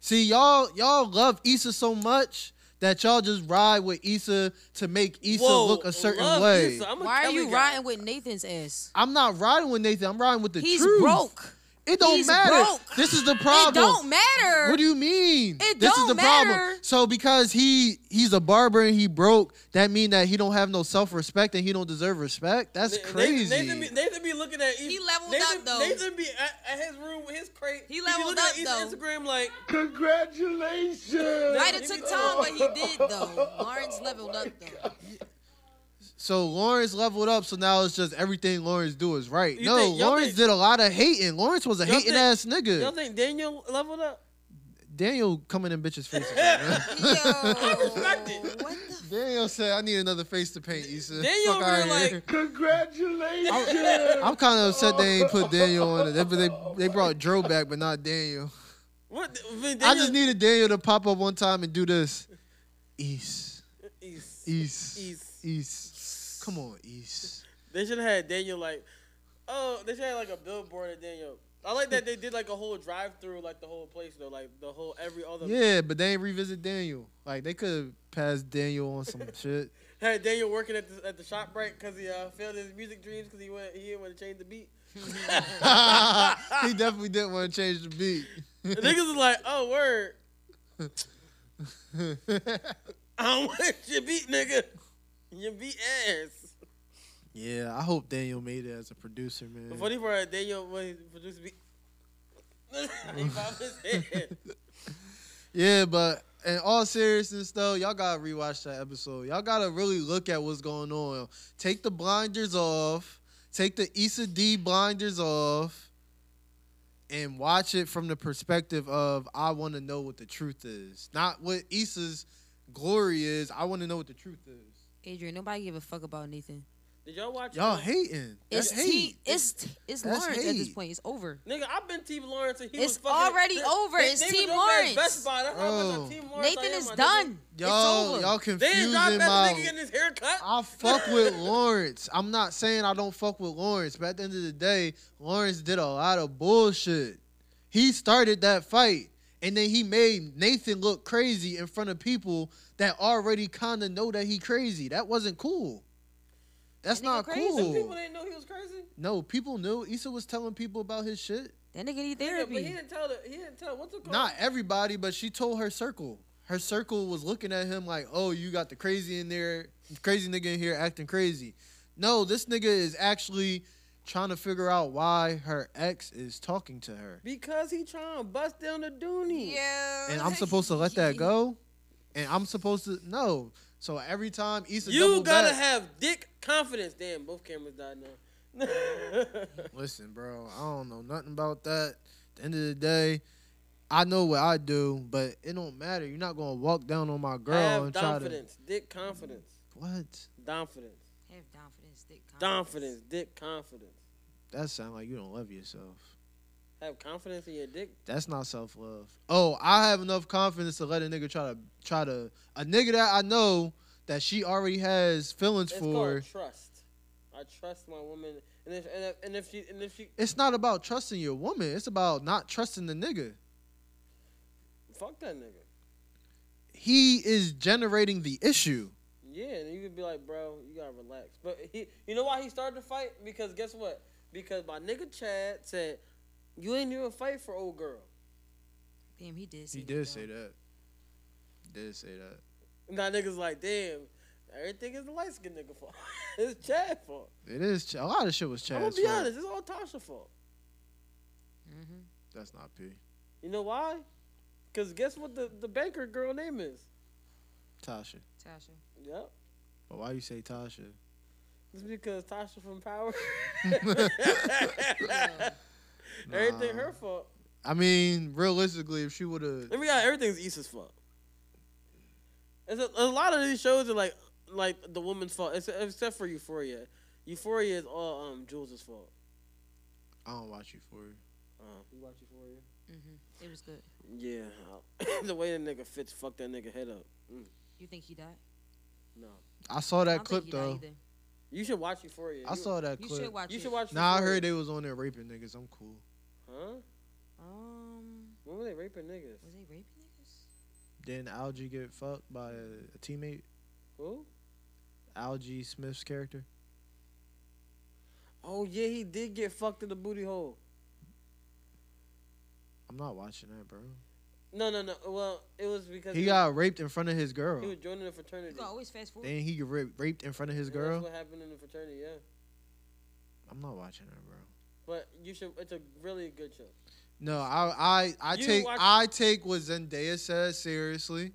Speaker 3: See, y'all, y'all love Issa so much that y'all just ride with Issa to make Issa
Speaker 4: Whoa,
Speaker 3: look a certain
Speaker 4: love
Speaker 3: way.
Speaker 4: Issa. I'ma Why are tell you you guys. riding with Nathan's ass?
Speaker 3: I'm not riding with Nathan. I'm riding with the
Speaker 4: He's
Speaker 3: truth.
Speaker 4: broke.
Speaker 3: It don't
Speaker 4: He's
Speaker 3: matter.
Speaker 4: broke.
Speaker 3: This is the problem.
Speaker 4: don't matter.
Speaker 3: What do you mean?
Speaker 4: It
Speaker 3: this is
Speaker 4: don't
Speaker 3: the
Speaker 4: matter.
Speaker 3: problem. So because he he's a barber and he broke, that mean that he don't have no self respect and he don't deserve respect. That's crazy.
Speaker 2: Nathan, Nathan, be, Nathan be looking at Issa. He leveled Nathan,
Speaker 4: up, though.
Speaker 2: Nathan be at, at his room with his crate. He
Speaker 4: leveled
Speaker 2: be
Speaker 4: up,
Speaker 2: looking at Issa's
Speaker 4: though.
Speaker 2: Instagram like,
Speaker 13: Congratulations.
Speaker 4: Might have took time, but he did though. Lawrence leveled up though.
Speaker 3: so Lawrence leveled up. So now it's just everything Lawrence do is right.
Speaker 2: You
Speaker 3: no,
Speaker 2: think- y'all
Speaker 3: Lawrence
Speaker 2: think-
Speaker 3: did a lot of hating. Lawrence was a
Speaker 2: Y'all
Speaker 3: hating
Speaker 2: think-
Speaker 3: ass nigga.
Speaker 2: Y'all think Daniel leveled up?
Speaker 3: Daniel coming in bitches' faces. man.
Speaker 4: uh,
Speaker 2: I respect it.
Speaker 3: Daniel said, "I need another face to paint." Issa,
Speaker 2: Daniel
Speaker 3: Fuck
Speaker 2: over there
Speaker 3: outta here.
Speaker 2: like,
Speaker 13: congratulations.
Speaker 3: I'm kind of upset they ain't put Daniel on it. They, they, they brought Dro back, but not Daniel.
Speaker 2: What? Daniel,
Speaker 3: I just needed Daniel to pop up one time and do this. East.
Speaker 2: East.
Speaker 3: East.
Speaker 2: East.
Speaker 3: East. Come on, East.
Speaker 2: They should have had Daniel like, oh, they should have like a billboard of Daniel. I like that they did like a whole drive through, like the whole place though, like the whole every other.
Speaker 3: Yeah, but they ain't revisit Daniel. Like, they could have passed Daniel on some shit.
Speaker 2: Had Daniel working at the at the shop right because he uh, failed his music dreams because he went he didn't want to change the beat.
Speaker 3: he definitely didn't want to change the beat.
Speaker 2: The niggas is like, oh word, I don't want your beat, nigga. Your beat ass.
Speaker 3: yeah, I hope Daniel made it as a producer, man.
Speaker 2: The funny part, Daniel when he produced beat, he bobbed his head.
Speaker 3: Yeah, but in all seriousness though, y'all gotta rewatch that episode. Y'all gotta really look at what's going on. Take the blinders off. Take the Issa D blinders off. And watch it from the perspective of I want to know what the truth is, not what Issa's glory is. I want to know what the truth is.
Speaker 4: Adrian, nobody give a fuck about Nathan.
Speaker 2: Did y'all watch?
Speaker 3: Y'all hating. That's
Speaker 4: It's T.
Speaker 3: hate.
Speaker 4: It's t- it's
Speaker 3: That's
Speaker 4: Lawrence at this
Speaker 3: hate.
Speaker 4: point. It's over.
Speaker 2: Nigga, I've been Team Lawrence and he
Speaker 4: It's
Speaker 2: was fucking.
Speaker 4: already over. It's
Speaker 2: was
Speaker 4: Team
Speaker 2: over at
Speaker 4: Lawrence.
Speaker 2: Best Buy. That's how much
Speaker 3: Bro.
Speaker 2: of Team Lawrence I
Speaker 4: Nathan
Speaker 2: am,
Speaker 4: is
Speaker 2: my nigga.
Speaker 4: done.
Speaker 3: Y'all, y'all
Speaker 2: They
Speaker 3: confusing
Speaker 2: ain't dropped that nigga
Speaker 3: my.
Speaker 2: getting his haircut.
Speaker 3: I fuck with Lawrence. I'm not saying I don't fuck with Lawrence, but at the end of the day, Lawrence did a lot of bullshit. He started that fight, and then he made Nathan look crazy in front of people that already kind of know that he crazy. That wasn't cool. That's
Speaker 4: That nigga
Speaker 3: not
Speaker 4: crazy.
Speaker 3: cool.
Speaker 2: People didn't know he was crazy.
Speaker 3: no, people knew. Issa was telling people about his shit.
Speaker 4: That nigga need
Speaker 2: Yeah, but he
Speaker 4: therapy.
Speaker 2: didn't tell. The, he didn't tell. What's it called?
Speaker 3: Not everybody, but she told her circle. Her circle was looking at him like, "Oh, you got the crazy in there, crazy nigga in here acting crazy." No, this nigga is actually trying to figure out why her ex is talking to her,
Speaker 2: because he trying to bust down the Dooney.
Speaker 4: Yeah.
Speaker 3: and I'm supposed to let that go, and I'm supposed to no. So every time Issa
Speaker 2: You
Speaker 3: double
Speaker 2: gotta
Speaker 3: back-
Speaker 2: have dick confidence. Damn, both cameras died now.
Speaker 3: Listen, bro, I don't know nothing about that. At the end of the day, I know what I do, but it don't matter. You're not gonna walk down on my girl
Speaker 2: have
Speaker 3: and try to
Speaker 2: confidence. Dick confidence.
Speaker 3: what?
Speaker 2: Confidence.
Speaker 4: Have confidence, dick confidence.
Speaker 2: Confidence. Dick confidence.
Speaker 3: That sound like you don't love yourself.
Speaker 2: Have confidence in your dick.
Speaker 3: That's not self love. Oh, I have enough confidence to let a nigga try to try to a nigga that I know that she already has feelings
Speaker 2: It's
Speaker 3: for.
Speaker 2: called trust. I trust my woman, and if and if, and if she and if she
Speaker 3: It's not about trusting your woman. It's about not trusting the nigga.
Speaker 2: fuck that nigga.
Speaker 3: He is generating the issue.
Speaker 2: Yeah, and you could be like, bro, you gotta relax. But he, you know why he started the fight? Because guess what? Because my nigga Chad said, you ain't even fight for old girl.
Speaker 4: Damn, he did. Say
Speaker 3: He
Speaker 4: that,
Speaker 3: did
Speaker 4: though.
Speaker 3: say that. Did say that.
Speaker 2: And that nigga's like, damn, everything is the light skinned nigga fault. it's Chad fault.
Speaker 3: It is Ch- a lot of shit was
Speaker 2: I'm gonna
Speaker 3: Chad's
Speaker 2: be
Speaker 3: fault.
Speaker 2: honest, it's all Tasha fault.
Speaker 4: Mm-hmm.
Speaker 3: That's not P.
Speaker 2: You know why? Because guess what the, the banker girl name is?
Speaker 3: Tasha.
Speaker 4: Tasha.
Speaker 2: Yep.
Speaker 3: But why you say Tasha?
Speaker 2: It's because Tasha from Power.
Speaker 3: Nah.
Speaker 2: Everything her fault.
Speaker 3: I mean, realistically, if she would have,
Speaker 2: And we got everything's Issa's fault. It's a, a lot of these shows are like like the woman's fault, except, except for Euphoria. Euphoria is all um Jules' fault. Um,
Speaker 3: I don't watch you for it.
Speaker 2: You watch Euphoria?
Speaker 4: Mm-hmm. It was good.
Speaker 2: Yeah. the way that nigga fits fucked that nigga head up. Mm,
Speaker 4: You think he died?
Speaker 2: no.
Speaker 3: I saw
Speaker 4: I
Speaker 3: that
Speaker 4: don't
Speaker 3: clip
Speaker 4: think he died
Speaker 3: though.
Speaker 4: either.
Speaker 2: You should watch Euphoria.
Speaker 3: I
Speaker 2: You-
Speaker 3: saw that
Speaker 4: You
Speaker 3: clip.
Speaker 4: should watch
Speaker 2: You
Speaker 4: it.
Speaker 2: should watch.
Speaker 3: Nah, I
Speaker 2: Euphoria.
Speaker 3: heard they was on there raping niggas. I'm cool.
Speaker 2: Huh?
Speaker 4: Um,
Speaker 2: When were they raping niggas?
Speaker 4: was they raping niggas?
Speaker 3: Didn't Algie get fucked by a, a teammate?
Speaker 2: Who?
Speaker 3: Algie Smith's character.
Speaker 2: Oh yeah, he did get fucked in the booty hole.
Speaker 3: I'm not watching that, bro.
Speaker 2: No, no, no. Well, it was because
Speaker 3: He got raped in front of his
Speaker 2: He
Speaker 3: girl.
Speaker 2: was joining the fraternity.
Speaker 4: You can always fast forward.
Speaker 3: Then he get ra- raped in front of his
Speaker 2: Yeah, That's
Speaker 3: girl.
Speaker 2: what happened in the fraternity? Yeah.
Speaker 3: I'm not watching that, bro.
Speaker 2: But you should. It's a really good show.
Speaker 3: No, I I, I
Speaker 2: You
Speaker 3: take
Speaker 2: watch-
Speaker 3: I take what Zendaya said seriously.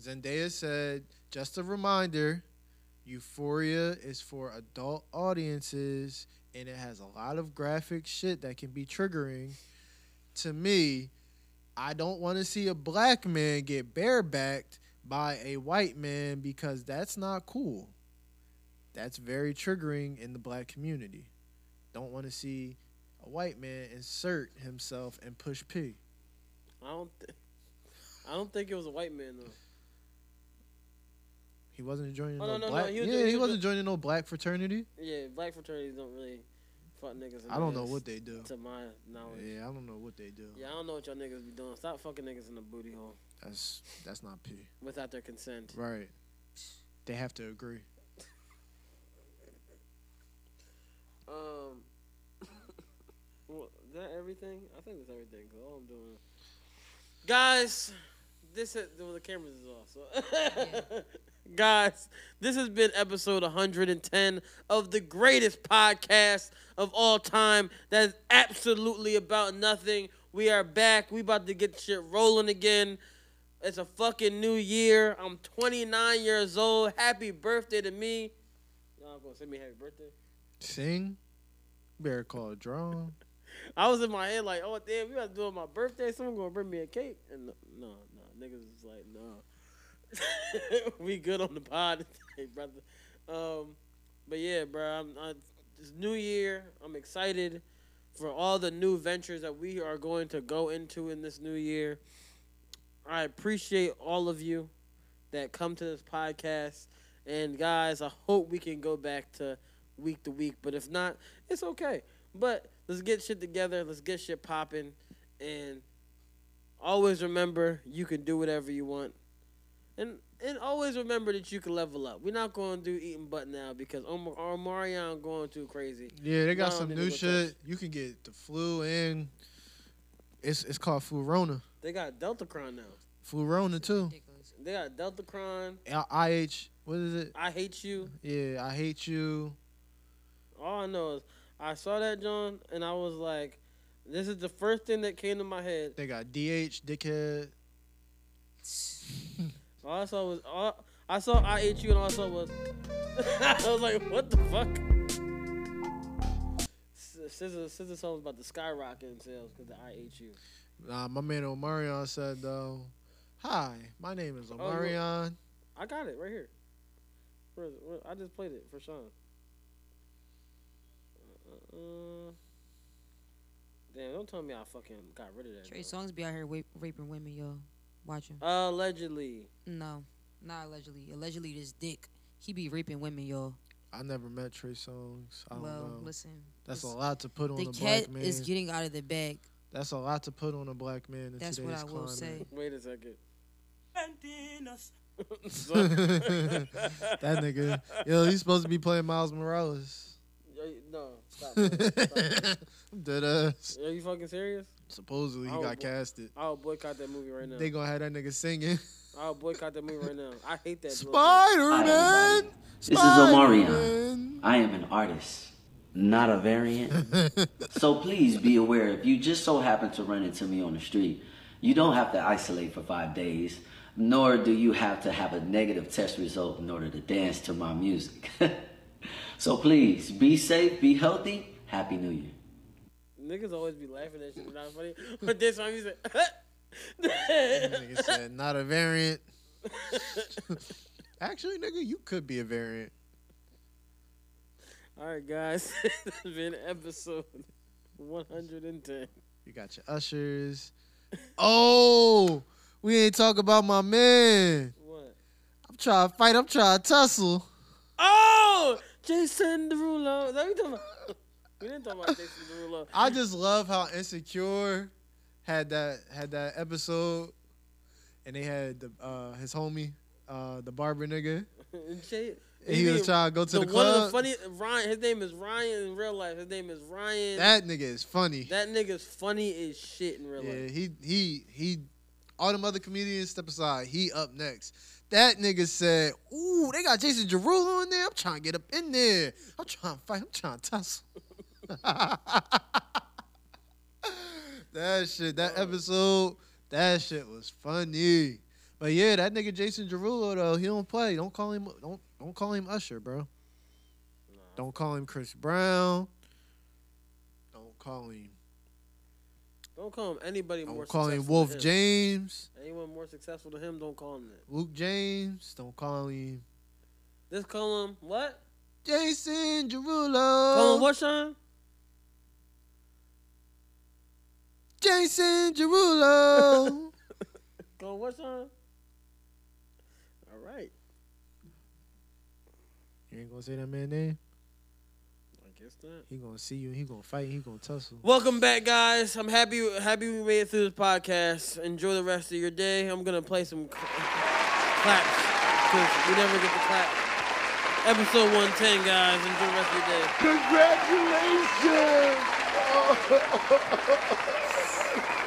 Speaker 3: Zendaya said, just a reminder, Euphoria is for adult audiences and it has a lot of graphic shit that can be triggering. To me, I don't want to see a black man get barebacked by a white man because that's not cool. That's very triggering in the black community. Don't want to see a white man insert himself and push P.
Speaker 2: I don't. Th- I don't think it was a white man though.
Speaker 3: He wasn't joining
Speaker 2: Oh,
Speaker 3: no,
Speaker 2: no, no, no,
Speaker 3: black.
Speaker 2: he
Speaker 3: Yeah,
Speaker 2: was
Speaker 3: he,
Speaker 2: doing- he was
Speaker 3: wasn't joining no black fraternity.
Speaker 2: Yeah, black fraternities don't really fuck niggas. in
Speaker 3: I don't
Speaker 2: the
Speaker 3: know
Speaker 2: ass,
Speaker 3: what they do.
Speaker 2: To my knowledge. Yeah.
Speaker 3: Yeah, I don't know what they do.
Speaker 2: I don't know what y'all niggas be doing. Stop fucking niggas in the booty hole
Speaker 3: That's that's not P.
Speaker 2: without their consent.
Speaker 3: Right. They have to agree.
Speaker 2: Um. well, is that everything? I think that's everything. 'cause all I'm doing. Guys, this is, well, the cameras is off. So, guys, this has been episode 110 of the greatest podcast of all time. That is absolutely about nothing. We are back. We about to get shit rolling again. It's a fucking new year. I'm 29 years old. Happy birthday to me. Y'all gonna send me happy birthday?
Speaker 3: Sing. Better call a drum.
Speaker 2: I was in my head like, oh damn, we about to do it on my birthday. Someone gonna bring me a cake, and no, no, no. niggas was like, no, we good on the pod today, brother. Um, but yeah, bro, I'm, I, this new year, I'm excited for all the new ventures that we are going to go into in this new year. I appreciate all of you that come to this podcast, and guys, I hope we can go back to week to week. But if not, it's okay. But let's get shit together. Let's get shit popping. And always remember, you can do whatever you want And and always remember that you can level up. We're not going to do eating butt now because Omar Omarion going too crazy.
Speaker 3: Yeah, they got
Speaker 2: Mom
Speaker 3: some
Speaker 2: didn't
Speaker 3: new
Speaker 2: look up.
Speaker 3: shit. You can get the flu and it's it's called Flurona.
Speaker 2: They got Deltacron now.
Speaker 3: Flurona too.
Speaker 2: They got Deltacron.
Speaker 3: I- IH. What is it?
Speaker 2: I hate you.
Speaker 3: Yeah, I hate you.
Speaker 2: All I know is I saw that John and I was like, this is the first thing that came to my head.
Speaker 3: They got DH, dickhead.
Speaker 2: All I saw was all, I saw I ate you and all I saw was I was like, what the fuck? S- Scissor, scissor song's about to skyrocket in sales because I ate you.
Speaker 3: Nah, my man Omarion said though, "Hi, my name is
Speaker 2: Oh, well-
Speaker 3: Omarion."
Speaker 2: I got it right here. Where is it? Where, I just played it for Sean. Uh, uh, uh. damn, don't tell me I fucking got rid of that.
Speaker 4: Trey
Speaker 2: now.
Speaker 4: Songs be out here wa- raping women, y'all. Watch him.
Speaker 2: Allegedly.
Speaker 4: No, not allegedly. Allegedly, this dick, he be raping women, y'all.
Speaker 3: I never met Trey Songs. I don't
Speaker 4: well,
Speaker 3: know.
Speaker 4: listen.
Speaker 3: That's a
Speaker 4: this-
Speaker 3: lot to put on
Speaker 4: the
Speaker 3: a
Speaker 4: cat
Speaker 3: black man.
Speaker 4: is getting out of the bag.
Speaker 3: That's a lot to put on a black man in
Speaker 4: That's what
Speaker 3: today's
Speaker 4: I will
Speaker 3: climate.
Speaker 4: say.
Speaker 2: Wait a second.
Speaker 3: that nigga, yo, he's supposed to be playing Miles Morales.
Speaker 2: Yo, No, stop. it. Stop it.
Speaker 3: Dead ass.
Speaker 2: Are you fucking serious?
Speaker 3: Supposedly he
Speaker 2: I'll
Speaker 3: got
Speaker 2: Oh, boy-
Speaker 3: casted.
Speaker 2: I'll boycott that movie right now.
Speaker 3: They gonna have that nigga singing.
Speaker 2: I'll boycott that movie right now. I hate that. little
Speaker 3: Spider Man.
Speaker 1: This is Omarion. I am an artist, not a variant. so please be aware if you just so happen to run into me on the street, you don't have to isolate for five days, nor do you have to have a negative test result in order to dance to my music. so please be safe, be healthy. Happy New Year.
Speaker 2: Niggas always be laughing at shit. It's not funny. But this time you said,
Speaker 3: nigga said, not a variant. Actually, nigga, you could be a variant.
Speaker 2: All right, guys. this has been episode 110.
Speaker 3: You got your ushers. Oh, we ain't talk about my man.
Speaker 2: What?
Speaker 3: I'm trying to fight. I'm trying to tussle.
Speaker 2: Oh! Jason Derulo. Is that what we talking about? We didn't talk about Jason Derulo.
Speaker 3: I just love how insecure had that had that episode, and they had the, uh, his homie, uh, the barber nigga.
Speaker 2: Jay-
Speaker 3: And he was
Speaker 2: mean
Speaker 3: trying to go to the
Speaker 2: One of the
Speaker 3: club?
Speaker 2: funniest, Ryan, his name is Ryan in real life. His name is Ryan.
Speaker 3: That nigga is funny.
Speaker 2: That nigga's funny as shit in real
Speaker 3: Yeah,
Speaker 2: life.
Speaker 3: he he he. All them other comedians step aside. He up next. That nigga said, "Ooh, they got Jason Derulo in there. I'm trying to get up in there. I'm trying to fight. I'm trying to tussle." that shit. That episode. That shit was funny. But yeah, that nigga Jason Derulo though, he don't play. Don't call him. Don't don't call him Usher, bro. Don't call him Chris Brown. Don't call him
Speaker 2: Don't call him anybody more
Speaker 3: don't call him
Speaker 2: successful than
Speaker 3: Wolf
Speaker 2: him.
Speaker 3: James,
Speaker 2: Anyone more successful than him, don't call him that.
Speaker 3: Luke James. Don't call him
Speaker 2: Just call him what?
Speaker 3: Jason Derulo.
Speaker 2: Call him what, Sean?
Speaker 3: Jason Derulo.
Speaker 2: Call him what, Sean? All right.
Speaker 3: you ain't gonna say that man name.
Speaker 2: I guess not.
Speaker 3: He gonna see you. He gonna fight. He gonna tussle.
Speaker 2: Welcome back, guys. I'm happy happy we made it through this podcast. Enjoy the rest of your day. I'm gonna play some cl- claps because we never get to clap. Episode 110, guys. Enjoy the rest of your day.
Speaker 13: Congratulations!